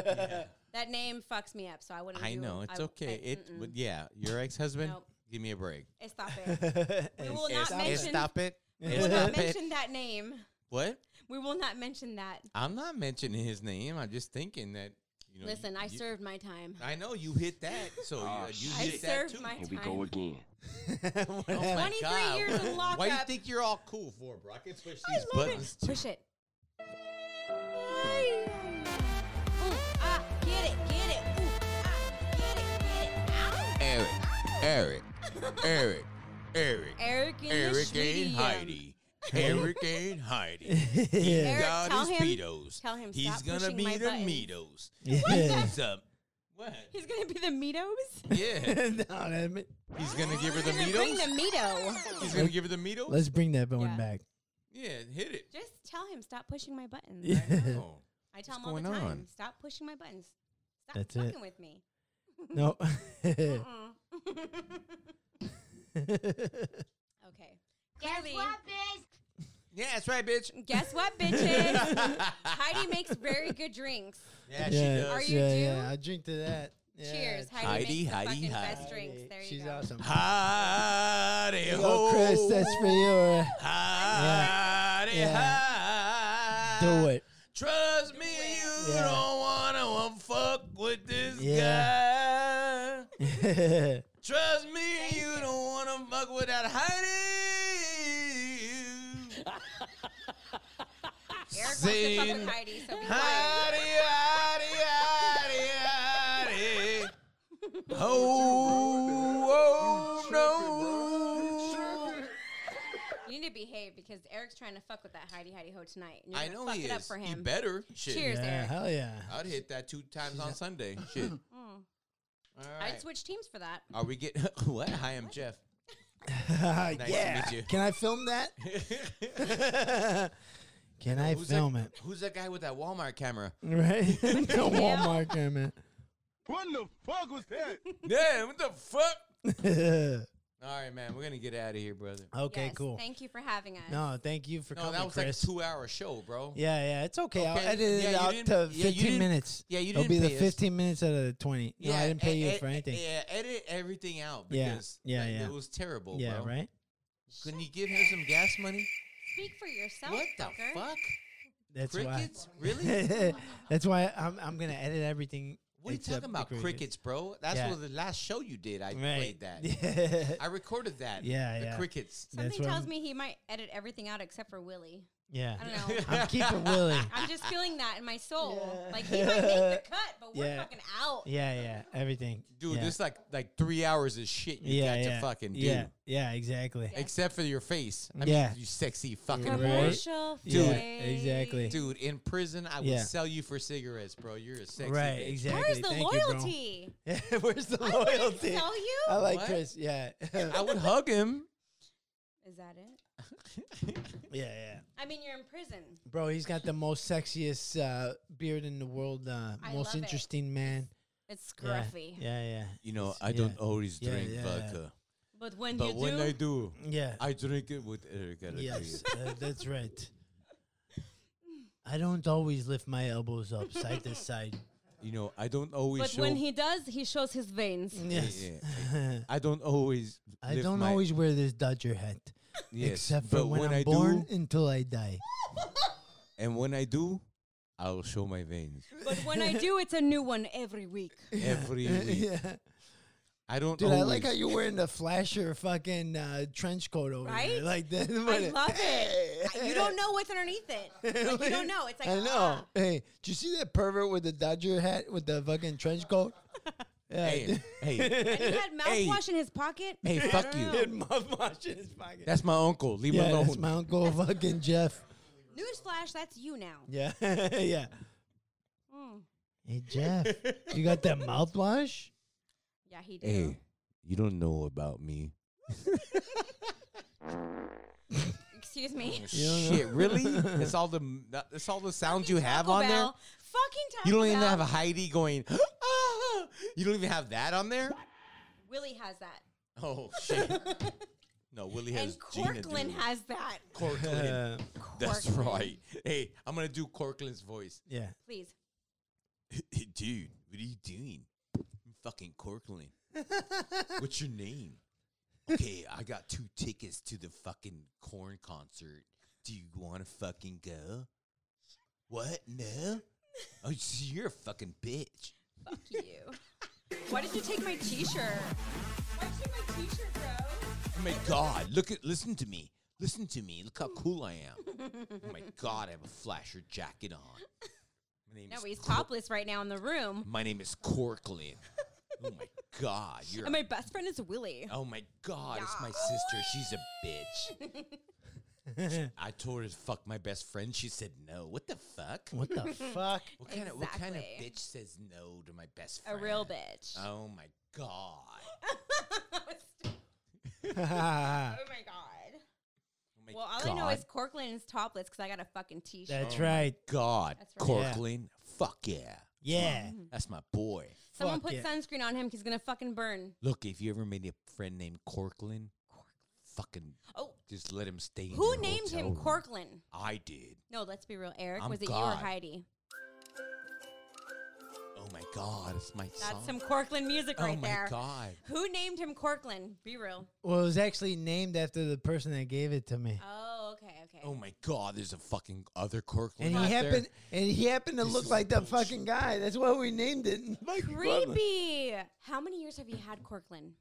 That name fucks me up, so I wouldn't. I do know it's I- okay. I- it, mm-mm. but yeah, your ex-husband. Nope. Give me a break. Eh, stop (laughs) it. (laughs) We will not Eh, mention. stop it. Eh, We will not stop it. mention that name. What? We will not mention that. I'm not mentioning his name. I'm just thinking that. You know, you- Listen, I you- served my time. I know you hit that, so you, you I hit that too. served my Here we go time. again. (laughs) Oh my 23 God. years Why in do you lockup. think you're all cool for, bro? I can push I these love buttons. it. Push it. Ay. Ooh, ah, get it, get it. Ooh, ah, get it, get it. Ow. Eric, Eric, Eric, Eric, Eric and Eric Schmidium. and Heidi. Eric and (laughs) Heidi. (laughs) Yeah. Eric, Got tell his him- pedos. tell him He's stop gonna pushing be my the buttons. meatos. Yeah. What's up? What? He's gonna be the Mitos. (laughs) Yeah. (laughs) no, that ma- He's gonna give her the We're gonna Bring meatos. the Mito. He's gonna give her the meatos. Let's bring that one Yeah. (laughs) back. Yeah, (laughs) hit it. Just tell him stop pushing my buttons. No. I What's tell him all the going time, on? stop pushing my buttons. Stop That's it. fucking with me. no. (laughs) Mm. okay. Clearly, Yeah, that's right, bitch. guess what, bitches? (laughs) Heidi makes very good drinks. Yeah, she yeah, does. Are you yeah, due? yeah, I drink to that. Yeah. Cheers, Heidi, Heidi, makes Heidi, the fucking Heidi. best drinks. There you She's go. awesome. Heidi ho. Yo, Chris, that's for oh. you. Heidi, hi. Uh, Uh, Do it. (laughs) Trust me, you Yeah. don't wanna wa- fuck with this guy. Trust me, you, don't wanna fuck with that Heidi. Eric wants to fuck with Heidi, so be quiet. Heidi, Heidi, Heidi, Heidi. Oh, oh no. You need to behave because Eric's trying to fuck with that Heidi Heidi Ho tonight. And you're I gonna know fuck he it up is. for He him. better. Shit. Cheers, Yeah, Eric. hell yeah. I'd hit that two times on (laughs) Sunday. Shit. Mm. All I'd right. switch teams for that. Are we getting (laughs) what? Hi, I'm Jeff. Uh, (laughs) to yeah. meet you. Can I film that? (laughs) Can I (laughs) Who's film that, it? (laughs) Who's that guy with that Walmart camera? (laughs) Right? no Walmart comment. (laughs) What the fuck was that? yeah, what the fuck? All right, man. We're gonna get out of here, brother. Okay, Yes, cool. Thank you for having us. no, thank you for No, coming, that was Chris. like a two-hour show, bro. yeah, yeah, it's okay. I'll Okay, edit it yeah, you out didn't- to yeah, you 15 didn't- minutes. yeah, you It'll didn't be pay the us. 15 minutes out of the 20. No, I didn't pay you e- for e- anything. Yeah, edit everything out Yeah, because yeah, like, yeah. it was terrible. yeah, eh, bro. right. Couldn't you give him some gas money? Speak for yourself. What the fucker. fuck? That's Crickets? why. (laughs) Really? That's why I'm I'm gonna edit everything. What are you talking about? Crickets, bro. That's Yeah. what the last show you did. I played (laughs) that. that. I recorded that. Yeah, the yeah. crickets. That's Something what tells I'm- me he might edit everything out except for Willie. yeah. I don't (laughs) know. I'm keeping Willie. I'm just feeling that in my soul. Yeah. Like he might make the cut, but we're Yeah. fucking out. Yeah, yeah. Everything. Dude, yeah. this like like three hours of shit you yeah, got yeah. to fucking do. Yeah, yeah, exactly. Yeah. Except for your face. I Yeah. mean, you sexy fucking Right. whore. Commercial Yeah, free. exactly. Dude, in prison, I Yeah. would sell you for cigarettes, bro. You're a sexy Right, bitch. exactly. Where's the Thank you, bro. loyalty? Where's the I wouldn't (laughs) (laughs) loyalty? sell you. I like What? Chris. Yeah. (laughs) I would hug him. Is that it? Yeah, yeah. I mean, you're in prison. Bro, he's got the most sexiest uh, beard in the world. Uh, I most love it. interesting man. It's Yeah, scruffy. Yeah, yeah. You know, It's- I yeah. don't always Yeah, drink yeah. vodka. But when But you when do, I do, Yeah. I drink it with Erica. Yes, uh, that's right. I don't always lift my elbows up side to side. (laughs) You know, I don't always but show. when he does, he shows his (laughs) veins. (laughs) Yes. I don't always. I lift don't my- always wear this Dodger hat, Yes, except for but when, when I'm I born do- until I (laughs) die. And when I do, I'll show my veins But when I do, it's a new one (laughs) every week. (laughs) every week. yeah. I don't. Dude, always, I like how you're wearing the flasher fucking uh, trench coat over there. Right? Like that. I (laughs) love it. You don't know what's (laughs) underneath it. Like, you don't know. It's like I know. ah. Hey, did you see that pervert with the Dodger hat with the fucking trench coat? Yeah. Hey, (laughs) hey, (laughs) And he had mouthwash in his pocket. hey! I Fuck don't you. know. mouthwash in his pocket. That's my uncle. Leave yeah, him alone. that's my uncle (laughs) fucking Jeff. (laughs) Newsflash, that's you now. Yeah, (laughs) yeah. Mm. Hey Jeff, you got that (laughs) mouthwash? Yeah, he did. hey, you don't know about me. Excuse me. Shit, (laughs) really? That's all the. That's all the sounds you have Taco on there. Bell. Fucking Taco You don't even Bell. have a Heidi going. "Ah!" you don't even have that on there. Willie has that. Oh (laughs) shit! no, Willie has. And Corkland Gina has that. Corklin. (laughs) Uh, That's Corcoran. right. Hey, I'm gonna do Corklin's voice. (laughs) yeah. Please. Dude, what are you doing? I'm fucking Corklin. What's your name? Okay, I got two tickets to the fucking corn concert. Do you want to fucking go? What? No. Oh, so you're a fucking bitch. Fuck you. (laughs) Why did you take my t-shirt? Why did you take my t-shirt, bro? Oh my god! Look at, listen to me. Listen to me. Look how cool I am. oh my god! I have a flasher jacket on. My name No, is he's Cor- topless right now in the room. My name is Corklin. oh my god! You're And my best friend is Willie. Oh my god, it's my sister. She's a (laughs) bitch. I told her to fuck my best friend. She said no. What the fuck? What (laughs) the fuck? What kind of what kind of Exactly. bitch says no to my best A friend? real bitch. Oh my god. (laughs) Oh That was stu- That's oh my god. Oh my Well, all I know is Corkland is topless because I got a fucking t-shirt. Oh right. God. That's right. Yeah. Corklin. Fuck yeah. Yeah. That's my boy. Someone Fuck put yeah. sunscreen on him. 'cause He's gonna fucking burn. Look, if you ever made a friend named Corklin, fucking Oh, just let him stay in who your named hotel him room. Corkland? I did. No, let's be real. Eric, I'm was it you God. or Heidi? Oh my god, it's my That's song. some Corkland music oh right my there. god. Who named him Corkland? Be real. Well, it was actually named after the person that gave it to me. Oh, okay, okay. Oh my god, there's a fucking other Corkland. and out he there. happened and he happened to This look is like that bullshit. fucking guy. That's why we named it. (laughs) Fucking Corcoran. Creepy. How many years have you had Corkland?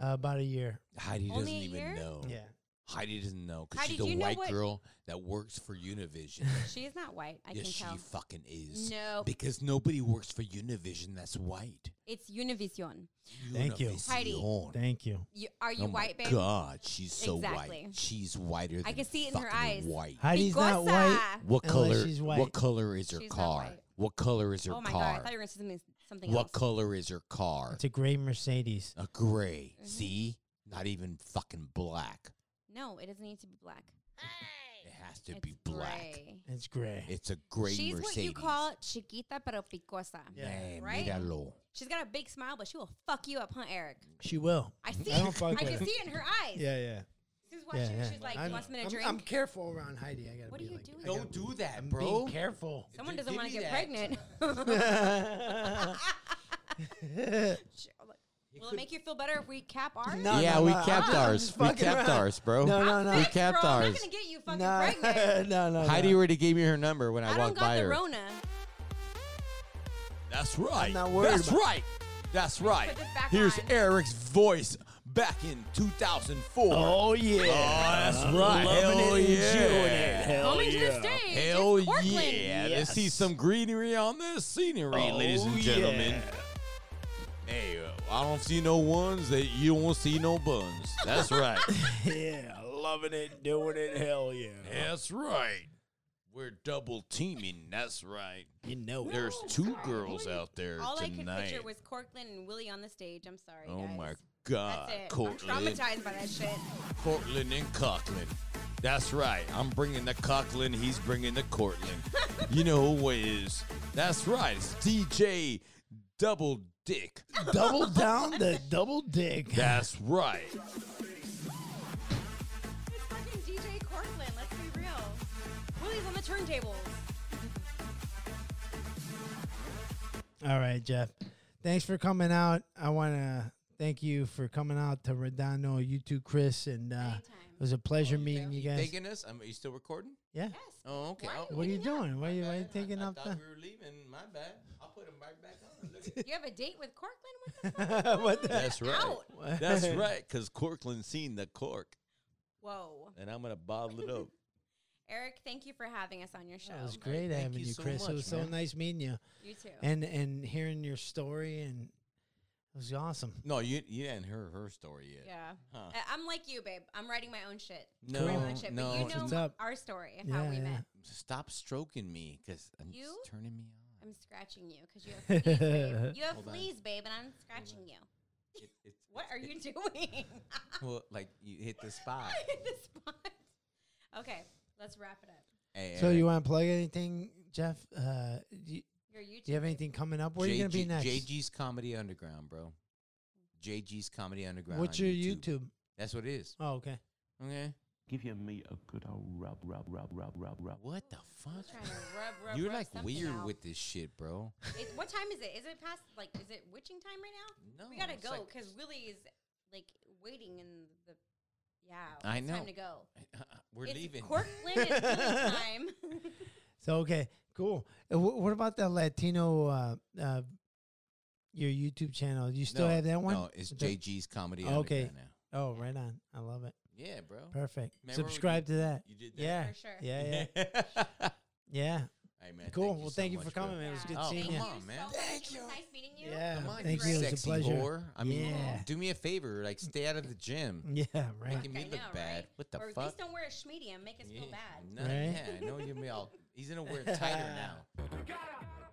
Uh, about a year. Heidi doesn't Only a even year? know. Yeah. Heidi doesn't know because Heidi, she's do you a know white what- girl that works for (laughs) Univision. She is not white. I yes, can she tell. fucking is. No. because nobody works for Univision that's white. it's Univision. Thank you. Heidi. Univision. Thank you. You, are you Oh white, my babe? God, she's so Exactly. white. She's whiter. Than I can see it in her fucking eyes. White. Heidi's not white. Bigosa. What Unless color? she's white. What color is her She's not car? white. What color is her Oh my god! I car? thought you were gonna say something. something What else. color is her car? It's a gray Mercedes. A Mm-hmm. gray. See, not even fucking black. no, it doesn't need to be black. Hey! It has to It's be black. gray. It's gray. It's a gray She's Mercedes. what you call chiquita pero picosa. Yeah. Eh, Right? míralo. She's got a big smile, but she will fuck you up, huh, Eric? She will. I see. Mm-hmm. I I, don't fuck can with her. see it in her eyes. Yeah, yeah. She's watching. yeah. She's like, I'm- wants me to I'm, drink. I'm careful around Heidi. I gotta What be are you like, doing? I Don't gotta- Don't do that, I'm bro. being careful. (laughs) Someone Dude, doesn't give want me to get that. pregnant. (laughs) (laughs) Will it make you feel better if we cap ours? No, yeah, no, we no, capped I'm ours. just We fucking capped around. ours, bro. No, no, no. Thanks, We capped bro. I'm ours. not gonna get you fucking no, (laughs) (laughs) pregnant. no, no. Heidi no. already gave me her number when I, I don't walked got by the her. Rona. That's right. not worried That's about- right. That's right. put this back Here's on. Eric's voice back in 2004. Oh yeah. that's right. Loving Hell it, yeah. enjoying it. Hell Coming yeah. to the stage. is Hell Portland. yeah. Let's see Yes. some greenery on this scenery, Oh, ladies and gentlemen. yeah. Hey, uh, I don't see no ones that you won't see no buns. That's right. (laughs) Yeah, loving it, doing it, hell yeah. That's right. We're double teaming. That's right. You know it. There's two girls out there All I could tonight. picture was Cortland and Willie on the stage. I'm sorry, oh guys. my That's God, it. I'm Cortland, traumatized by that shit. Cortland and Coughlin. That's right. I'm bringing the Coughlin. He's bringing the (laughs) Cortland. you know who it is. That's right. It's DJ Double (laughs) Dick. (laughs) Double down the double dick. That's right. It's fucking DJ Cortland. Let's be real. Willie's on the turntables. (laughs) All right, Jeff. Thanks for coming out. I want to thank you for coming out to Redondo, you too, Chris. And uh, Anytime. it was a pleasure meeting you guys. us? Um, are you still recording? yeah. Yes. Oh, okay. Why I'll- What are you leaving out? doing? Why are you, why you taking I up thought the. we were leaving. My bad. I'll put him right back on. (laughs) Look at You have a date with Cortland? What the (laughs) fuck? what the? That's right. (laughs) Out. That's right. Because Corkland seen the cork, Whoa. and I'm gonna (laughs) bottle it up. Eric, thank you for having us on your show. It was great thank having you you, so Chris. much, it was so man. nice meeting you You too. and and hearing your story and it was awesome. No, you you didn't hear her story yet. yeah. Huh. I- I'm like you, babe. I'm writing my own shit. No, I'm writing my own shit. no. But you know What's up? our story and how Yeah, we yeah. met. Stop stroking me, because I'm You? just turning me on. I'm scratching you because you have fleas, (laughs) babe. You have Hold on. fleas, babe, and I'm scratching you. It, it's, What it's- are it- you (laughs) doing? Well, like you hit the (laughs) spot. The spot. Okay, let's wrap it up. Hey, So, Eric, you want to plug anything, Jeff? Uh, do, you, Your YouTube. do you have anything coming up? Where are you going to be JG next? JG's Comedy Underground, bro. JG's Comedy Underground. What's on your YouTube? That's what it is. Oh, okay. Okay. Give me a good old rub, rub, rub, rub, rub, rub. What the fuck? Trying to rub, rub, You're rub like something weird out. with this shit, bro. It- what time is it? Is it past like? Is it witching time right now? No, we Oh, gotta it's go like- (laughs) because Willie is like waiting in the. Yeah, I it's know. Time to go. We're it's leaving. Cortland and Willie (laughs) time. (laughs) So okay, cool. Uh, wh- what about the Latino? Uh, uh, your YouTube channel? You still No, have that one? No, it's The- JG's Comedy Okay. Underground now. Oh, right on. I love it. Yeah, bro. Perfect. we Subscribe to that. You did that. Yeah. For sure. Yeah, yeah, yeah. (laughs) (laughs) Hey, man, Cool. thank you well, so thank you much, for bro. coming, man. It was Yeah. good Oh, seeing come Thank you. you on, so man. much. Thank It you. was nice meeting you. Yeah. Come on, thank you you. It was a sexy pleasure. whore. I mean, Yeah. do me a favor. Like, stay out of the gym. Yeah. Right. Making I me look know, right? bad. What the or at fuck? least don't wear a schmedium. Make us feel Yeah, bad. nah, Right? Yeah, I know you're gonna be all. He's gonna wear it tighter now.